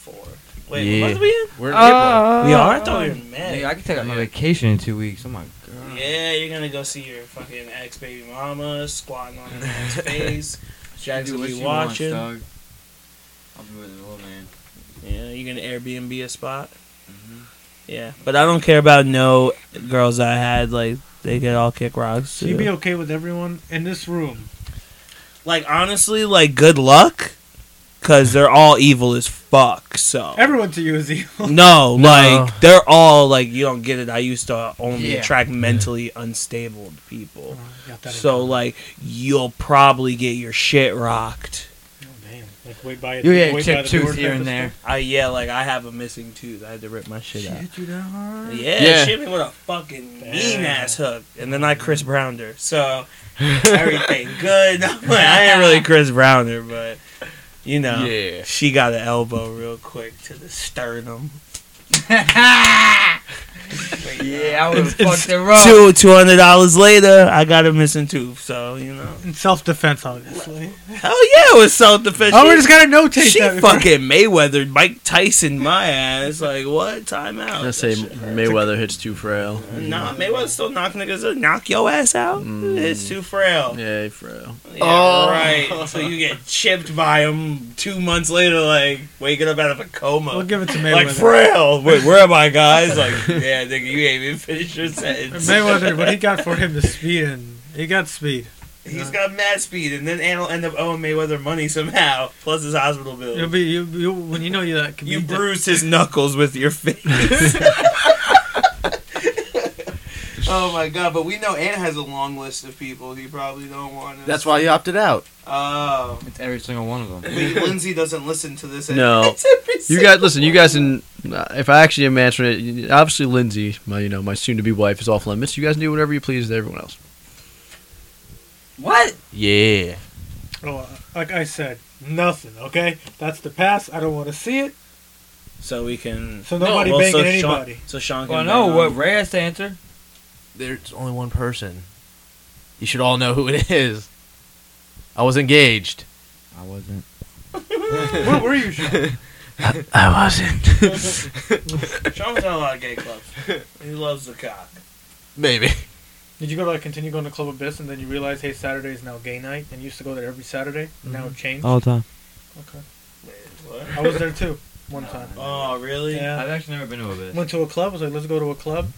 [SPEAKER 4] four.
[SPEAKER 2] Wait,
[SPEAKER 3] Yeah.
[SPEAKER 2] what month are we in?
[SPEAKER 1] We're in Uh,
[SPEAKER 2] We are. I thought we were
[SPEAKER 4] Nigga,
[SPEAKER 2] in May.
[SPEAKER 3] I can take out my vacation in two weeks. Oh my god.
[SPEAKER 4] Yeah, you're gonna go see your fucking ex baby mama squatting on her man's face. Jack's gonna be watching.
[SPEAKER 3] I'll be with the little man.
[SPEAKER 2] Yeah, you gonna Airbnb a spot?
[SPEAKER 5] Mm-hmm.
[SPEAKER 3] Mhm.
[SPEAKER 2] Yeah, but I don't care about no girls I had. Like they could all kick rocks.
[SPEAKER 5] She'd be
[SPEAKER 2] too.
[SPEAKER 5] okay with everyone in this room.
[SPEAKER 2] Like honestly, like good luck, cause they're all evil as fuck. So
[SPEAKER 5] Everyone to you is evil.
[SPEAKER 2] no, like they're all like you don't get it. I used to only
[SPEAKER 3] Yeah.
[SPEAKER 2] attract mentally unstable people.
[SPEAKER 5] Oh, Got that
[SPEAKER 2] So like you'll probably get your shit rocked.
[SPEAKER 5] in- oh, damn. Like wait by
[SPEAKER 3] You get a
[SPEAKER 5] wait by
[SPEAKER 3] tip
[SPEAKER 5] the
[SPEAKER 3] tooth
[SPEAKER 5] door
[SPEAKER 3] here
[SPEAKER 5] type
[SPEAKER 3] and
[SPEAKER 5] of
[SPEAKER 3] there.
[SPEAKER 2] I yeah, like I have a missing tooth. I had to rip my shit out.
[SPEAKER 5] stuff. Hit you that hard?
[SPEAKER 2] Yeah,
[SPEAKER 1] Yeah.
[SPEAKER 2] she hit me with a fucking mean
[SPEAKER 5] Damn.
[SPEAKER 2] ass hook, and then I Chris Browned her. So everything good. I'm like, I ain't really Chris Browned her, but you know,
[SPEAKER 1] Yeah.
[SPEAKER 2] she got an elbow real quick to the sternum.
[SPEAKER 3] Yeah, I would have
[SPEAKER 2] It's
[SPEAKER 3] fucked her up.
[SPEAKER 2] Two two hundred dollars later, I got a missing tooth. So you know,
[SPEAKER 5] In self defense, obviously.
[SPEAKER 2] hell yeah, it was self defense.
[SPEAKER 5] Oh, we just gotta notate
[SPEAKER 2] she
[SPEAKER 5] that. before-
[SPEAKER 2] fucking Mayweathered Mike Tyson my ass. Like what? Time out.
[SPEAKER 6] I say Mayweather hits too frail.
[SPEAKER 2] Nah, Mayweather's still knocking niggas. up. Knock your ass out.
[SPEAKER 6] Mm.
[SPEAKER 2] It's too frail.
[SPEAKER 6] Yeah, frail.
[SPEAKER 2] Yeah, right. So you get chipped by him two months later, like waking up out of a coma.
[SPEAKER 5] We'll give it to Mayweather.
[SPEAKER 2] like frail. Wait, where am I, guys? Like, yeah, nigga, you ain't even finished your sentence.
[SPEAKER 5] Mayweather, what he got for him to speed and he got speed.
[SPEAKER 2] He's got mad speed, and then Ant'll end up owing Mayweather money somehow, plus his hospital bill.
[SPEAKER 5] You'll be you, you when you know you that can
[SPEAKER 2] you
[SPEAKER 5] be de-
[SPEAKER 2] bruised his knuckles with your face.
[SPEAKER 4] Oh my god! But we know Ant has a long list of people he probably don't want. to-
[SPEAKER 1] That's why you opted out.
[SPEAKER 4] Oh,
[SPEAKER 3] It's every single one of them.
[SPEAKER 4] wait, Lindsay doesn't listen to this.
[SPEAKER 6] No.
[SPEAKER 4] It's every
[SPEAKER 6] You
[SPEAKER 4] single
[SPEAKER 6] guys, listen. You
[SPEAKER 4] one.
[SPEAKER 6] guys, in if I actually am answering it, you- obviously Lindsay, my you know my soon-to-be wife, is off limits. You guys do whatever you please to everyone else.
[SPEAKER 4] What?
[SPEAKER 1] Yeah.
[SPEAKER 5] Oh, like I said, nothing. Okay, that's the past. I don't want to see it.
[SPEAKER 2] so we can.
[SPEAKER 5] So nobody
[SPEAKER 2] well,
[SPEAKER 5] banging
[SPEAKER 2] Sean-
[SPEAKER 5] anybody.
[SPEAKER 2] so Sean can.
[SPEAKER 3] Well, no,
[SPEAKER 2] bang
[SPEAKER 3] what
[SPEAKER 2] on-
[SPEAKER 3] Ray has to answer.
[SPEAKER 1] There's only one person. You should all know who it is. I was engaged.
[SPEAKER 3] I wasn't.
[SPEAKER 5] Where were you? Sean?
[SPEAKER 1] I wasn't.
[SPEAKER 4] Sean was in a lot of gay clubs. He loves the cock.
[SPEAKER 1] Maybe.
[SPEAKER 5] Did you go to like continue going to Club Abyss and then you realize, hey, Saturday is now gay night, and you used to go there every Saturday.
[SPEAKER 2] Mm-hmm.
[SPEAKER 5] Now it changed.
[SPEAKER 2] Oh.
[SPEAKER 3] All the time.
[SPEAKER 5] Okay,
[SPEAKER 4] Wait, what?
[SPEAKER 5] I was there too one time.
[SPEAKER 4] Oh, really?
[SPEAKER 5] Yeah.
[SPEAKER 3] I've actually never been to a
[SPEAKER 2] Oh,
[SPEAKER 3] bit.
[SPEAKER 5] Went to a club. Was like, let's go to a club,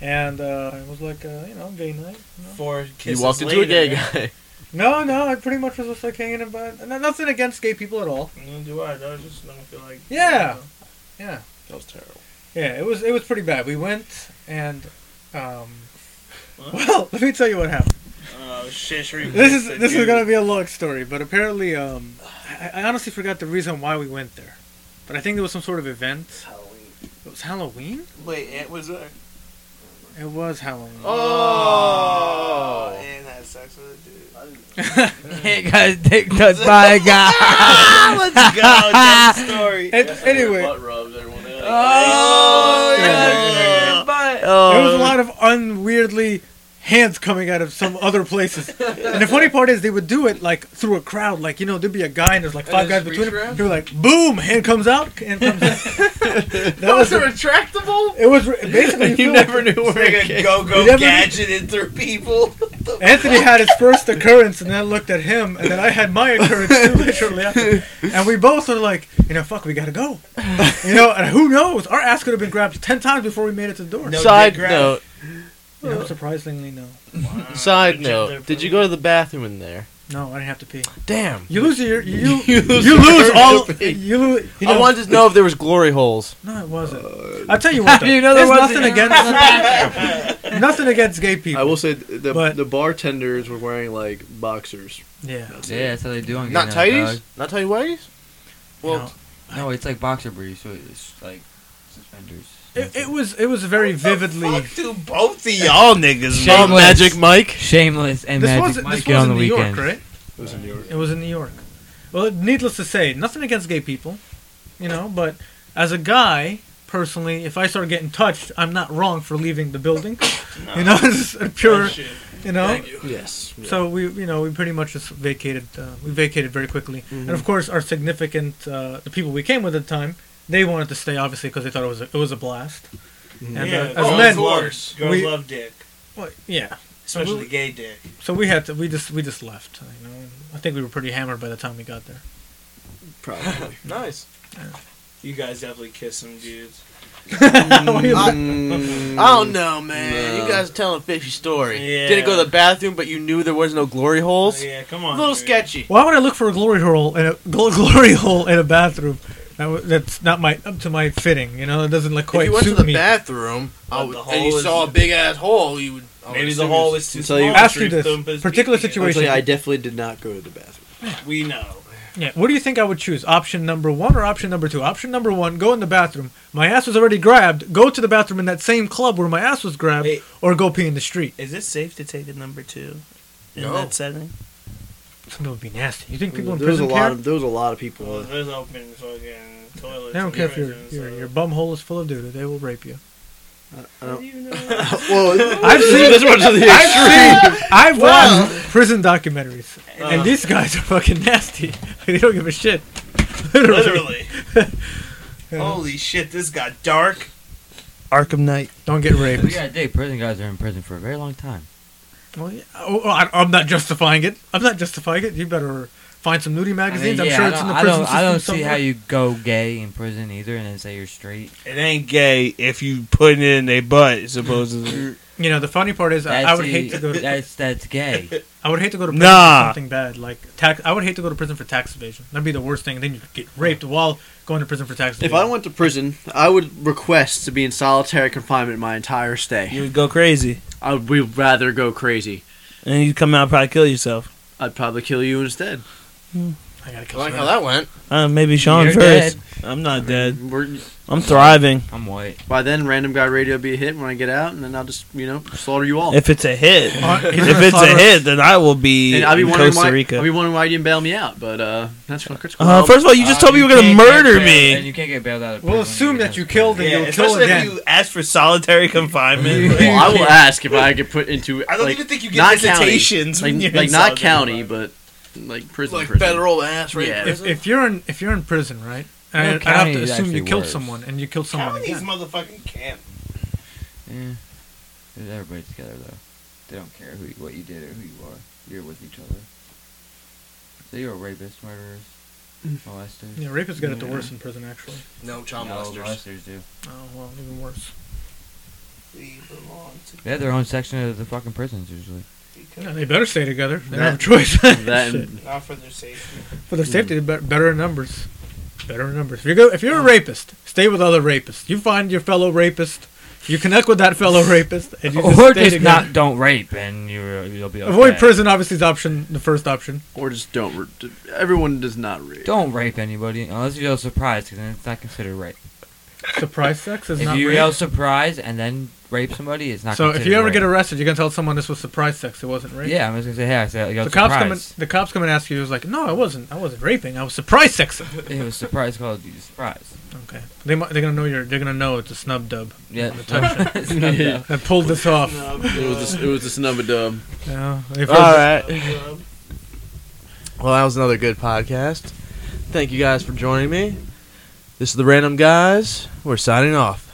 [SPEAKER 5] and uh, it was like, uh, you know, gay night. you know.
[SPEAKER 4] Four
[SPEAKER 1] You
[SPEAKER 4] kisses
[SPEAKER 1] walked into
[SPEAKER 4] later.
[SPEAKER 1] a gay guy.
[SPEAKER 5] No, no, I pretty much was just like hanging about. no- Nothing against gay people at all.
[SPEAKER 4] No, do I? I just don't feel like.
[SPEAKER 5] Yeah. Yeah.
[SPEAKER 2] That was terrible.
[SPEAKER 5] Yeah, it was it was pretty bad. We went and um, Well, let me tell you what happened.
[SPEAKER 2] Oh shit! Sharif
[SPEAKER 5] This is
[SPEAKER 2] Benson,
[SPEAKER 5] this is
[SPEAKER 2] dude.
[SPEAKER 5] gonna be a long story, but apparently, um, I, I honestly forgot the reason why we went there, but I think there was some sort of event. It was Halloween.
[SPEAKER 2] Wait, Ant was there.
[SPEAKER 5] It was Halloween.
[SPEAKER 2] Oh, Ant had sex with a dude.
[SPEAKER 4] It got dick touched by a guy.
[SPEAKER 2] Let's go. That's the story.
[SPEAKER 5] And- anyway,
[SPEAKER 7] Butt rubs everyone else.
[SPEAKER 4] oh,
[SPEAKER 5] yeah.
[SPEAKER 4] But,
[SPEAKER 5] there
[SPEAKER 7] Oh.
[SPEAKER 5] was a lot of unweirdly hands coming out of some other places. and the funny part is they would do it like through a crowd, like you know there'd be a guy and there's like five
[SPEAKER 7] they
[SPEAKER 5] guys
[SPEAKER 7] just
[SPEAKER 5] between
[SPEAKER 7] reach
[SPEAKER 5] them.
[SPEAKER 7] around?
[SPEAKER 5] They were like, boom, hand comes out, hand comes out. that was
[SPEAKER 7] Those are retractable?
[SPEAKER 5] it was re- basically you feel like-
[SPEAKER 7] knew where
[SPEAKER 2] Like a go-go
[SPEAKER 5] You never-
[SPEAKER 2] gadgeted through people.
[SPEAKER 5] Anthony had his first occurrence, and then I looked at him, and then I had my occurrence too, shortly after. And we both were like, you know, fuck, we gotta go. You know, and who knows? Our ass could have been grabbed 10 times before we made it to the door.
[SPEAKER 2] No
[SPEAKER 1] Side
[SPEAKER 2] dick grab.
[SPEAKER 1] note.
[SPEAKER 5] You know, surprisingly, no.
[SPEAKER 2] Uh,
[SPEAKER 1] Side
[SPEAKER 2] Good job there,
[SPEAKER 1] note. Did you go to the bathroom in there?
[SPEAKER 5] No, I didn't have to pee.
[SPEAKER 1] Damn.
[SPEAKER 5] You lose your. You,
[SPEAKER 1] You
[SPEAKER 5] you
[SPEAKER 1] lose
[SPEAKER 5] lose,
[SPEAKER 1] your
[SPEAKER 5] all.
[SPEAKER 1] pee.
[SPEAKER 5] You, lose, you know,
[SPEAKER 1] I wanted to know if there was glory holes.
[SPEAKER 5] No, it wasn't. I'll tell you what, though.
[SPEAKER 4] You know there
[SPEAKER 5] there's
[SPEAKER 4] wasn't.
[SPEAKER 5] nothing against. nothing against gay people.
[SPEAKER 7] I will say th- the,
[SPEAKER 5] But-
[SPEAKER 7] the bartenders were wearing like boxers.
[SPEAKER 5] Yeah.
[SPEAKER 4] yeah, that's how they do on
[SPEAKER 1] Not
[SPEAKER 4] Getting Out,
[SPEAKER 1] tighties? Not tighty whities?
[SPEAKER 5] Well,
[SPEAKER 4] dog. No, it's like boxer briefs. So it's like suspenders.
[SPEAKER 5] it, it was it was very
[SPEAKER 2] oh,
[SPEAKER 5] vividly.
[SPEAKER 2] Do both of y'all niggas?
[SPEAKER 4] Shame.
[SPEAKER 2] man?
[SPEAKER 4] Shameless.
[SPEAKER 1] Magic Mike?
[SPEAKER 4] Shameless and
[SPEAKER 5] This
[SPEAKER 4] Magic
[SPEAKER 5] was
[SPEAKER 4] Mike
[SPEAKER 5] this
[SPEAKER 4] get
[SPEAKER 5] was
[SPEAKER 4] on
[SPEAKER 5] in
[SPEAKER 4] the
[SPEAKER 5] New York,
[SPEAKER 4] weekends.
[SPEAKER 5] right?
[SPEAKER 7] It was in New York.
[SPEAKER 5] It was in New York. Well, needless to say, nothing against gay people, you know, but as a guy, personally, if I start getting touched, I'm not wrong for leaving the building. You know, it's a pure, you know.
[SPEAKER 7] Yes.
[SPEAKER 5] So we, you know, we pretty much just vacated. Uh, we vacated very quickly, and of course, our significant, uh, the people we came with at the time, they wanted to stay obviously because they thought it was a, it was a blast. And uh,
[SPEAKER 2] Yeah,
[SPEAKER 5] as
[SPEAKER 2] of
[SPEAKER 5] men,
[SPEAKER 2] course. Girls
[SPEAKER 5] we-
[SPEAKER 2] love dick,
[SPEAKER 5] well, yeah.
[SPEAKER 2] especially gay dick.
[SPEAKER 5] So we had to. We just we just left. You know, I think we were pretty hammered by the time we got there.
[SPEAKER 7] Probably. nice.
[SPEAKER 2] You guys definitely kiss some dudes.
[SPEAKER 5] Mm,
[SPEAKER 1] I don't know, man. You guys are telling a fishy story.
[SPEAKER 2] Yeah.
[SPEAKER 1] Didn't go to the bathroom, but you knew there was no glory holes.
[SPEAKER 2] Oh, Yeah, come on.
[SPEAKER 1] A little
[SPEAKER 2] dude.
[SPEAKER 1] sketchy.
[SPEAKER 5] Why would I look for a glory hole in a gl- glory hole in a bathroom? That w- that's not my up to my fitting. You know, it doesn't look
[SPEAKER 1] If
[SPEAKER 5] quite
[SPEAKER 1] you went to
[SPEAKER 5] suit
[SPEAKER 1] the
[SPEAKER 5] me.
[SPEAKER 1] bathroom I
[SPEAKER 2] But
[SPEAKER 1] would,
[SPEAKER 2] the
[SPEAKER 1] and you
[SPEAKER 2] hole is-
[SPEAKER 1] saw a big ass hole, you would. I would
[SPEAKER 2] Maybe the
[SPEAKER 1] assume
[SPEAKER 2] hole
[SPEAKER 1] it's-
[SPEAKER 2] is too
[SPEAKER 6] Until
[SPEAKER 2] small.
[SPEAKER 6] you-
[SPEAKER 5] Ask you
[SPEAKER 2] Truth
[SPEAKER 5] this.
[SPEAKER 2] thump is
[SPEAKER 5] Particular
[SPEAKER 2] beating it.
[SPEAKER 5] situation.
[SPEAKER 6] Actually, I definitely did not go to the bathroom.
[SPEAKER 2] We know.
[SPEAKER 5] yeah. What do you think I would choose? Option number one or option number two? Option number one: go in the bathroom. My ass was already grabbed. Go to the bathroom in that same club where my ass was grabbed,
[SPEAKER 2] Wait.
[SPEAKER 5] or go pee in the street.
[SPEAKER 2] Is it safe to take a number two in
[SPEAKER 1] No.
[SPEAKER 2] that setting?
[SPEAKER 5] Something would be nasty. You think people in
[SPEAKER 6] there was a
[SPEAKER 5] prison
[SPEAKER 6] lot
[SPEAKER 5] care?
[SPEAKER 6] of there was a lot of people.
[SPEAKER 2] Well, there's open fucking toilets.
[SPEAKER 5] They don't
[SPEAKER 2] in
[SPEAKER 5] care if your
[SPEAKER 2] prison,
[SPEAKER 5] your
[SPEAKER 2] so-
[SPEAKER 5] your bum hole is full of doo doo. They will rape you.
[SPEAKER 2] How do you know?
[SPEAKER 6] well,
[SPEAKER 5] I've seen
[SPEAKER 6] this one's the
[SPEAKER 5] I've seen, I've watched prison documentaries,
[SPEAKER 4] uh,
[SPEAKER 5] and these guys are fucking nasty. they don't give a shit. Literally.
[SPEAKER 2] Literally. Holy shit! This got dark.
[SPEAKER 6] Arkham Knight.
[SPEAKER 5] Don't get
[SPEAKER 4] We
[SPEAKER 5] raped.
[SPEAKER 4] got a day. Prison guys are in prison for a very long time.
[SPEAKER 5] Well, yeah. oh, oh, I, am not justifying it. I'm not justifying it. You better find some nudie
[SPEAKER 4] I
[SPEAKER 5] magazines. I
[SPEAKER 4] mean,
[SPEAKER 5] am
[SPEAKER 4] yeah,
[SPEAKER 5] sure
[SPEAKER 4] I
[SPEAKER 5] it's in the
[SPEAKER 4] don't-
[SPEAKER 5] prison
[SPEAKER 4] I don't,
[SPEAKER 5] system
[SPEAKER 4] I don't see
[SPEAKER 5] somewhere.
[SPEAKER 4] how you go gay in prison either, and then say you're straight.
[SPEAKER 2] It ain't gay if you putting it in their butt, supposedly.
[SPEAKER 5] You know, the funny part is I, I would
[SPEAKER 4] the-
[SPEAKER 5] hate to go. To,
[SPEAKER 4] That's that's gay.
[SPEAKER 5] I would hate to go to prison
[SPEAKER 2] Nah.
[SPEAKER 5] for something bad like tax. I would hate to go to prison for tax evasion. That'd be the worst thing. Then you get raped while going to prison for tax
[SPEAKER 6] If
[SPEAKER 5] evasion.
[SPEAKER 6] I went to prison, I would request to be in solitary confinement my entire stay.
[SPEAKER 2] you would go crazy,
[SPEAKER 6] I would we'd rather go crazy.
[SPEAKER 2] and then you'd come out and probably kill yourself.
[SPEAKER 6] I'd probably kill you instead.
[SPEAKER 5] I gotta
[SPEAKER 1] I
[SPEAKER 5] kill
[SPEAKER 1] like how
[SPEAKER 5] somebody.
[SPEAKER 1] that went.
[SPEAKER 2] Uh, maybe Sean
[SPEAKER 4] You're
[SPEAKER 2] first. I'm not dead.
[SPEAKER 6] We're,
[SPEAKER 2] I'm thriving.
[SPEAKER 4] I'm white.
[SPEAKER 6] by then, random guy radio will be a hit when I get out, and then I'll just you know slaughter you all.
[SPEAKER 2] If it's a hit,
[SPEAKER 5] Uh, he's
[SPEAKER 2] if it's
[SPEAKER 5] gonna
[SPEAKER 2] a
[SPEAKER 5] slaughter-
[SPEAKER 2] hit, then I will be,
[SPEAKER 6] and I'll be
[SPEAKER 2] in
[SPEAKER 6] wondering
[SPEAKER 2] Costa
[SPEAKER 6] why.
[SPEAKER 2] Rica.
[SPEAKER 6] I'll be wondering why you didn't bail me out. But uh, that's not critical.
[SPEAKER 2] uh, first of all, you just told me you were gonna
[SPEAKER 4] can't get
[SPEAKER 2] murder
[SPEAKER 4] bailed-
[SPEAKER 2] me.
[SPEAKER 4] And you can't get bailed out. Of
[SPEAKER 5] We'll
[SPEAKER 4] prison
[SPEAKER 5] assume
[SPEAKER 4] because
[SPEAKER 5] that you
[SPEAKER 4] of
[SPEAKER 5] killed
[SPEAKER 4] prison.
[SPEAKER 5] and you'll kill again.
[SPEAKER 2] ask for solitary confignment.
[SPEAKER 6] well, I will ask if I get put into.
[SPEAKER 2] I don't
[SPEAKER 6] like,
[SPEAKER 2] even think you get
[SPEAKER 6] not
[SPEAKER 2] visitations
[SPEAKER 6] County,
[SPEAKER 2] when
[SPEAKER 6] like
[SPEAKER 2] you're
[SPEAKER 6] like
[SPEAKER 2] in solitary
[SPEAKER 6] not county, but like prison.
[SPEAKER 7] Like
[SPEAKER 6] prison.
[SPEAKER 7] federal ass, right?
[SPEAKER 6] Yeah.
[SPEAKER 5] if, if you're in if you're in prison, right?
[SPEAKER 4] No,
[SPEAKER 5] And I, I have
[SPEAKER 4] county
[SPEAKER 5] to
[SPEAKER 4] is
[SPEAKER 5] assume you
[SPEAKER 4] actually
[SPEAKER 5] killed
[SPEAKER 4] worse.
[SPEAKER 5] someone and you killed someone
[SPEAKER 2] Counties
[SPEAKER 5] again.
[SPEAKER 2] motherfucking camp.
[SPEAKER 4] Yeah. Everybody's together though. They don't care who you, what you did or who you are. You're with each other. So you're a rapist, murderers, molesters.
[SPEAKER 5] Mm. Yeah, rapists get it the worst in prison, actually.
[SPEAKER 7] No child
[SPEAKER 4] No,
[SPEAKER 7] molesters.
[SPEAKER 4] molesters do.
[SPEAKER 5] Oh well, even worse.
[SPEAKER 2] We belong to
[SPEAKER 4] They have their own section of the fucking prisons usually.
[SPEAKER 5] Yeah, they better stay together. They don't have a
[SPEAKER 6] That-
[SPEAKER 5] choice.
[SPEAKER 6] That
[SPEAKER 5] Shit.
[SPEAKER 6] and,
[SPEAKER 2] not for their safety.
[SPEAKER 5] For their safety,
[SPEAKER 4] Mm.
[SPEAKER 5] they're be- better in numbers. Better in numbers. If you go, if you're a rapist, stay with other rapists. You find your fellow rapist. You connect with that fellow rapist, and you just
[SPEAKER 4] or
[SPEAKER 5] stay
[SPEAKER 4] just
[SPEAKER 5] together.
[SPEAKER 4] not don't rape, and you you'll be okay.
[SPEAKER 5] Avoid prison, obviously, is option the first option.
[SPEAKER 6] Or just don't. Re- everyone does not read.
[SPEAKER 4] Don't rape anybody unless you yell surprise, because then it's not considered rape.
[SPEAKER 5] Surprise sex is
[SPEAKER 4] if
[SPEAKER 5] not
[SPEAKER 4] you
[SPEAKER 5] rape.
[SPEAKER 4] yell surprise and then rape somebody, it's not.
[SPEAKER 5] So if you ever get
[SPEAKER 4] rape.
[SPEAKER 5] arrested, you're gonna tell someone this was surprise sex. It wasn't rape.
[SPEAKER 4] yeah, I'm just gonna say, hey, I said, I yelled
[SPEAKER 5] The cops come and
[SPEAKER 4] surprise.
[SPEAKER 5] the cops come and ask you. It was like, no, I wasn't. I wasn't raping. I was surprise sexing.
[SPEAKER 4] It was surprise called you surprise.
[SPEAKER 5] Okay. They mi- they're gonna know you're. They're gonna know it's a snub dub.
[SPEAKER 4] Yeah,
[SPEAKER 5] I pulled this off.
[SPEAKER 7] It was
[SPEAKER 6] It was just another dub.
[SPEAKER 5] Yeah. If
[SPEAKER 1] All right.
[SPEAKER 7] just.
[SPEAKER 1] Well, that was another good podcast. Thank you guys for joining me. This is the Random Guys. We're signing off.